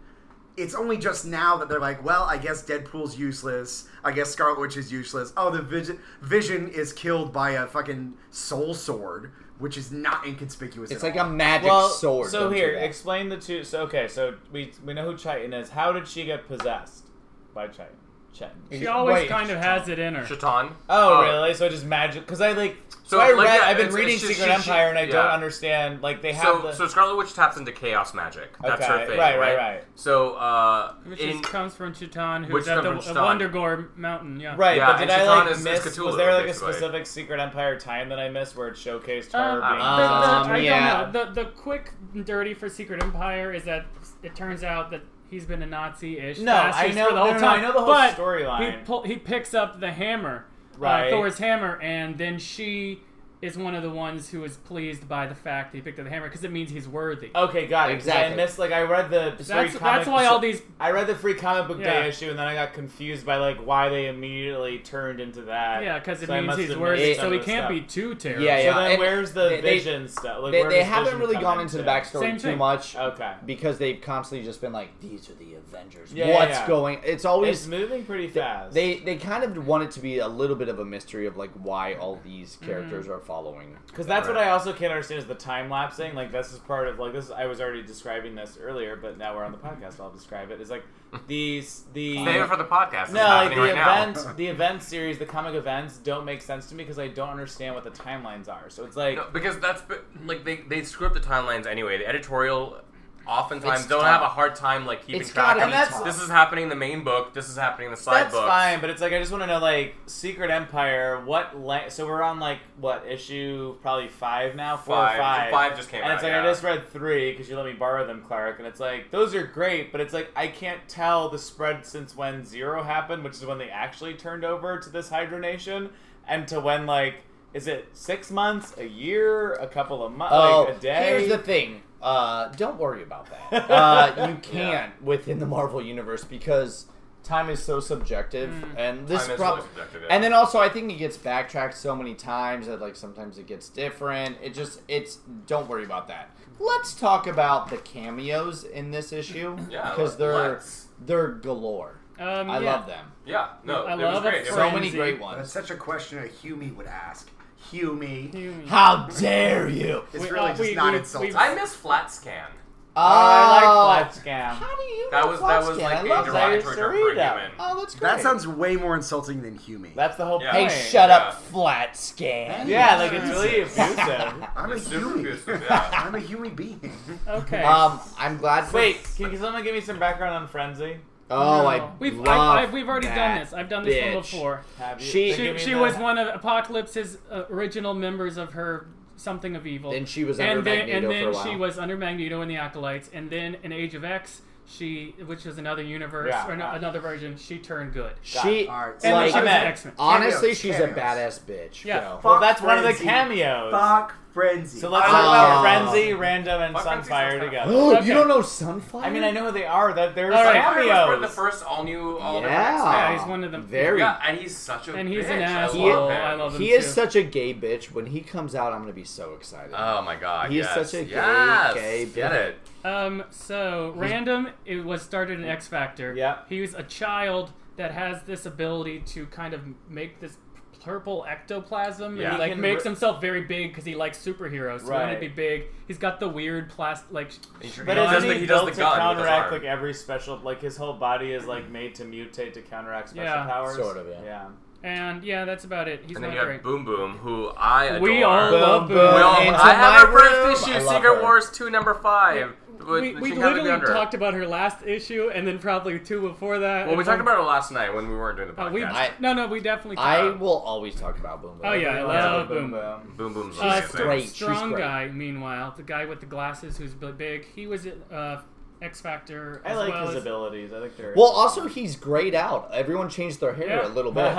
Speaker 6: It's only just now that they're like, well, I guess Deadpool's useless. I guess Scarlet Witch is useless. Oh, the Vision, Vision is killed by a fucking soul sword, which is not inconspicuous.
Speaker 3: It's
Speaker 6: at
Speaker 3: like
Speaker 6: all.
Speaker 3: a magic
Speaker 4: well,
Speaker 3: sword.
Speaker 4: So
Speaker 3: don't you
Speaker 4: here,
Speaker 3: know?
Speaker 4: explain the two. So okay, so we we know who Chiton is. How did she get possessed by Chiton? Chiton.
Speaker 1: she always
Speaker 3: Wait.
Speaker 1: kind of has it in her.
Speaker 2: Shaitan.
Speaker 1: Oh,
Speaker 3: Oh,
Speaker 4: Oh, really? So it just magic? Because I like.
Speaker 2: Oh. So,
Speaker 4: I
Speaker 2: like,
Speaker 4: read,
Speaker 2: yeah,
Speaker 4: I've been
Speaker 2: it's-
Speaker 4: reading
Speaker 2: it's just-
Speaker 4: Secret
Speaker 2: she- she-
Speaker 4: Empire and I don't
Speaker 2: yeah.
Speaker 4: understand. Like they have
Speaker 2: So,
Speaker 4: the
Speaker 2: so Scarlet Witch taps into chaos magic. That's
Speaker 4: Okay,
Speaker 2: her thing,
Speaker 4: right,
Speaker 2: right?
Speaker 4: right, right.
Speaker 2: So, uh,
Speaker 1: Which
Speaker 2: in,
Speaker 1: is, comes from Chitan, who's
Speaker 2: Which
Speaker 1: at the
Speaker 2: comes from
Speaker 1: uh,
Speaker 2: Ch'Tan.
Speaker 1: Wondergore Mountain. Yeah.
Speaker 4: right.
Speaker 2: yeah,
Speaker 4: but did
Speaker 2: and
Speaker 4: I
Speaker 2: Chatan
Speaker 4: like
Speaker 2: is- is
Speaker 4: miss?
Speaker 2: Cthulhu,
Speaker 4: was there like
Speaker 2: basically.
Speaker 4: a specific Secret Empire time that I missed where it showcased
Speaker 1: Uh,
Speaker 4: her? being
Speaker 1: the- the-
Speaker 3: Um,
Speaker 1: I
Speaker 3: yeah.
Speaker 1: don't know. The, the quick and dirty for Secret Empire is that it turns out that he's been a Nazi-ish
Speaker 4: No,
Speaker 1: fascist
Speaker 4: I know-
Speaker 1: for the
Speaker 4: no,
Speaker 1: whole
Speaker 4: no, no, I
Speaker 1: time.
Speaker 4: know the whole
Speaker 1: but
Speaker 4: storyline.
Speaker 1: He, pull, he picks up the hammer, uh,
Speaker 4: Right.
Speaker 1: Thor's hammer, and then she is one of the ones who is pleased by the fact that he picked up the hammer because it means he's worthy.
Speaker 4: Okay, got it. 'cause I
Speaker 3: Exactly.
Speaker 4: missed like I read the free
Speaker 1: that's
Speaker 4: Oh, comic
Speaker 1: that's why all these
Speaker 4: I read the free comic book
Speaker 1: Yeah.
Speaker 4: day issue and then I got confused by like why they immediately turned into that.
Speaker 1: yeah because it
Speaker 4: So I
Speaker 1: means
Speaker 4: must
Speaker 1: he's
Speaker 4: have
Speaker 1: worthy,
Speaker 4: missed
Speaker 1: so
Speaker 4: some
Speaker 1: he
Speaker 4: of the
Speaker 1: can't
Speaker 4: stuff.
Speaker 1: be too terrible.
Speaker 3: Yeah,
Speaker 4: So
Speaker 3: yeah.
Speaker 4: then
Speaker 3: and
Speaker 4: where's the
Speaker 3: they- they-
Speaker 4: vision stuff? Like,
Speaker 3: They,
Speaker 4: where
Speaker 3: they
Speaker 4: does
Speaker 3: haven't
Speaker 4: Vision
Speaker 3: really
Speaker 4: come
Speaker 3: gone
Speaker 4: into
Speaker 3: into the
Speaker 4: it?
Speaker 1: Same
Speaker 3: backstory too
Speaker 1: thing.
Speaker 3: much
Speaker 4: Okay.
Speaker 3: because they've constantly just been like, "These are the Avengers.
Speaker 4: Yeah,
Speaker 3: What's
Speaker 4: yeah.
Speaker 3: going?" It's always
Speaker 4: It's moving pretty fast.
Speaker 3: They they kind of want it to be a little bit of a mystery of like why all these characters
Speaker 4: Mm-hmm.
Speaker 3: are following.
Speaker 4: Because that's what I also can't understand is the time lapsing. Like this is part of like this. I was already describing this earlier, but now we're on the podcast. I'll describe it. Is like these the
Speaker 2: save it for the podcast. It's
Speaker 4: no like
Speaker 2: happening
Speaker 4: the
Speaker 2: right now.
Speaker 4: events the event series the comic events don't make sense to me because I don't understand what the timelines are. So it's like
Speaker 2: No, because that's like they they screw up the timelines anyway. The editorial oftentimes
Speaker 3: It's
Speaker 2: don't
Speaker 3: tough.
Speaker 2: have a hard time like keeping
Speaker 3: It's
Speaker 2: track.
Speaker 3: gotta
Speaker 2: of
Speaker 3: be
Speaker 2: this.
Speaker 3: tough.
Speaker 2: This is happening in the main book. This is happening in the side
Speaker 4: that's
Speaker 2: book.
Speaker 4: fine, but it's like I just want to know like Secret Empire. What la- so we're on like what issue probably five now four
Speaker 2: Five.
Speaker 4: or five
Speaker 2: Five just came
Speaker 4: and it's
Speaker 2: out,
Speaker 4: like I
Speaker 2: yeah.
Speaker 4: just read three because you let me borrow them, Clark. And it's like those are great, but it's like I can't tell the spread since when zero happened, which is when they actually turned over to this hydronation, and to when like is it six months, a year, a couple of months,
Speaker 3: Oh,
Speaker 4: like a day?
Speaker 3: here's the thing. Uh, don't worry about that. Uh, you can't within the Marvel universe because time is so subjective,
Speaker 4: Mm.
Speaker 3: and this
Speaker 2: Time is
Speaker 3: prob-
Speaker 2: really subjective, yeah.
Speaker 3: And then also, I think it gets backtracked so many times that like sometimes it gets different. It just it's don't worry about that. Let's talk about the cameos in this issue
Speaker 2: Yeah,
Speaker 3: because they're
Speaker 2: let's.
Speaker 3: they're galore.
Speaker 1: Um,
Speaker 3: I
Speaker 1: yeah.
Speaker 3: love them.
Speaker 2: Yeah, no,
Speaker 1: I
Speaker 2: it
Speaker 1: love
Speaker 2: was great.
Speaker 1: it
Speaker 2: It
Speaker 1: for-
Speaker 2: was-
Speaker 3: So many
Speaker 1: Frenzy.
Speaker 3: great
Speaker 6: That's
Speaker 3: ones.
Speaker 6: such a question a Hume would ask. Hume.
Speaker 1: Hume.
Speaker 3: How dare you?
Speaker 6: It's
Speaker 1: We-
Speaker 6: really
Speaker 1: uh,
Speaker 6: just
Speaker 1: we-
Speaker 6: not
Speaker 1: we-
Speaker 6: insulting.
Speaker 1: we-
Speaker 2: I miss flat scan.
Speaker 4: Oh, I like
Speaker 3: Oh.
Speaker 4: flat scam.
Speaker 3: How do you?
Speaker 2: That
Speaker 3: know
Speaker 2: was that was
Speaker 3: Floskin?
Speaker 2: like
Speaker 3: I
Speaker 2: a
Speaker 3: love that.
Speaker 4: Larry
Speaker 2: derogatory term for a
Speaker 4: Sarita.
Speaker 2: human.
Speaker 3: Oh, that's great.
Speaker 6: That sounds way more insulting than Hume.
Speaker 4: That's the whole
Speaker 2: Yeah.
Speaker 3: Hey,
Speaker 4: point.
Speaker 3: shut
Speaker 2: Yeah.
Speaker 3: up, flat scan.
Speaker 4: Yeah, like it's really abusive.
Speaker 6: I'm a
Speaker 2: It's super
Speaker 6: Hume.
Speaker 2: abusive, yeah.
Speaker 6: I'm a Hume being.
Speaker 1: Okay.
Speaker 3: Um, I'm glad. for-
Speaker 4: Wait, can someone give me some background on Frenzy?
Speaker 3: Oh,
Speaker 1: No.
Speaker 3: I.
Speaker 1: we've
Speaker 3: love
Speaker 1: I, I've, we've already done
Speaker 3: that
Speaker 1: this. I've done this one
Speaker 3: bitch.
Speaker 1: before.
Speaker 4: Have you,
Speaker 3: She-
Speaker 4: then give
Speaker 1: She,
Speaker 4: me
Speaker 1: she
Speaker 4: the-
Speaker 1: was one of Apocalypse's uh, original members of her something of evil.
Speaker 3: Then she was under
Speaker 1: and then,
Speaker 3: Magneto
Speaker 1: and then
Speaker 3: for a while.
Speaker 1: she was under Magneto in the Acolytes, and then in Age of X, she, which is another universe
Speaker 4: Yeah.
Speaker 1: or no, another version, she turned good.
Speaker 3: She,
Speaker 6: All right,
Speaker 1: And
Speaker 6: so-
Speaker 1: then
Speaker 3: like,
Speaker 1: she was
Speaker 4: Amen.
Speaker 1: an X-Men.
Speaker 3: honestly,
Speaker 6: Cameos,
Speaker 3: she's a
Speaker 6: cameos.
Speaker 3: badass bitch.
Speaker 1: Yeah.
Speaker 3: yo.
Speaker 4: Well,
Speaker 6: Fuck
Speaker 4: that's one of the
Speaker 6: Frenzy.
Speaker 4: cameos.
Speaker 6: Fuck frenzy.
Speaker 4: So
Speaker 1: Uh,
Speaker 4: let's talk
Speaker 3: Oh.
Speaker 4: about Frenzy, Random, and
Speaker 2: Fuck Frenzy
Speaker 4: Sunfire
Speaker 2: sounds kinda-
Speaker 4: together.
Speaker 1: Okay.
Speaker 3: You don't know Sunfire?
Speaker 4: I mean, I know who they are. That they're
Speaker 1: All right.
Speaker 2: Fire was part of the
Speaker 4: cameos.
Speaker 2: first all new all
Speaker 3: Yeah.
Speaker 1: Yeah,
Speaker 2: yeah.
Speaker 1: he's one of them.
Speaker 3: Very.
Speaker 2: yeah, and he's such a
Speaker 1: And he's
Speaker 2: bitch.
Speaker 1: an
Speaker 2: I
Speaker 1: asshole.
Speaker 2: love him.
Speaker 1: I love him.
Speaker 3: He is
Speaker 1: too.
Speaker 3: such a gay bitch. When he comes out, I'm gonna be so excited.
Speaker 1: Uh,
Speaker 2: Oh my god,
Speaker 3: He's
Speaker 2: yes.
Speaker 3: such a gay-
Speaker 2: yes.
Speaker 3: gay
Speaker 2: Get
Speaker 3: bitch.
Speaker 2: it?
Speaker 1: Um, so random. It was started in X Factor.
Speaker 4: Yeah.
Speaker 1: He was a child that has this ability to kind of make this purple ectoplasm.
Speaker 2: Yeah.
Speaker 1: And
Speaker 2: He
Speaker 1: he like
Speaker 4: can
Speaker 1: makes
Speaker 4: re-
Speaker 1: himself very big because he likes superheroes. So he wanted
Speaker 4: Right.
Speaker 1: to be big. He's got the weird plastic like.
Speaker 4: But
Speaker 2: he, does
Speaker 4: isn't
Speaker 2: the,
Speaker 4: he,
Speaker 2: he does
Speaker 4: built
Speaker 2: the gun with
Speaker 4: to
Speaker 2: his
Speaker 4: counteract
Speaker 2: arm.
Speaker 4: like every special? Like his whole body is like made to mutate to counteract special
Speaker 1: Yeah.
Speaker 4: powers.
Speaker 3: Sort of, yeah.
Speaker 4: Yeah.
Speaker 1: And yeah, that's about it. He's
Speaker 2: and then
Speaker 1: not
Speaker 2: you have
Speaker 1: great.
Speaker 2: Boom Boom, who I adore.
Speaker 1: We all
Speaker 3: Boom,
Speaker 1: love Boom.
Speaker 3: boom.
Speaker 2: Well,
Speaker 3: Into
Speaker 2: I have
Speaker 3: my
Speaker 2: her first
Speaker 3: room. I
Speaker 2: issue,
Speaker 3: love
Speaker 2: Secret
Speaker 3: her.
Speaker 2: Wars 2, number 5. with-
Speaker 1: We,
Speaker 2: with
Speaker 1: we
Speaker 2: Shin Kamen
Speaker 1: literally
Speaker 2: Bonder.
Speaker 1: talked about her last issue and then probably two before that.
Speaker 2: Well, we
Speaker 1: And
Speaker 2: talked
Speaker 1: then-
Speaker 2: about it last night when we weren't doing the
Speaker 1: Uh,
Speaker 2: podcast.
Speaker 1: we
Speaker 3: I-
Speaker 1: no no we definitely
Speaker 3: I
Speaker 1: talked.
Speaker 3: will always talk about Boom Boom.
Speaker 1: oh yeah I love Boom Boom.
Speaker 2: boom Boom's
Speaker 1: Uh,
Speaker 2: amazing.
Speaker 1: Str-
Speaker 3: great. She's
Speaker 1: Strong
Speaker 3: great.
Speaker 1: guy. Meanwhile, the guy with the glasses who's b- big, he was uh, X Factor.
Speaker 4: I
Speaker 1: as
Speaker 4: like
Speaker 1: well
Speaker 4: his
Speaker 1: as-
Speaker 4: abilities. I think they're
Speaker 3: Well, also he's grayed out. Everyone changed their hair
Speaker 1: Yeah.
Speaker 3: a little bit. like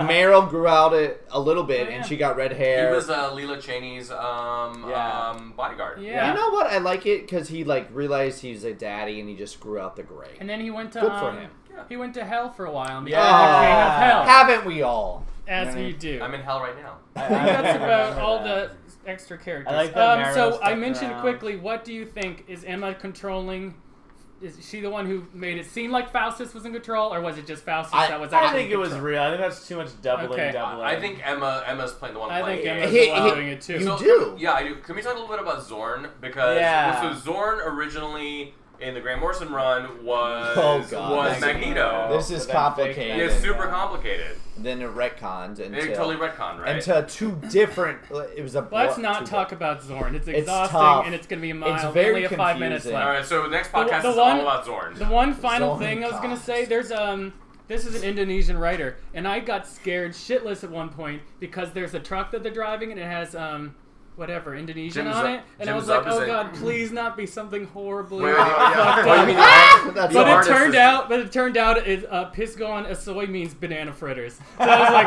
Speaker 4: Uh,
Speaker 3: Meryl grew out a, a little bit,
Speaker 1: Oh, yeah.
Speaker 3: and she got red
Speaker 2: He
Speaker 3: hair.
Speaker 2: was uh, Lila Cheney's um,
Speaker 4: Yeah.
Speaker 2: um, bodyguard.
Speaker 1: Yeah.
Speaker 3: You know what? I like it because he like realized he was a daddy, and he just grew out the gray.
Speaker 1: And then he went to
Speaker 3: Good for
Speaker 1: um,
Speaker 3: him.
Speaker 1: He went to hell for a while. And
Speaker 4: Yeah.
Speaker 1: became the king of hell,
Speaker 3: Haven't we all?
Speaker 1: as
Speaker 3: Yeah.
Speaker 1: we do.
Speaker 2: I'm in hell right now.
Speaker 4: I- I
Speaker 1: I think that's
Speaker 4: remember
Speaker 1: about uh, all
Speaker 4: that.
Speaker 1: the extra characters.
Speaker 4: I like that
Speaker 1: um,
Speaker 4: Mario's
Speaker 1: so I
Speaker 4: stuck
Speaker 1: mentioned
Speaker 4: around.
Speaker 1: quickly. What do you think? Is Emma controlling? Is she the one who made it seem like Faustus was in control, or was it just Faustus
Speaker 3: I-
Speaker 1: that was?
Speaker 4: I
Speaker 1: actually
Speaker 4: think it
Speaker 1: in
Speaker 4: was
Speaker 1: control?
Speaker 4: real. I think that's too much doubling,
Speaker 1: Okay.
Speaker 4: doubling.
Speaker 2: I think Emma Emma's playing the one
Speaker 1: I
Speaker 2: playing
Speaker 1: think
Speaker 2: game.
Speaker 1: Emma's
Speaker 3: He-
Speaker 1: the one
Speaker 3: he-
Speaker 1: doing it too.
Speaker 3: you
Speaker 2: So,
Speaker 3: do.
Speaker 2: Yeah, I do. Can we talk a little bit about Zorn? Because
Speaker 4: Yeah.
Speaker 2: so Zorn originally in the Grant Morrison run was
Speaker 3: Oh, God.
Speaker 2: was
Speaker 4: Uh,
Speaker 3: Magneto.
Speaker 2: Magneto.
Speaker 3: This is complicated.
Speaker 2: It's super complicated.
Speaker 3: then it retcons until
Speaker 2: They totally retcon, right?
Speaker 3: until two different. uh, It was a.
Speaker 1: Let's
Speaker 3: blo-
Speaker 1: not
Speaker 3: two-
Speaker 1: talk about Zorn. It's exhausting
Speaker 3: tough.
Speaker 1: and it's going to be a mile.
Speaker 3: very
Speaker 1: only a five minutes
Speaker 3: confusing.
Speaker 1: left.
Speaker 2: all right, so the next podcast
Speaker 1: the
Speaker 2: is
Speaker 1: one-
Speaker 2: all about Zorn.
Speaker 1: The one final
Speaker 3: Zorn
Speaker 1: thing I was gonna
Speaker 3: cops.
Speaker 1: say, there's um, this is an Indonesian writer, and I got scared shitless at one point because there's a truck that they're driving and it has um, whatever Indonesian
Speaker 2: Jim's
Speaker 1: on
Speaker 2: up-
Speaker 1: it, and I
Speaker 2: Jim's
Speaker 1: was like,
Speaker 2: up, is
Speaker 1: oh
Speaker 2: it?
Speaker 1: god, please not be something horribly.
Speaker 2: Wait, wait, wait,
Speaker 1: fucked
Speaker 6: yeah.
Speaker 1: up.
Speaker 6: Oh,
Speaker 2: you mean
Speaker 3: That's
Speaker 1: But
Speaker 2: The
Speaker 1: it
Speaker 2: artist
Speaker 1: turned
Speaker 2: is-
Speaker 1: out, but it turned out, it, uh, pisgon asoy means banana fritters. So I was like,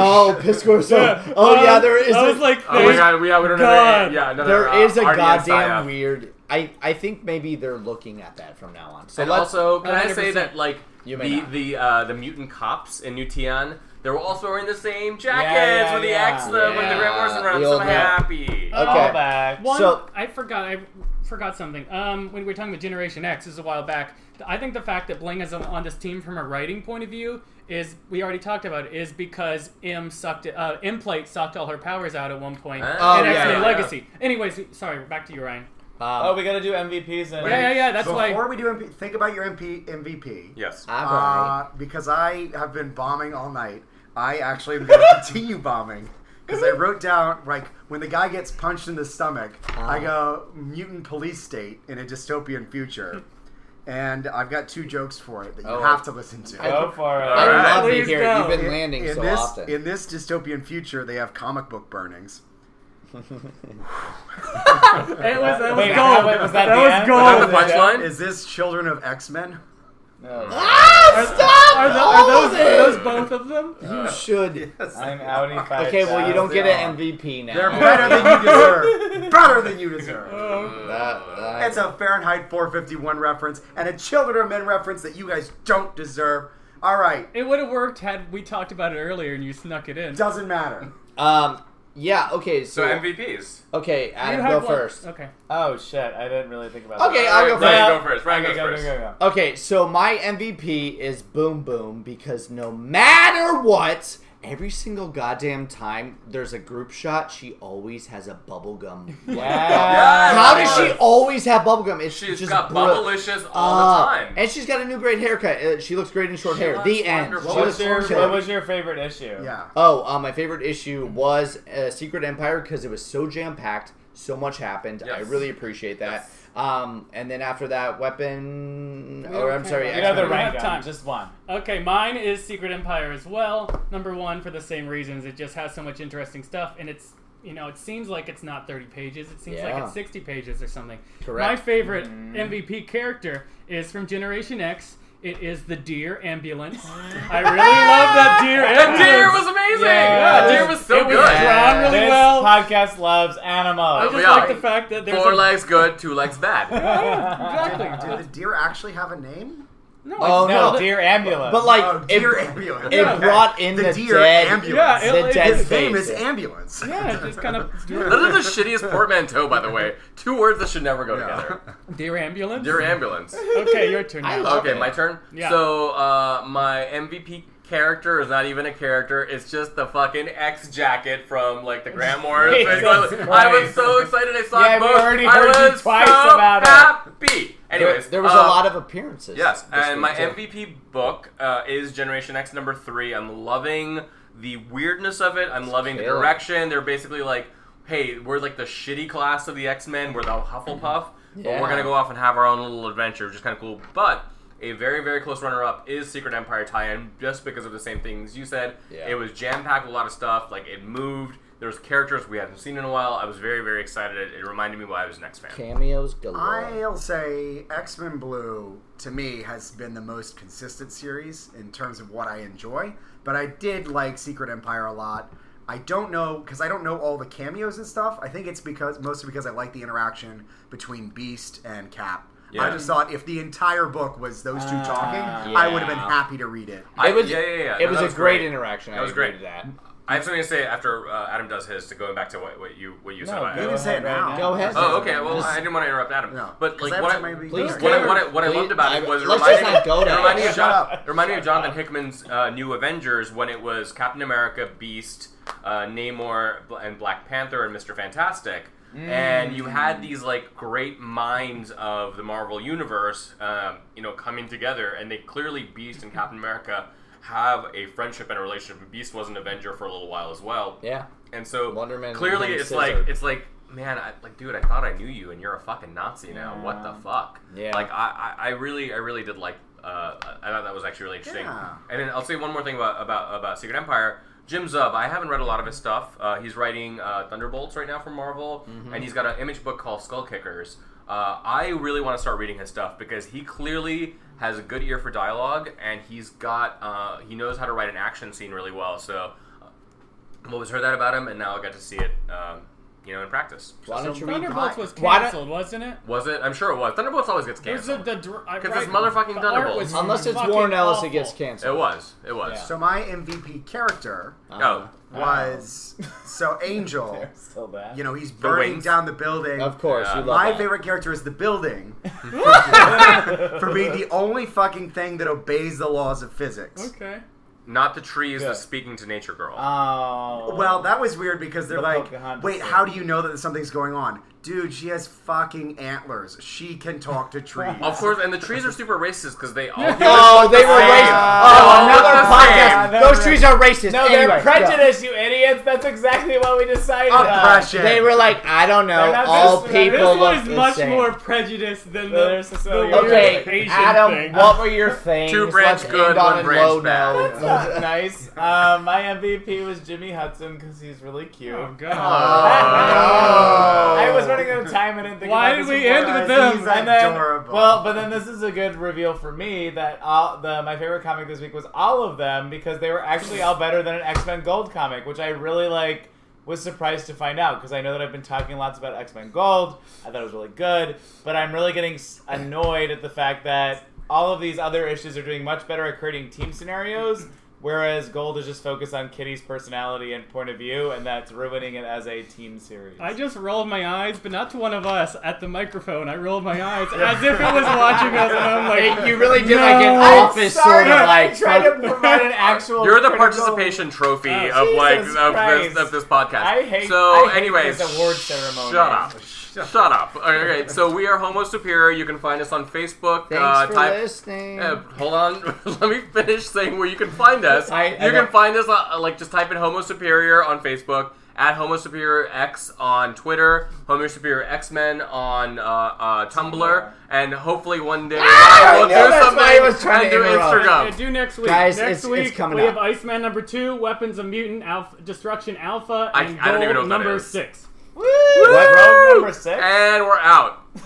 Speaker 1: oh,
Speaker 3: Oh, Pisco. So, oh
Speaker 1: uh,
Speaker 3: yeah, there is.
Speaker 1: I
Speaker 3: a-
Speaker 1: was like,
Speaker 2: Oh my
Speaker 1: there's-
Speaker 2: god, we, yeah, we don't
Speaker 1: God.
Speaker 2: have any, yeah, another,
Speaker 3: there
Speaker 2: uh,
Speaker 3: is a
Speaker 2: RDS
Speaker 3: goddamn
Speaker 2: IF.
Speaker 3: weird. I I think maybe they're looking at that from now on. So
Speaker 2: and
Speaker 3: let's. um,
Speaker 2: also, can I
Speaker 1: 100%.
Speaker 2: say that like
Speaker 3: You may
Speaker 2: the
Speaker 3: not.
Speaker 2: the uh, the mutant cops in New Tian, they were also wearing the same jackets
Speaker 4: yeah,
Speaker 2: with the
Speaker 4: yeah.
Speaker 2: X logo with the Grant
Speaker 3: Yeah,
Speaker 2: Morrison around.
Speaker 3: the
Speaker 2: So
Speaker 3: old man. Uh,
Speaker 1: Okay.
Speaker 2: happy.
Speaker 4: Call back.
Speaker 1: One,
Speaker 3: So-
Speaker 1: I forgot. I forgot something. Um, when we were talking about Generation X, this is a while back. I think the fact that Bling is on- on this team from a writing point of view is we already talked about it, is because M sucked it- uh, M plate sucked all her powers out at one point.
Speaker 2: Ah.
Speaker 1: in
Speaker 3: Oh, yeah,
Speaker 1: X-Men
Speaker 3: yeah, yeah.
Speaker 1: Legacy. Anyways, sorry, back to you, Ryan.
Speaker 4: Oh,
Speaker 3: Um,
Speaker 4: we gotta do MVPs and
Speaker 1: Yeah, yeah, yeah. That's
Speaker 6: Before
Speaker 1: why.
Speaker 6: we do MP, think about your MP, MVP.
Speaker 2: Yes.
Speaker 3: I've already-
Speaker 6: Uh, because I have been bombing all night. I actually am going to continue bombing. Because I wrote down, like, when the guy gets punched in the stomach,
Speaker 3: Uh-huh.
Speaker 6: I go, mutant police state in a dystopian future. And I've got two jokes for it that you
Speaker 3: Oh.
Speaker 6: have to listen to.
Speaker 4: go for it.
Speaker 3: I
Speaker 2: Alright.
Speaker 3: love to
Speaker 1: Please
Speaker 3: hear
Speaker 1: go.
Speaker 3: it. You've been
Speaker 6: In-
Speaker 3: landing
Speaker 6: in
Speaker 3: so
Speaker 6: this,
Speaker 3: often.
Speaker 6: In this dystopian future, they have comic book burnings.
Speaker 1: It was, that was
Speaker 4: Wait,
Speaker 1: gold.
Speaker 4: how- wait, was that
Speaker 1: that
Speaker 4: the end?
Speaker 1: was
Speaker 2: Is that
Speaker 1: gold.
Speaker 2: the punchline?
Speaker 6: Is this Children of X Men?
Speaker 4: No,
Speaker 3: ah, stop!
Speaker 1: Are, tho-
Speaker 3: all
Speaker 1: are
Speaker 3: of
Speaker 1: those,
Speaker 3: it!
Speaker 1: are those both of them?
Speaker 3: You should.
Speaker 4: I'm outie five.
Speaker 3: Okay, well, you don't get an MVP now.
Speaker 6: They're better than you deserve. better than you deserve.
Speaker 1: Oh,
Speaker 3: That- that-
Speaker 6: It's a Fahrenheit 451 reference and a Children of Men reference that you guys don't deserve. All right,
Speaker 1: it would have worked had we talked about it earlier and you snuck it in.
Speaker 6: doesn't matter.
Speaker 3: um, yeah. Okay. So,
Speaker 2: So MVPs.
Speaker 3: okay,
Speaker 1: You
Speaker 3: Adam,
Speaker 1: had
Speaker 3: go
Speaker 1: one-
Speaker 3: first.
Speaker 1: Okay.
Speaker 4: Oh shit! I didn't really think about that.
Speaker 3: Okay, I'll go
Speaker 2: Ryan, Ryan,
Speaker 3: first.
Speaker 2: go first. Ryan
Speaker 4: Okay,
Speaker 2: goes
Speaker 4: go, go,
Speaker 2: first.
Speaker 4: go, go.
Speaker 3: Okay, so my MVP is Boom Boom because no matter what, every single goddamn time there's a group shot, she always has a bubblegum.
Speaker 4: Yeah.
Speaker 3: How does she always have bubblegum? It's
Speaker 2: She's
Speaker 3: just
Speaker 2: got
Speaker 3: brilliant.
Speaker 2: bubblicious all
Speaker 3: Uh,
Speaker 2: the time.
Speaker 3: And she's got a new great haircut. Uh, She looks great in short
Speaker 2: She
Speaker 3: hair.
Speaker 2: looks
Speaker 3: The end.
Speaker 2: wonderful.
Speaker 3: She
Speaker 4: What
Speaker 3: looks
Speaker 4: was your
Speaker 3: short.
Speaker 4: What was your favorite issue?
Speaker 6: Yeah.
Speaker 3: Oh, uh, my favorite issue was uh, Secret Empire because it was so jam packed. So much happened. I
Speaker 2: Yes.
Speaker 3: really appreciate that.
Speaker 2: Yes.
Speaker 3: Um, and then after that, Weapon.
Speaker 1: We
Speaker 3: Or
Speaker 1: don't
Speaker 3: I'm sorry,
Speaker 1: care
Speaker 4: You
Speaker 1: about-
Speaker 4: know
Speaker 3: X-Men.
Speaker 4: the
Speaker 1: We don't have
Speaker 4: rank
Speaker 1: time.
Speaker 4: on just one.
Speaker 1: Okay, mine is Secret Empire as well. Number one for the same reasons. It just has so much interesting stuff, and it's you know it seems like it's not thirty pages. It seems like
Speaker 3: Yeah.
Speaker 1: it's sixty pages or something.
Speaker 3: Correct.
Speaker 1: My favorite
Speaker 3: Mm.
Speaker 1: MVP character is from Generation X. It is the deer ambulance. I really love that deer
Speaker 2: That
Speaker 1: ambulance.
Speaker 2: deer was amazing.
Speaker 4: Yeah.
Speaker 2: That deer was so
Speaker 1: it was
Speaker 2: good.
Speaker 1: drawn really
Speaker 4: this
Speaker 1: well. I
Speaker 4: podcast loves
Speaker 1: just
Speaker 4: animals.
Speaker 2: Yeah.
Speaker 1: like the fact that there's
Speaker 2: Four
Speaker 1: a,
Speaker 2: legs good, two legs bad.
Speaker 1: exactly.
Speaker 6: Did the deer actually have a name?
Speaker 1: No,
Speaker 3: Oh,
Speaker 1: it's-
Speaker 4: no,
Speaker 3: no,
Speaker 4: deer ambulance.
Speaker 3: But like,
Speaker 6: oh,
Speaker 3: it-
Speaker 6: deer ambulance.
Speaker 3: it
Speaker 6: Okay.
Speaker 3: brought in the
Speaker 6: deer
Speaker 3: dead-
Speaker 6: ambulance.
Speaker 1: Yeah, it-
Speaker 3: the
Speaker 1: it-
Speaker 3: dead
Speaker 6: His name
Speaker 3: face.
Speaker 6: is ambulance.
Speaker 1: yeah, it just kind of
Speaker 2: That is the shittiest portmanteau, by the way. Two words that should never go together.
Speaker 1: deer ambulance.
Speaker 2: Dear ambulance.
Speaker 1: Okay, your turn.
Speaker 3: I
Speaker 1: now.
Speaker 3: love
Speaker 2: Okay,
Speaker 3: it.
Speaker 2: my turn.
Speaker 1: Yeah.
Speaker 2: So uh, my MVP character is not even a character. It's just the fucking X jacket from like the Grand Morrison.
Speaker 4: Jesus
Speaker 2: I was
Speaker 4: Christ.
Speaker 2: so excited I saw
Speaker 4: Yeah,
Speaker 2: it
Speaker 4: we
Speaker 2: both.
Speaker 4: already
Speaker 2: I
Speaker 4: heard you
Speaker 2: was
Speaker 4: twice
Speaker 2: so
Speaker 4: about it.
Speaker 2: happy. Anyways,
Speaker 3: there, there was
Speaker 2: uh,
Speaker 3: a lot of appearances.
Speaker 2: Yes,
Speaker 3: this
Speaker 2: and
Speaker 3: week,
Speaker 2: my
Speaker 3: too.
Speaker 2: MVP book uh, is Generation X number three. I'm loving the weirdness of it. I'm loving the
Speaker 3: killer.
Speaker 2: direction. They're basically like, hey, we're like the shitty class of the X Men. We're the Hufflepuff, but
Speaker 3: Yeah.
Speaker 2: we're gonna go off and have our own little adventure, which is kind of cool. But a very very close runner up is Secret Empire tie-in, just because of the same things you said.
Speaker 3: Yeah.
Speaker 2: It was jam packed with a lot of stuff. Like it moved. There was characters we hadn't seen in a while. I was very very excited. It, it reminded me why I was an X fan.
Speaker 3: cameos galore.
Speaker 6: I'll say X Men Blue to me has been the most consistent series in terms of what I enjoy, but I did like Secret Empire a lot. I don't know because I don't know all the cameos and stuff. I think it's because mostly because I like the interaction between Beast and Cap. I
Speaker 2: Yeah.
Speaker 6: just thought if the entire book was those two talking,
Speaker 4: Ah,
Speaker 6: I would have been
Speaker 3: yeah.
Speaker 6: happy to read it.
Speaker 2: I-
Speaker 3: it was
Speaker 2: yeah, yeah, yeah.
Speaker 3: It
Speaker 2: No,
Speaker 3: was
Speaker 2: that
Speaker 3: a great,
Speaker 2: great.
Speaker 3: interaction.
Speaker 2: That
Speaker 3: I
Speaker 2: was
Speaker 3: agree
Speaker 2: great.
Speaker 3: to that.
Speaker 2: I have something to say after uh, Adam does his to going back to what, what you what you said.
Speaker 4: No,
Speaker 2: about
Speaker 6: You
Speaker 4: go
Speaker 2: Adam.
Speaker 6: can say
Speaker 4: ahead
Speaker 6: it
Speaker 4: right
Speaker 6: now.
Speaker 4: now.
Speaker 3: Go ahead.
Speaker 2: Oh, okay. Well,
Speaker 3: Just-
Speaker 2: I didn't want to interrupt Adam.
Speaker 6: No,
Speaker 2: but
Speaker 6: 'cause
Speaker 2: like
Speaker 6: that
Speaker 2: what I,
Speaker 6: time I read-
Speaker 2: what,
Speaker 6: Please
Speaker 2: I, what, I,
Speaker 3: do.
Speaker 2: what, I, what I
Speaker 3: Please-
Speaker 2: loved about
Speaker 3: I-
Speaker 2: it was it
Speaker 3: let's
Speaker 2: reminded,
Speaker 3: just not go
Speaker 2: it
Speaker 3: there.
Speaker 2: reminded me of
Speaker 6: Shut
Speaker 2: John,
Speaker 6: up.
Speaker 2: it reminded me of Jonathan Hickman's uh, New Avengers when it was Captain America, Beast, uh, Namor, Bl- and Black Panther, and Mister Fantastic. And you
Speaker 6: Mm.
Speaker 2: had these like great minds of the Marvel universe, um, you know, coming together, and they clearly Beast and Captain America have a friendship and a relationship. And Beast was an Avenger for a little while as well.
Speaker 3: Yeah.
Speaker 2: And so
Speaker 3: Wonder Man
Speaker 2: clearly
Speaker 3: and
Speaker 2: it's
Speaker 3: Scissor.
Speaker 2: like it's like man, I, like dude, I thought I knew you, and you're a fucking Nazi now. What the fuck?
Speaker 3: Yeah.
Speaker 2: Like I, I, I really, I really did like. Uh, I thought that was actually really interesting.
Speaker 6: Yeah.
Speaker 2: And then I'll say one more thing about about, about Secret Empire. Jim Zub, I haven't read a lot of his stuff. Uh, he's writing uh, Thunderbolts right now for Marvel,
Speaker 1: Mm-hmm.
Speaker 2: and he's got an image book called Skull Kickers. Uh, I really want to start reading his stuff because he clearly has a good ear for dialogue, and he's got uh, he knows how to write an action scene really well. So I've always heard that about him, and now I got to see it, um, you know, in practice.
Speaker 3: Why don't you read?
Speaker 1: Thunderbolts was
Speaker 3: Why don't-
Speaker 1: canceled, wasn't it?
Speaker 2: Was it? I'm sure it was. Thunderbolts always gets
Speaker 1: It was the, the
Speaker 2: canceled.
Speaker 1: dr- I-
Speaker 2: 'Cause
Speaker 1: right,
Speaker 2: it's motherfucking
Speaker 1: the art
Speaker 2: Thunderbolts.
Speaker 1: was
Speaker 3: Unless it's
Speaker 1: fucking
Speaker 3: Warren Ellis,
Speaker 1: awful.
Speaker 3: it gets
Speaker 2: it
Speaker 3: canceled.
Speaker 2: was. It was.
Speaker 3: Yeah.
Speaker 6: So my MVP character
Speaker 2: Oh,
Speaker 1: Uh-huh.
Speaker 6: was so Angel.
Speaker 4: Still that.
Speaker 6: You know, he's burning
Speaker 2: wings.
Speaker 6: down the building.
Speaker 3: Of course,
Speaker 2: Yeah.
Speaker 3: you love
Speaker 6: My
Speaker 3: that.
Speaker 6: favorite character is the building. For being the only fucking thing that obeys the laws of physics.
Speaker 1: Okay.
Speaker 2: not the trees.
Speaker 4: Yeah.
Speaker 2: The speaking to nature girl.
Speaker 4: Oh.
Speaker 6: Well, that was weird because they're
Speaker 4: The
Speaker 6: like,
Speaker 4: Pocahontas
Speaker 6: wait,
Speaker 4: thing.
Speaker 6: how do you know that something's going on? Dude, she has fucking antlers. She can talk to trees.
Speaker 4: Oh,
Speaker 2: of course, and the trees are super racist because they all.
Speaker 3: Oh, they were
Speaker 4: Same.
Speaker 3: racist.
Speaker 4: Oh,
Speaker 3: Oh, another
Speaker 2: the
Speaker 3: podcast.
Speaker 4: same.
Speaker 3: Those
Speaker 4: No,
Speaker 3: trees are racist.
Speaker 4: no,
Speaker 3: Anyway,
Speaker 4: they're
Speaker 3: go.
Speaker 4: prejudiced, you idiots. That's exactly what we decided. on.
Speaker 6: Oppression.
Speaker 3: They were like, I don't
Speaker 4: They're
Speaker 3: know.
Speaker 4: not
Speaker 3: All
Speaker 4: this- they're not-
Speaker 3: people
Speaker 1: This
Speaker 3: look
Speaker 1: one is
Speaker 3: the
Speaker 1: much
Speaker 3: same.
Speaker 1: more prejudiced than the,
Speaker 4: There's
Speaker 1: the,
Speaker 4: the Soviet
Speaker 1: weird
Speaker 4: Okay,
Speaker 1: Asian
Speaker 3: Adam,
Speaker 1: thing.
Speaker 3: what were your things?
Speaker 2: Two branch
Speaker 3: Let's
Speaker 2: good,
Speaker 3: end on
Speaker 2: one
Speaker 3: a
Speaker 2: branch
Speaker 3: low
Speaker 2: bad.
Speaker 3: note.
Speaker 4: That's not nice. Uh, my MVP was Jimmy Hudson because he's really cute.
Speaker 1: Oh god.
Speaker 4: I was running out of time. I didn't think.
Speaker 1: Why
Speaker 4: about
Speaker 1: did
Speaker 4: this
Speaker 1: we end
Speaker 4: before.
Speaker 1: with them?
Speaker 6: He's
Speaker 4: And then,
Speaker 6: adorable.
Speaker 4: well, but then this is a good reveal for me that all, the my favorite comic this week was all of them because they were actually all better than an X Men Gold comic, which I really like. Was surprised to find out because I know that I've been talking lots about X Men Gold. I thought it was really good, but I'm really getting s- annoyed at the fact that all of these other issues are doing much better at creating team scenarios, whereas Gold is just focused on Kitty's personality and point of view, and that's ruining it as a team series.
Speaker 1: I just rolled my eyes, but not to one of us at the microphone. I rolled my eyes as if it was watching us, and I'm like,
Speaker 3: It- you really did like an
Speaker 1: No.
Speaker 4: I'm
Speaker 3: office
Speaker 4: sorry,
Speaker 3: sort of
Speaker 4: I'm
Speaker 3: like.
Speaker 4: trying to provide an actual.
Speaker 2: You're the
Speaker 4: critical-
Speaker 2: participation trophy
Speaker 1: Oh,
Speaker 2: of like
Speaker 4: Jesus
Speaker 2: of
Speaker 4: Christ.
Speaker 2: this, of this podcast.
Speaker 4: I hate-
Speaker 2: So,
Speaker 4: I hate
Speaker 2: anyways,
Speaker 4: this award ceremony.
Speaker 2: Shut up. Shut up. All right. So we are Homo Superior. You can find us on Facebook.
Speaker 3: Thanks
Speaker 2: uh,
Speaker 3: for
Speaker 2: type,
Speaker 3: listening.
Speaker 2: Uh, hold on, let me finish saying where you can find us.
Speaker 3: I- I
Speaker 2: you can
Speaker 3: don't-
Speaker 2: find us uh, like just type in Homo Superior on Facebook, at Homo Superior X on Twitter, Homo Superior X Men on uh, uh, Tumblr, and hopefully one day
Speaker 3: Ah,
Speaker 2: I will
Speaker 3: I know,
Speaker 2: do
Speaker 3: that's
Speaker 2: something
Speaker 3: why I was trying
Speaker 2: and
Speaker 3: to
Speaker 2: do
Speaker 3: interrupt.
Speaker 1: Yeah,
Speaker 2: Instagram.
Speaker 1: do next week.
Speaker 3: Guys,
Speaker 1: next
Speaker 3: it's- it's
Speaker 1: week
Speaker 3: coming
Speaker 1: we
Speaker 3: up.
Speaker 1: have Iceman number two, Weapons of Mutant Alpha, Destruction Alpha,
Speaker 2: I-
Speaker 1: and
Speaker 2: I don't even know
Speaker 1: Gold
Speaker 2: what that
Speaker 1: number
Speaker 2: is.
Speaker 1: six.
Speaker 4: What, row number six?
Speaker 2: And we're out.